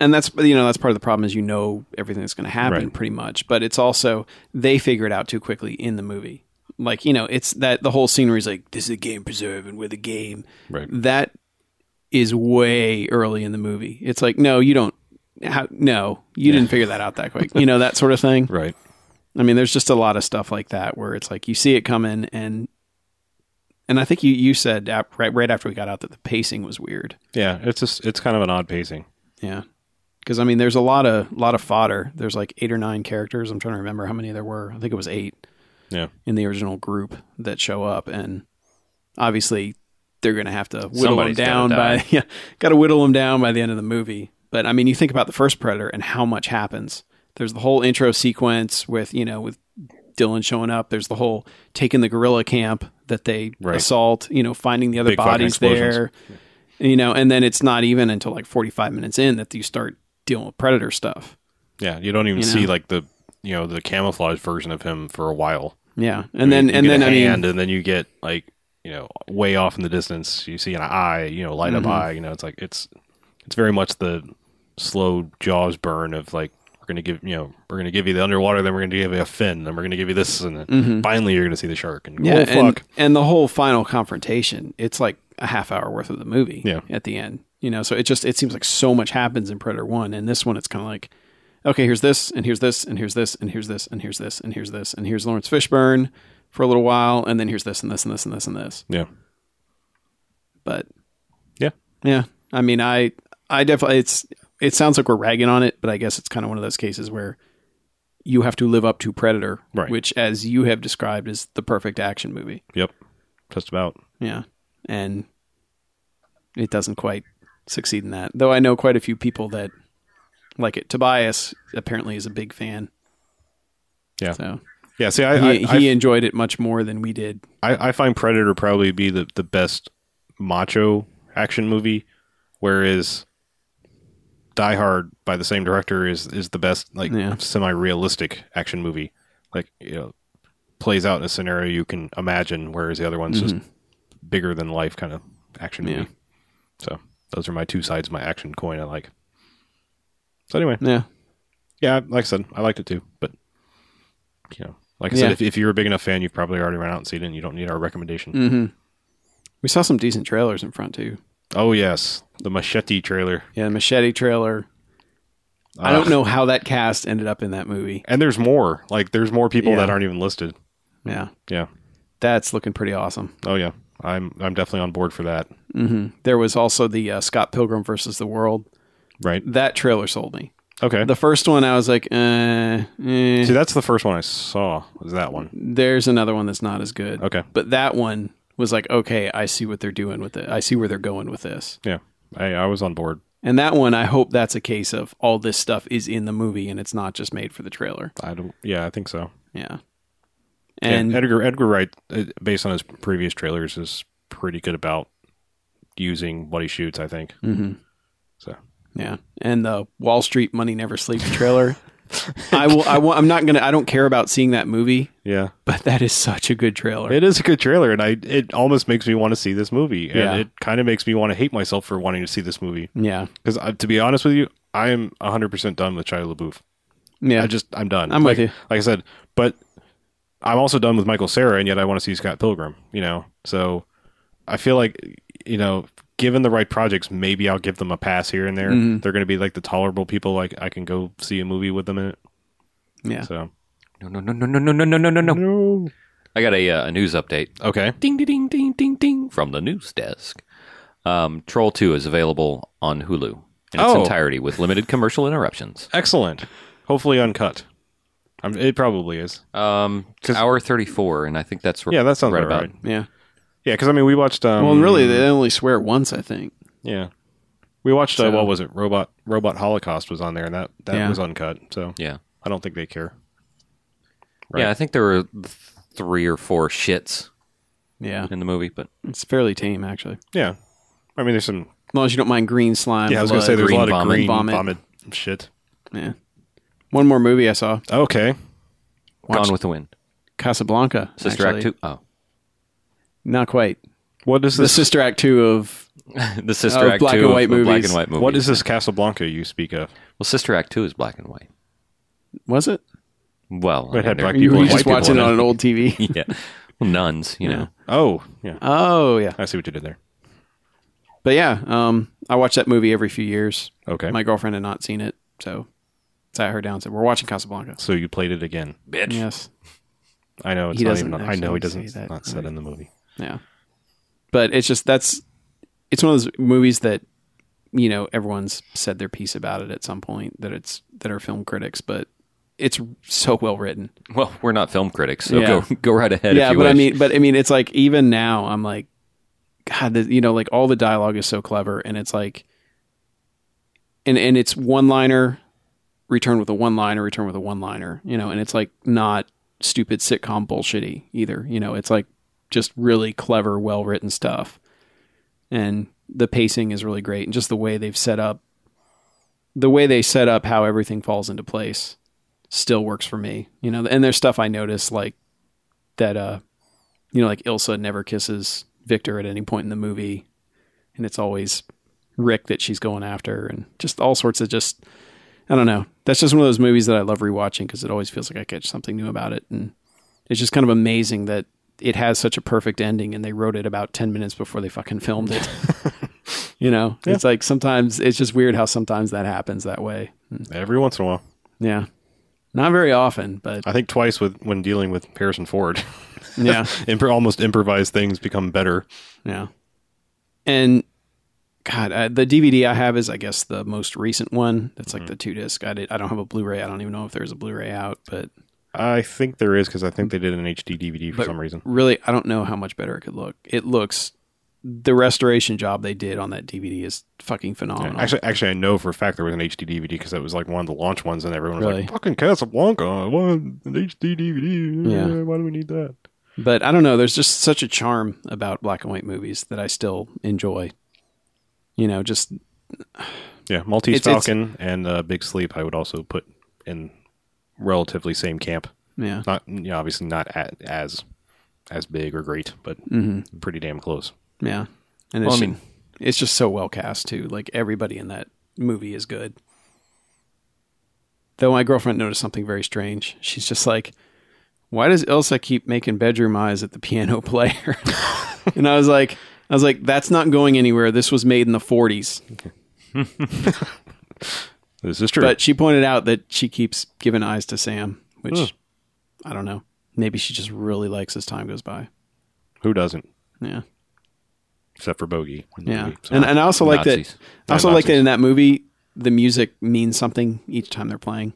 Speaker 4: and that's you know that's part of the problem is you know everything that's going to happen
Speaker 2: Right.
Speaker 4: pretty much, but it's also they figure it out too quickly in the movie. Like you know, it's that the whole scenery is like this is a game preserve and we're the game.
Speaker 2: right.
Speaker 4: that is way early in the movie. It's like, no, you don't. How, no, you didn't figure that out that quick. You know that sort of thing.
Speaker 2: Right.
Speaker 4: I mean, there's just a lot of stuff like that where it's like you see it coming, and and I think you you said ap- right right after we got out that the pacing was weird.
Speaker 2: Yeah. It's just it's kind of an odd pacing.
Speaker 4: Yeah, because I mean, there's a lot of lot of fodder. There's like eight or nine characters. I'm trying to remember how many there were. I think it was eight
Speaker 2: Yeah.
Speaker 4: in the original group that show up, and obviously they're going to have to whittle
Speaker 3: Somebody's
Speaker 4: them down
Speaker 3: gotta
Speaker 4: by
Speaker 3: die.
Speaker 4: [laughs] yeah, got to whittle them down by the end of the movie. But I mean, you think about the first Predator and how much happens. There's the whole intro sequence with you know with Dylan showing up. There's the whole taking the gorilla camp that they
Speaker 2: Right.
Speaker 4: assault. You know, finding the other
Speaker 2: Big fucking
Speaker 4: bodies
Speaker 2: explosions.
Speaker 4: there. You know, and then it's not even until like 45 minutes in that you start dealing with Predator stuff.
Speaker 2: Yeah, you don't even
Speaker 4: You
Speaker 2: see
Speaker 4: know?
Speaker 2: like the you know the camouflage version of him for a while,
Speaker 4: Yeah, and then
Speaker 2: You
Speaker 4: and
Speaker 2: get
Speaker 4: then
Speaker 2: a
Speaker 4: I mean,
Speaker 2: hand, and then you get like you know way off in the distance, you see an eye, you know, light
Speaker 4: Mm-hmm.
Speaker 2: up eye. You know, it's like it's it's very much the slow jaws burn of like we're gonna give you know we're gonna give you the underwater, then we're gonna give you a fin, then we're gonna give you this, and then finally you're gonna see the shark. And
Speaker 4: Mm-hmm. Yeah,
Speaker 2: oh
Speaker 4: and,
Speaker 2: fuck,
Speaker 4: and the whole final confrontation, it's like a half hour worth of the movie
Speaker 2: Yeah.
Speaker 4: at the end. You know, so it just it seems like so much happens in Predator 1 and this one it's kind of like okay, here's this and here's this and here's this and here's this and here's this and here's this and here's Lawrence Fishburne for a little while and then here's this and this and this and this and this.
Speaker 2: yeah,
Speaker 4: But
Speaker 2: yeah,
Speaker 4: yeah, I mean I I definitely it's it sounds like we're ragging on it, but I guess it's kind of one of those cases where you have to live up to Predator,
Speaker 2: Right.
Speaker 4: which as you have described is the perfect action movie.
Speaker 2: yep, just about.
Speaker 4: Yeah. And it doesn't quite succeed in that. Though I know quite a few people that like it. Tobias apparently is a big fan.
Speaker 2: Yeah.
Speaker 4: So
Speaker 2: Yeah, see, I
Speaker 4: He,
Speaker 2: I,
Speaker 4: he
Speaker 2: I,
Speaker 4: enjoyed it much more than we did.
Speaker 2: I, I find Predator probably be the, the best macho action movie, whereas Die Hard by the same director is is the best like
Speaker 4: Yeah.
Speaker 2: semi realistic action movie. Like you know, plays out in a scenario you can imagine, whereas the other one's just bigger than life kind of action movie.
Speaker 4: Mm-hmm. Yeah.
Speaker 2: So those are my two sides of my action coin I like. So anyway,
Speaker 4: Yeah.
Speaker 2: yeah, like I said, I liked it too. But you know, like I
Speaker 4: Yeah.
Speaker 2: said, if, if you're a big enough fan, you've probably already run out and seen it, and you don't need our recommendation.
Speaker 4: Mm-hmm. We saw some decent trailers in front too.
Speaker 2: Oh yes, the machete trailer.
Speaker 4: Yeah, machete trailer. I
Speaker 2: Ugh.
Speaker 4: don't know how that cast ended up in that movie.
Speaker 2: And there's more. Like there's more people
Speaker 4: Yeah.
Speaker 2: that aren't even listed.
Speaker 4: Yeah.
Speaker 2: Yeah.
Speaker 4: That's looking pretty awesome.
Speaker 2: Oh yeah. I'm I'm definitely on board for that.
Speaker 4: There was also the uh, Scott Pilgrim versus the World.
Speaker 2: Right.
Speaker 4: That trailer sold me.
Speaker 2: Okay.
Speaker 4: The first one, I was like, uh, eh.
Speaker 2: See, that's the first one I saw. Was that one?
Speaker 4: there's another one that's not as good.
Speaker 2: Okay.
Speaker 4: But that one was like, okay, I see what they're doing with it. I see where they're going with this.
Speaker 2: Yeah. I I was on board.
Speaker 4: And that one, I hope that's a case of all this stuff is in the movie and it's not just made for the trailer.
Speaker 2: I don't. Yeah, I think so.
Speaker 4: Yeah.
Speaker 2: Yeah,
Speaker 4: And
Speaker 2: Edgar Edgar Wright, uh, based on his previous trailers, is pretty good about using what he shoots. I think. Mm-hmm. So
Speaker 4: Yeah, and the Wall Street Money Never Sleeps trailer. [laughs] I will. I will, I'm not gonna. I don't care about seeing that movie,
Speaker 2: yeah,
Speaker 4: but that is such a good trailer.
Speaker 2: it is a good trailer, and I it almost makes me want to see this movie, and
Speaker 4: Yeah.
Speaker 2: it kind of makes me want to hate myself for wanting to see this movie.
Speaker 4: yeah,
Speaker 2: Because to be honest with you, I am 100% done with Shia LaBeouf.
Speaker 4: yeah.
Speaker 2: I just, I'm done.
Speaker 4: I'm
Speaker 2: like,
Speaker 4: with you.
Speaker 2: Like I said, but I'm also done with Michael Sarah, and yet I want to see Scott Pilgrim, you know? So I feel like, you know, given the right projects, maybe I'll give them a pass here and there.
Speaker 4: Mm-hmm.
Speaker 2: They're going to be like the tolerable people. Like, I can go see a movie with them in it.
Speaker 4: Yeah.
Speaker 2: So,
Speaker 3: No, no, no, no, no, no, no, no, no, no, no. I got a, uh, a news update.
Speaker 2: okay.
Speaker 3: Ding, ding, ding, ding, ding, ding from the news desk. Um, Troll 2 is available on Hulu in its
Speaker 2: Oh.
Speaker 3: entirety with limited commercial interruptions.
Speaker 2: Excellent. Hopefully uncut. I'm, it probably is.
Speaker 3: Um, it's hour 34, and I think that's r-
Speaker 2: Yeah, that sounds
Speaker 3: right
Speaker 2: about
Speaker 3: about.
Speaker 2: right.
Speaker 4: yeah.
Speaker 2: Yeah, because I mean, we watched. Um,
Speaker 4: Well, and really, they only swear once. I think.
Speaker 2: Yeah. We watched uh,
Speaker 4: So-
Speaker 2: what was it? Robot Robot Holocaust was on there and that that
Speaker 4: Yeah.
Speaker 2: was uncut. So
Speaker 3: Yeah.
Speaker 2: I don't think they care.
Speaker 3: Yeah,
Speaker 2: Right.
Speaker 3: I think there were th- three or four shits
Speaker 4: Yeah,
Speaker 3: in the movie, but
Speaker 4: it's fairly tame actually. As
Speaker 2: Yeah. I mean there's some
Speaker 4: long as you don't mind green slime.
Speaker 2: Yeah, I was going to
Speaker 4: blood,
Speaker 2: say there's a
Speaker 3: green
Speaker 2: lot of
Speaker 3: vomit.
Speaker 2: green vomit.
Speaker 4: Vomit.
Speaker 2: shit.
Speaker 4: Yeah. One more movie I saw,
Speaker 2: Okay.
Speaker 3: Gone with the Wind.
Speaker 4: Casablanca.
Speaker 3: Sister
Speaker 4: actually.
Speaker 3: Act 2. Oh. [laughs]
Speaker 4: Not quite.
Speaker 2: What is
Speaker 4: The
Speaker 2: this
Speaker 4: Sister Act two of
Speaker 3: the Sister
Speaker 4: Oh,
Speaker 3: Act
Speaker 4: black
Speaker 3: 2
Speaker 4: and
Speaker 3: of-
Speaker 4: white
Speaker 3: of black
Speaker 4: movies.
Speaker 3: and white movies.
Speaker 2: What is this Casablanca you speak of?
Speaker 3: Well, Sister Act 2 is black and white.
Speaker 4: was it?
Speaker 3: Well,
Speaker 2: It had
Speaker 3: they're-
Speaker 2: black
Speaker 4: You
Speaker 2: people
Speaker 4: were
Speaker 2: and white
Speaker 4: just
Speaker 2: people
Speaker 4: watching
Speaker 2: in
Speaker 4: it on
Speaker 2: it.
Speaker 4: an old TV.
Speaker 3: Yeah. Well, nuns, [laughs] you know.
Speaker 2: Oh, yeah.
Speaker 4: oh yeah.
Speaker 2: I see what you did there.
Speaker 4: But yeah, um, I watch that movie every few years.
Speaker 2: Okay.
Speaker 4: My girlfriend had not seen it, so sat her down and said, We're watching Casablanca.
Speaker 2: So you played it again.
Speaker 3: Bitch.
Speaker 4: Yes.
Speaker 2: I know it's
Speaker 4: He
Speaker 2: not
Speaker 4: doesn't
Speaker 2: even I know he
Speaker 4: actually
Speaker 2: doesn't
Speaker 4: say that.
Speaker 2: not said in the movie.
Speaker 4: Yeah. But it's just that's it's one of those movies that, you know, everyone's said their piece about it at some point that it's that are film critics, but it's so well written.
Speaker 3: Well, we're not film critics, so
Speaker 4: Yeah.
Speaker 3: go go right ahead.
Speaker 4: yeah,
Speaker 3: if you
Speaker 4: but I
Speaker 3: wish.
Speaker 4: mean but I mean it's like even now I'm like God, the, you know, like all the dialogue is so clever and it's like and and it's one liner, return with a one liner, return with a one liner, you know, and it's like not stupid sitcom bullshitty either. You know, it's like just really clever, well written stuff. And the pacing is really great and just the way they've set up the way they set up how everything falls into place still works for me. You know, and there's stuff I notice like that uh you know, like Ilsa never kisses Victor at any point in the movie, and it's always Rick that she's going after, and just all sorts of just, I don't know. That's just one of those movies that I love rewatching because it always feels like I catch something new about it, and it's just kind of amazing that it has such a perfect ending, and they wrote it about ten minutes before they fucking filmed it. you know, it's like sometimes it's just weird how sometimes that happens that way.
Speaker 2: Every once in a while.
Speaker 4: Yeah, not very often, but
Speaker 2: I think twice with when dealing with Harrison Ford. [laughs]
Speaker 4: yeah.
Speaker 2: Impro- almost improvised things become better.
Speaker 4: Yeah. And God, uh, the DVD I have is, I guess, the most recent one. That's like the two disc. I did. I don't have a Blu-ray. I don't even know if there's a Blu-ray out, but
Speaker 2: I think
Speaker 4: Hmm.
Speaker 2: there is because I think they did an HD DVD for some reason.
Speaker 4: really, I don't know how much better it could look. It looks the restoration job they did on that DVD is fucking phenomenal.
Speaker 2: Actually, actually, I know for a fact there was an HD DVD because that was like one of the launch ones, and everyone was
Speaker 4: Really?
Speaker 2: like, "Fucking Casablanca! I want an HD DVD.
Speaker 4: Yeah.
Speaker 2: Why do we need that?"
Speaker 4: but I don't know. There's just such a charm about black and white movies that I still enjoy. You know, just
Speaker 2: Yeah, Maltese
Speaker 4: It's- it's-
Speaker 2: Falcon and uh, Big Sleep. I would also put in relatively same camp.
Speaker 4: yeah,
Speaker 2: Not you know, obviously not at, as as big or great, but
Speaker 4: Mm-hmm.
Speaker 2: pretty damn close.
Speaker 4: yeah. And it's,
Speaker 3: Well, I
Speaker 4: ju-
Speaker 3: mean-
Speaker 4: it's just so well cast too. Like everybody in that movie is good. Though my girlfriend noticed something very strange. She's just like, "Why does Elsa keep making bedroom eyes at the piano [laughs] player?" and I was like, "I was like, that's not going anywhere. This was made in the '40s."
Speaker 2: This is true.
Speaker 4: But she pointed out that she keeps giving eyes to Sam, which I don't know. Maybe she just really likes as time goes by.
Speaker 2: Who doesn't?
Speaker 4: Yeah.
Speaker 2: Except for Bogey. in the
Speaker 4: Yeah.
Speaker 2: movie, so.
Speaker 4: And and I also like
Speaker 3: Nazis.
Speaker 4: that I also
Speaker 2: Yeah,
Speaker 4: like that
Speaker 2: Nazis.
Speaker 4: in that movie the music means something each time they're playing.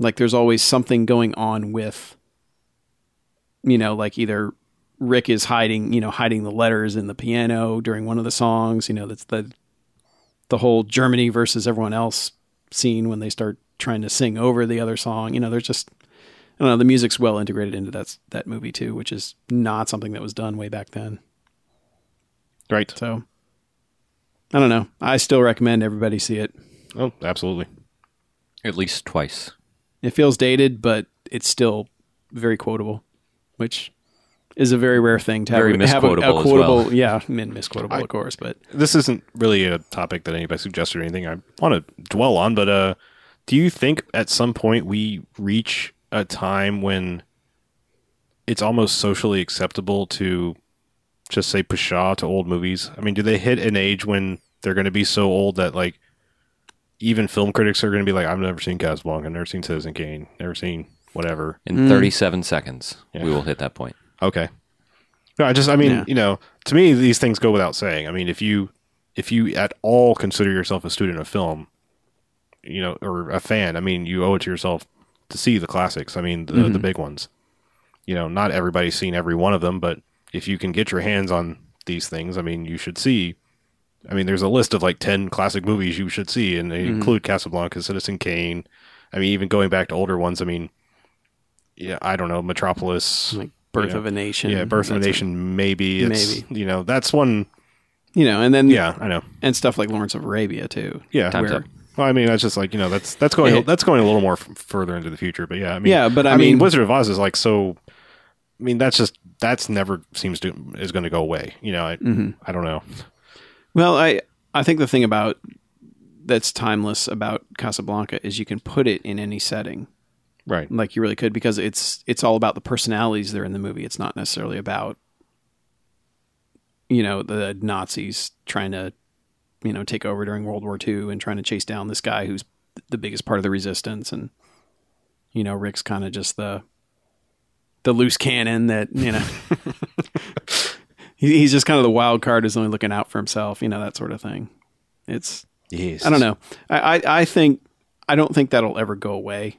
Speaker 4: Like there's always something going on with you know, like either Rick is hiding, you know, hiding the letters in the piano during one of the songs, you know, that's the the whole Germany versus everyone else scene when they start trying to sing over the other song. You know, there's just I don't know, the music's well integrated into that that movie too, which is not something that was done way back then.
Speaker 2: right.
Speaker 4: So I don't know. I still recommend everybody see it.
Speaker 2: Oh, absolutely.
Speaker 3: At least twice.
Speaker 4: It feels dated, but it's still very quotable, which is a very rare thing to have,
Speaker 3: Very
Speaker 4: have a, a
Speaker 3: misquotable as
Speaker 4: quotable.
Speaker 3: well.
Speaker 4: Yeah, min misquotable, of course, but
Speaker 2: This isn't really a topic that anybody suggested or anything I want to dwell on, but uh, do you think at some point we reach a time when it's almost socially acceptable to just say pshaw to old movies? I mean, do they hit an age when they're going to be so old that like even film critics are going to be like, "I've never seen Casablanca, I've never seen Citizen Kane, never seen whatever."
Speaker 3: In 37 seconds, we will hit that point.
Speaker 2: Okay. No, I just I mean,
Speaker 4: Yeah.
Speaker 2: you know, to me these things go without saying. I mean, if you if you at all consider yourself a student of film, you know, or a fan, I mean, you owe it to yourself to see the classics. I mean, the,
Speaker 4: Mm-hmm.
Speaker 2: the big ones. You know, not everybody's seen every one of them, but if you can get your hands on these things, I mean, you should see. I mean, there's a list of like 10 classic movies you should see, and
Speaker 4: Mm-hmm.
Speaker 2: they include Casablanca, Citizen Kane. I mean, even going back to older ones, I mean, yeah, I don't know, Metropolis.
Speaker 4: like Birth
Speaker 2: Yeah.
Speaker 4: of a Nation.
Speaker 2: Yeah, Birth of a
Speaker 4: that's-
Speaker 2: Nation, maybe. It's, You know, that's one.
Speaker 4: You know, and then
Speaker 2: Yeah, I know.
Speaker 4: and stuff like Lawrence of Arabia too.
Speaker 2: Yeah.
Speaker 3: Time's
Speaker 4: Where-
Speaker 3: up.
Speaker 2: Well, I mean, that's just like you know, that's that's going
Speaker 4: It-
Speaker 2: that's going a little more f- further into the future. But yeah, I mean,
Speaker 4: Yeah, but I mean-
Speaker 2: Wizard of Oz is like so. I mean, that's just that's never seems to is going to go away. You know, I
Speaker 4: Mm-hmm.
Speaker 2: I don't know.
Speaker 4: Well, I I think the thing about that's timeless about Casablanca is you can put it in any setting.
Speaker 2: Right.
Speaker 4: like you really could because it's it's all about the personalities that are in the movie. It's not necessarily about you know the Nazis trying to you know take over during World War II and trying to chase down this guy who's the biggest part of the resistance and you know Rick's kind of just the the loose cannon that you know [laughs] he, he's just kind of the wild card who's only looking out for himself, you know that sort of thing. It's
Speaker 2: Yes.
Speaker 4: I don't know. I I, I think I don't think that'll ever go away.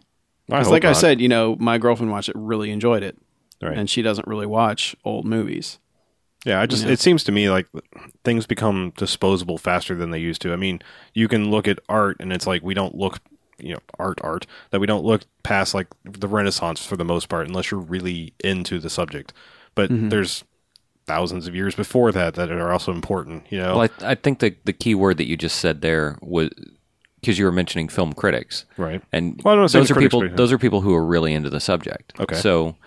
Speaker 2: I
Speaker 4: It's
Speaker 2: hope
Speaker 4: like I
Speaker 2: not.
Speaker 4: said, you know, my girlfriend watched it, really enjoyed it,
Speaker 2: Right.
Speaker 4: and she doesn't really watch old movies.
Speaker 2: Yeah, I just it seems to me like things become disposable faster than they used to. I mean, you can look at art and it's like we don't look, you know, art art that we don't look past like the renaissance for the most part unless you're really into the subject. But there's thousands of years before that that are also important, you know.
Speaker 3: Well, I, I think the, the key word that you just said there was because you were mentioning film critics.
Speaker 2: Right.
Speaker 3: And
Speaker 2: Well, I don't say
Speaker 3: those
Speaker 2: the
Speaker 3: are
Speaker 2: critics,
Speaker 3: people
Speaker 2: but-
Speaker 3: those are people who are really into the subject.
Speaker 2: Okay.
Speaker 3: So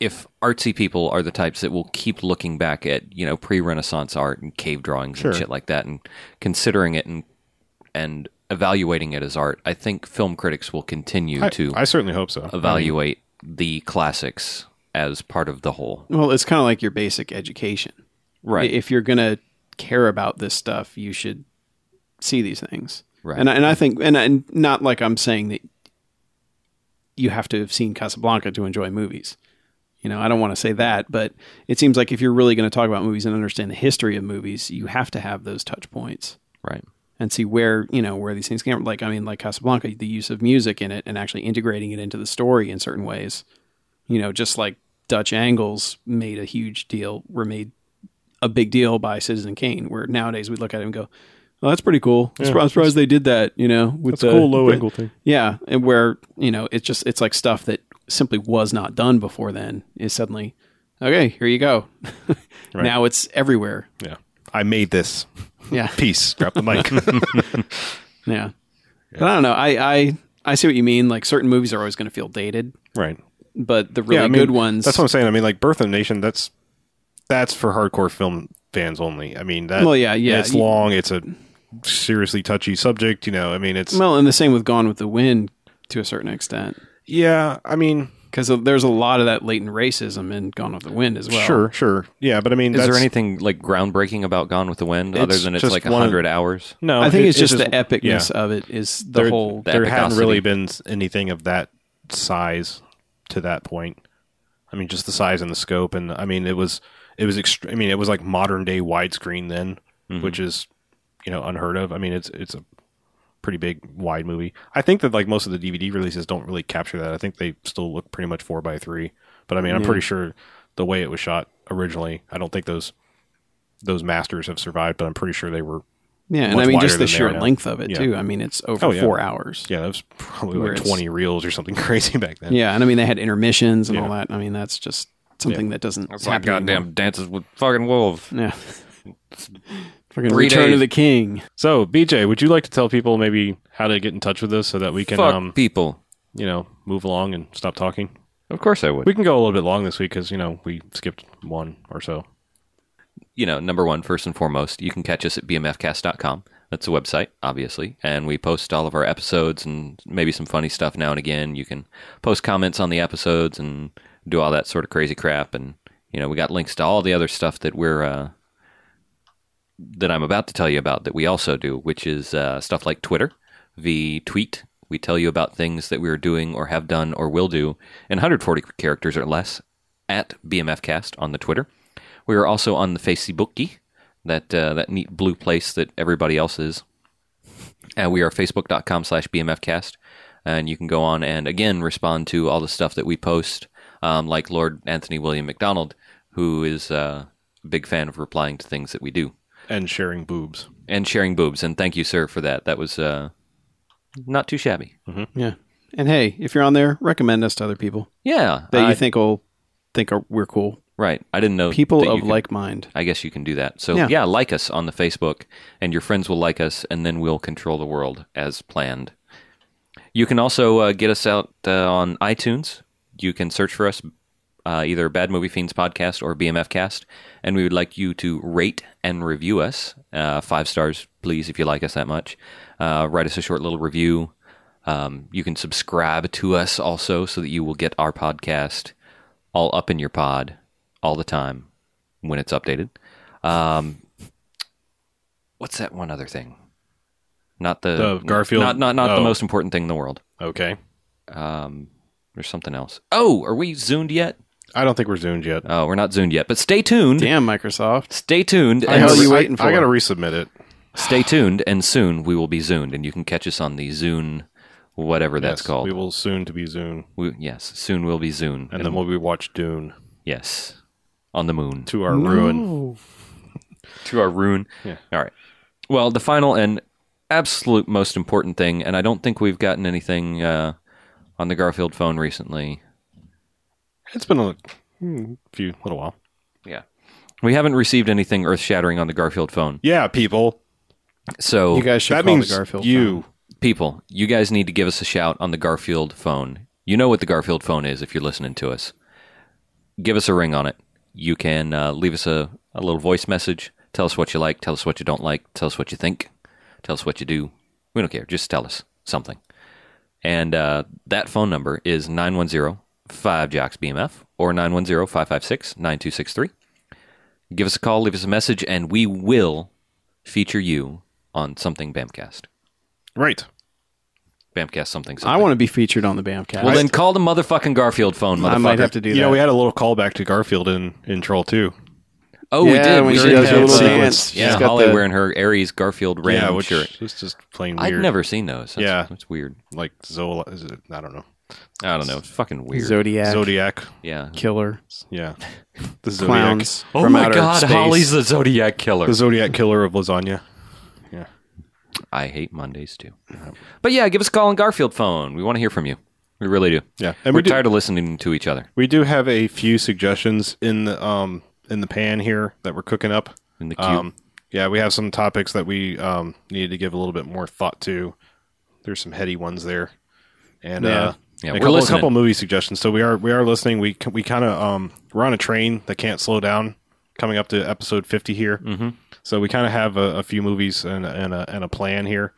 Speaker 3: if artsy people are the types that will keep looking back at, you know, pre-renaissance art and cave drawings and shit like that and considering it and and evaluating it as art, I think film critics will continue
Speaker 2: I,
Speaker 3: to
Speaker 2: I certainly hope so.
Speaker 3: evaluate the classics as part of the whole.
Speaker 4: Well, it's kind of like your basic education.
Speaker 3: Right.
Speaker 4: If you're gonna care about this stuff, you should see these things.
Speaker 3: Right.
Speaker 4: And I, and I think and, and not like I'm saying that you have to have seen Casablanca to enjoy movies. You know, I don't want to say that, but it seems like if you're really going to talk about movies and understand the history of movies, you have to have those touch points.
Speaker 3: right.
Speaker 4: and see where you know where these things came from. Like I mean, like Casablanca, the use of music in it and actually integrating it into the story in certain ways. You know, just like Dutch angles made a huge deal, were made a big deal by Citizen Kane, where nowadays we look at it and go, "Oh, that's pretty cool." I'm surprised- I'm surprised they did that. You know, with
Speaker 2: That's
Speaker 4: the
Speaker 2: a cool low angle thing.
Speaker 4: Yeah, and where you know it's just it's like stuff that simply was not done before. Then is suddenly okay. Here you go. [laughs] Now it's everywhere.
Speaker 2: Yeah. I made this. [laughs]
Speaker 4: Yeah, [laughs]
Speaker 2: Peace. Drop the mic.
Speaker 4: yeah. But I don't know. I I I see what you mean. Like certain movies are always going to feel dated,
Speaker 2: right.
Speaker 4: but the really
Speaker 2: I mean,
Speaker 4: good ones.
Speaker 2: That's what I'm saying. I mean, like Birth of a Nation. That's that's for hardcore film fans only. I mean, that.
Speaker 4: Well, yeah, yeah.
Speaker 2: It's long. It's a seriously touchy subject. You know. I mean, it's
Speaker 4: well, and the same with Gone with the Wind to a certain extent.
Speaker 2: yeah. I mean,
Speaker 4: because there's a lot of that latent racism in Gone with the Wind as well.
Speaker 2: sure, sure. Yeah, but I mean,
Speaker 3: Is there
Speaker 2: that's-
Speaker 3: anything like groundbreaking about Gone with the Wind other
Speaker 2: It's
Speaker 3: than it's
Speaker 2: just
Speaker 3: like a
Speaker 2: one of-
Speaker 3: hundred hours?
Speaker 2: No,
Speaker 4: I think
Speaker 2: it-
Speaker 4: it's, just, the epicness of it is the
Speaker 2: there,
Speaker 4: whole.
Speaker 3: the
Speaker 2: there hadn't really
Speaker 3: epicosity.
Speaker 2: been s- anything of that size to that point. I mean, just the size and the scope, and I mean, it was it was ext- I mean, it was like modern day widescreen then,
Speaker 4: Mm-hmm.
Speaker 2: which is you know unheard of. I mean, it's it's a pretty big wide movie. I think that like most of the DVD releases don't really capture that. I think they still look pretty much four by three. But I mean, I'm pretty sure the way it was shot originally, I don't think those those masters have survived. But I'm pretty sure they were.
Speaker 4: yeah, and
Speaker 2: much
Speaker 4: I mean
Speaker 2: wider
Speaker 4: just the
Speaker 2: than they are
Speaker 4: sheer
Speaker 2: now.
Speaker 4: length of it
Speaker 2: Yeah.
Speaker 4: too. I mean it's over
Speaker 2: Oh, yeah.
Speaker 4: four hours.
Speaker 2: Yeah, that was probably
Speaker 4: Where
Speaker 2: like
Speaker 4: it's-
Speaker 2: 20 reels or something [laughs] crazy back then.
Speaker 4: Yeah, and I mean they had intermissions and all
Speaker 2: Yeah.
Speaker 4: that. I mean that's just something that doesn't
Speaker 3: It's like
Speaker 4: happen.
Speaker 3: goddamn dances with fucking wolves.
Speaker 4: anymore.
Speaker 2: [laughs]
Speaker 4: Yeah. Fucking
Speaker 3: Three
Speaker 4: Return
Speaker 3: days.
Speaker 4: of the King.
Speaker 2: So, BJ, would you like to tell people maybe how to get in touch with us so that we can,
Speaker 3: Fuck
Speaker 2: um,
Speaker 3: people.
Speaker 2: you know, move along and stop talking?
Speaker 3: Of course I would.
Speaker 2: We can go a little bit long this week because you know we skipped one or so.
Speaker 3: you know, number one, first and foremost, you can catch us at bmfcast.com. That's the website, obviously. And we post all of our episodes and maybe some funny stuff now and again. You can post comments on the episodes and do all that sort of crazy crap. And, you know, we got links to all the other stuff that we're, uh, that I'm about to tell you about that we also do, which is uh, stuff like Twitter, the tweet. We tell you about things that we're doing or have done or will do in 140 characters or less at BMFcast on the Twitter. We are also on the Facebooky, that uh, that neat blue place that everybody else is. And we are facebook.com slash bmfcast. And you can go on and again respond to all the stuff that we post, um, like Lord Anthony William McDonald, who is uh, a big fan of replying to things that we do
Speaker 2: And sharing boobs.
Speaker 3: and sharing boobs. And thank you, sir, for that. That was uh, not too shabby.
Speaker 4: Yeah. And hey, if you're on there, recommend us to other people
Speaker 3: Yeah,
Speaker 4: that
Speaker 3: I-
Speaker 4: you think will think are, we're cool.
Speaker 3: right. I didn't know that
Speaker 4: People
Speaker 3: you
Speaker 4: of
Speaker 3: could-
Speaker 4: like mind.
Speaker 3: I guess you can do that. So
Speaker 4: Yeah.
Speaker 3: yeah. like us on the Facebook, and your friends will like us, and then we'll control the world as planned. You can also uh, get us out uh, on iTunes. You can search for us uh, either Bad Movie Fiends Podcast or BMF Cast, and we would like you to rate and review us uh, five stars, please, if you like us that much. Uh, write us a short little review. Um, you can subscribe to us also, so that you will get our podcast all up in your pod all the time when it's updated. Um, what's that one other thing? Not the,
Speaker 2: The Garfield-
Speaker 3: Not not, not the
Speaker 2: oh.
Speaker 3: most important thing in the world.
Speaker 2: Okay.
Speaker 3: There's something else. Oh, are we zoomed yet?
Speaker 2: I don't think we're zoomed yet.
Speaker 3: Oh, we're not zoomed yet. But stay tuned.
Speaker 4: Damn Microsoft.
Speaker 3: Stay tuned.
Speaker 4: hell
Speaker 3: And
Speaker 4: are you
Speaker 2: I-
Speaker 4: waiting for?
Speaker 2: I got to resubmit it.
Speaker 3: stay tuned. And soon we will be zoomed, and you can catch us on the Zune, whatever that's
Speaker 2: Yes,
Speaker 3: called.
Speaker 2: We will soon to be Zoom,
Speaker 3: We- yes, soon we'll be Zune.
Speaker 2: and then we'll be watch Dune
Speaker 3: yes, on the moon.
Speaker 2: to our ruin.
Speaker 3: to our rune.
Speaker 2: Yeah.
Speaker 3: All right. Well, the final and absolute most important thing, and I don't think we've gotten anything uh, on the Garfield phone recently.
Speaker 2: It's been a hmm, few little while.
Speaker 3: Yeah. We haven't received anything earth shattering on the Garfield phone.
Speaker 2: Yeah, people.
Speaker 3: So,
Speaker 4: You guys should
Speaker 2: that
Speaker 4: call
Speaker 2: means
Speaker 4: the Garfield.
Speaker 2: you.
Speaker 3: people, you guys need to give us a shout on the Garfield phone. You know what the Garfield phone is if you're listening to us. Give us a ring on it. You can uh, leave us a, a little voice message. Tell us what you like. Tell us what you don't like. Tell us what you think. Tell us what you do. We don't care. Just tell us something. And uh, that phone number is 910 5 Jocks BMF or 910 556 9263. Give us a call, leave us a message, and we will feature you on something Bamcast.
Speaker 2: Right.
Speaker 3: Bamcast something. something.
Speaker 4: I want to be featured on the Bamcast.
Speaker 3: well, then call the motherfucking Garfield phone,
Speaker 4: I might
Speaker 3: motherfucker.
Speaker 4: have to do
Speaker 2: You
Speaker 4: that.
Speaker 2: know, we had a little callback to Garfield in in Troll 2.
Speaker 3: oh, we did.
Speaker 4: when
Speaker 3: We
Speaker 4: she
Speaker 3: did
Speaker 4: does
Speaker 3: have
Speaker 4: her little
Speaker 3: a-
Speaker 4: dance.
Speaker 3: Yeah,
Speaker 4: She's got
Speaker 3: Holly
Speaker 4: the-
Speaker 3: wearing her Aries Garfield
Speaker 2: Yeah,
Speaker 3: Ram
Speaker 2: which
Speaker 3: shirt.
Speaker 2: is just plain weird.
Speaker 3: I'd never seen those. That's,
Speaker 2: Yeah.
Speaker 3: that's weird.
Speaker 2: like Zola. Is it, I don't know.
Speaker 3: I don't know. It's fucking weird.
Speaker 4: Zodiac,
Speaker 2: Zodiac.
Speaker 3: Yeah.
Speaker 4: killer,
Speaker 2: yeah.
Speaker 3: [laughs]
Speaker 2: The Zodiac.
Speaker 4: clowns.
Speaker 3: Oh
Speaker 4: from
Speaker 3: my
Speaker 4: outer
Speaker 3: God!
Speaker 4: space.
Speaker 3: Holly's the Zodiac killer.
Speaker 2: The Zodiac killer of lasagna.
Speaker 3: I hate Mondays too. But yeah, give us a call on Garfield phone. We want to hear from you. We really do.
Speaker 2: Yeah.
Speaker 3: and
Speaker 2: And
Speaker 3: we're
Speaker 2: we do-
Speaker 3: tired of listening to each other
Speaker 2: We do have a few suggestions in the um in the pan here that we're cooking up.
Speaker 3: in the queue.
Speaker 2: Um, yeah, we have some topics that we um need to give a little bit more thought to. There's some heady ones there, and
Speaker 4: Yeah.
Speaker 2: uh,
Speaker 3: Yeah,
Speaker 2: a
Speaker 3: we're
Speaker 2: couple, a
Speaker 3: listening.
Speaker 2: couple movie suggestions. So we are we are listening. We c- we kind of um we're on a train that can't slow down. Coming up to episode 50 here, mm-hmm. so we kind of have a, a few movies and and a, and a plan here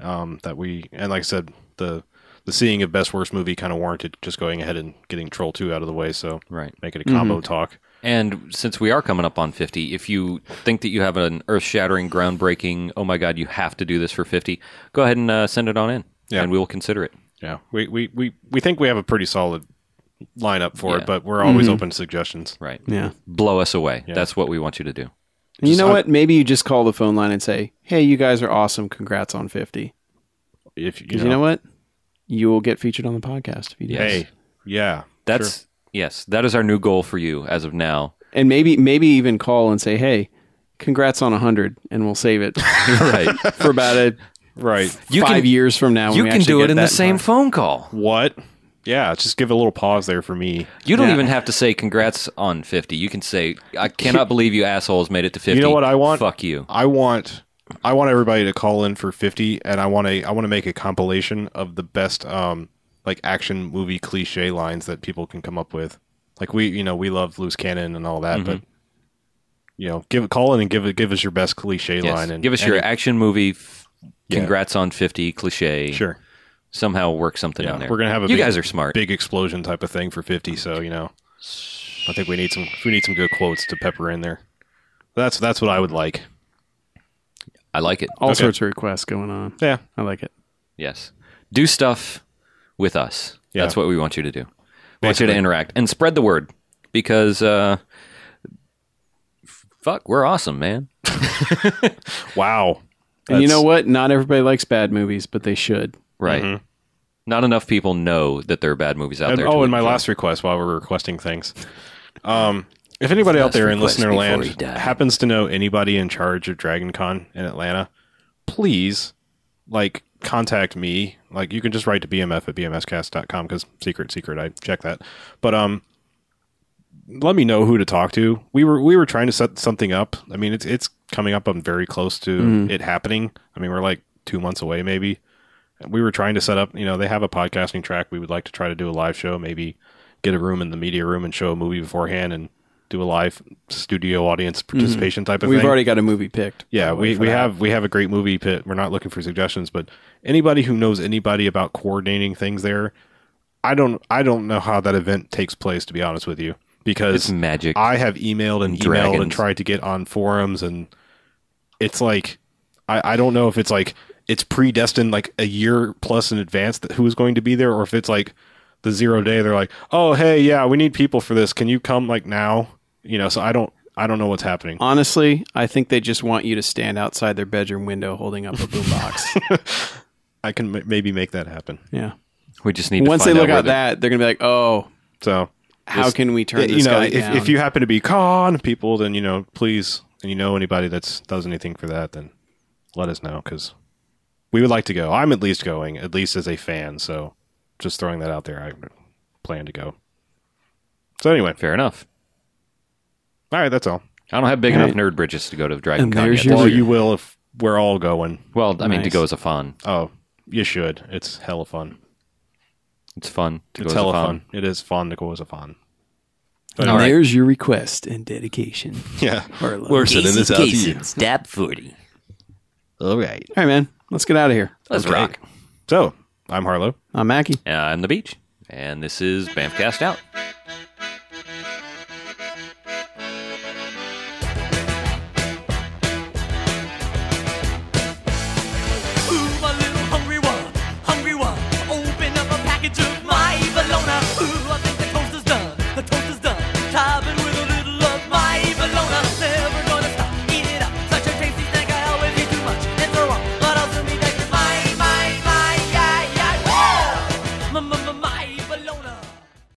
Speaker 2: um, that we and like I said the the seeing of best worst movie kind of warranted just going ahead and getting Troll Two out of the way. So
Speaker 3: Right.
Speaker 2: make it a combo talk.
Speaker 3: and since we are coming up on 50, if you think that you have an earth shattering, groundbreaking, oh my God, you have to do this for 50, go ahead and uh, send it on in
Speaker 2: Yeah.
Speaker 3: and we will consider it.
Speaker 2: Yeah, we we we, we think we have a pretty solid lineup for
Speaker 3: Yeah.
Speaker 2: it, but we're always open to suggestions.
Speaker 3: Right.
Speaker 4: Yeah.
Speaker 3: Blow us away. That's what we want you to do.
Speaker 4: And you know what? Maybe you just call the phone line and say, "Hey, you guys are awesome. Congrats on 50."
Speaker 2: If you know,
Speaker 4: Because you know what? You will get featured on the podcast if you do.
Speaker 3: Yes.
Speaker 2: hey, yeah,
Speaker 3: That's, yes, that is our new goal for you as of now.
Speaker 4: And maybe maybe even call and say, "Hey, congrats on 100," and we'll save
Speaker 3: [laughs]
Speaker 4: it
Speaker 3: right.
Speaker 4: for about a
Speaker 2: right.
Speaker 3: You
Speaker 4: five
Speaker 3: can-
Speaker 4: years from now. when
Speaker 3: You
Speaker 4: we
Speaker 3: can
Speaker 4: actually
Speaker 3: do it
Speaker 4: get
Speaker 3: in the
Speaker 4: that
Speaker 3: same
Speaker 4: far.
Speaker 3: phone call.
Speaker 2: What? Yeah, just give it a little pause there for me.
Speaker 3: You don't
Speaker 4: Yeah.
Speaker 3: even have to say congrats on 50. You can say, I cannot believe you assholes made it to 50.
Speaker 2: You know what I want?
Speaker 3: Fuck you.
Speaker 2: I want I want everybody to call in for 50 and I want to I want to make a compilation of the best um like action movie cliche lines that people can come up with. Like we, you know, we love loose cannon and all that,
Speaker 3: Mm-hmm.
Speaker 2: but you know, give call in and give it give us your best cliche
Speaker 3: Yes.
Speaker 2: line and
Speaker 3: Give us your action movie. f-
Speaker 2: Yeah.
Speaker 3: Congrats on 50 cliche.
Speaker 2: sure.
Speaker 3: Somehow work something
Speaker 2: Yeah,
Speaker 3: in there.
Speaker 2: we're gonna have a
Speaker 3: You
Speaker 2: big-
Speaker 3: guys are smart.
Speaker 2: big explosion type of thing for 50 so you know i think we need some we need some good quotes to pepper in there that's that's what i would like
Speaker 3: I like it.
Speaker 4: All
Speaker 2: Okay.
Speaker 4: sorts of requests going on.
Speaker 2: yeah
Speaker 4: I like it.
Speaker 3: Yes. Do stuff with us.
Speaker 2: Yeah.
Speaker 3: That's what we want you to do. We want you to
Speaker 2: Basically.
Speaker 3: interact and spread the word because uh f- fuck, we're awesome, man.
Speaker 2: wow
Speaker 4: And
Speaker 2: That's-
Speaker 4: you know what? Not everybody likes bad movies, but they should.
Speaker 3: Right. Not enough people know that there are bad movies out
Speaker 2: Mm-hmm. and-
Speaker 3: there. to
Speaker 2: oh and my
Speaker 3: enjoy.
Speaker 2: last request while we're requesting things um if anybody out there in
Speaker 1: request
Speaker 2: listener
Speaker 1: before
Speaker 2: land
Speaker 1: he died.
Speaker 2: happens to know anybody in charge of dragon con in atlanta please like contact me like you can just write to bmf at bmscast.com because secret secret i check that but um let me know who to talk to we were we were trying to set something up i mean it's it's coming up i'm very close to
Speaker 4: Mm-hmm.
Speaker 2: it happening i mean we're like two months away maybe we were trying to set up you know they have a podcasting track we would like to try to do a live show maybe get a room in the media room and show a movie beforehand and do a live studio audience participation type of
Speaker 4: We've
Speaker 2: thing
Speaker 4: already got a movie picked.
Speaker 2: yeah, we, we have we have a great movie pit. We're not looking for suggestions, but anybody who knows anybody about coordinating things there, I don't I don't know how that event takes place to be honest with you because
Speaker 3: It's magic.
Speaker 2: I have emailed and emailed and
Speaker 3: Dragons.
Speaker 2: tried to get on forums and it's like I, I don't know if it's like it's predestined like a year plus in advance that who is going to be there or if it's like the zero day they're like, "Oh, hey, yeah, we need people for this. Can you come like now?" You know, so I don't I don't know what's happening.
Speaker 4: Honestly, I think they just want you to stand outside their bedroom window holding up a
Speaker 2: [laughs]
Speaker 4: boombox.
Speaker 2: I can m- maybe make that happen.
Speaker 4: yeah.
Speaker 3: we just need
Speaker 4: Once
Speaker 3: to
Speaker 4: they
Speaker 3: find
Speaker 4: look
Speaker 3: out
Speaker 4: at
Speaker 3: where the-
Speaker 4: that, they're gonna be like, "Oh,
Speaker 2: So
Speaker 4: how can we turn
Speaker 2: Yeah,
Speaker 4: this
Speaker 2: you know,
Speaker 4: guy
Speaker 2: if,
Speaker 4: down?"
Speaker 2: if you happen to be con people, then you know, please, and you know anybody that's does anything for that, then let us know because we would like to go. I'm at least going, at least as a fan. So, just throwing that out there, I plan to go. So anyway,
Speaker 3: Fair enough.
Speaker 2: all right, that's all.
Speaker 3: I don't have big enough nerd bridges to go to Dragon
Speaker 4: And
Speaker 3: Con
Speaker 4: there's
Speaker 3: yet.
Speaker 4: your-
Speaker 2: Well, you will if we're all going.
Speaker 3: well, I mean, to
Speaker 4: Nice.
Speaker 3: go as a fan.
Speaker 2: Oh, you should. It's hella fun.
Speaker 3: It's fun. To
Speaker 2: It's
Speaker 3: go as
Speaker 2: hella
Speaker 3: a fan.
Speaker 2: fun. It is fun to go as a fun.
Speaker 4: and
Speaker 3: All right.
Speaker 4: there's your request and dedication,
Speaker 2: [laughs] Yeah.
Speaker 4: Harlow. All
Speaker 1: Worsen,
Speaker 2: and it's out to you.
Speaker 1: Step 40.
Speaker 2: All right.
Speaker 4: right, man, let's get out of here.
Speaker 3: Let's
Speaker 2: Okay.
Speaker 3: rock.
Speaker 2: So I'm Harlow.
Speaker 4: I'm Mackie.
Speaker 3: I'm the beach, and this is Bamcast out.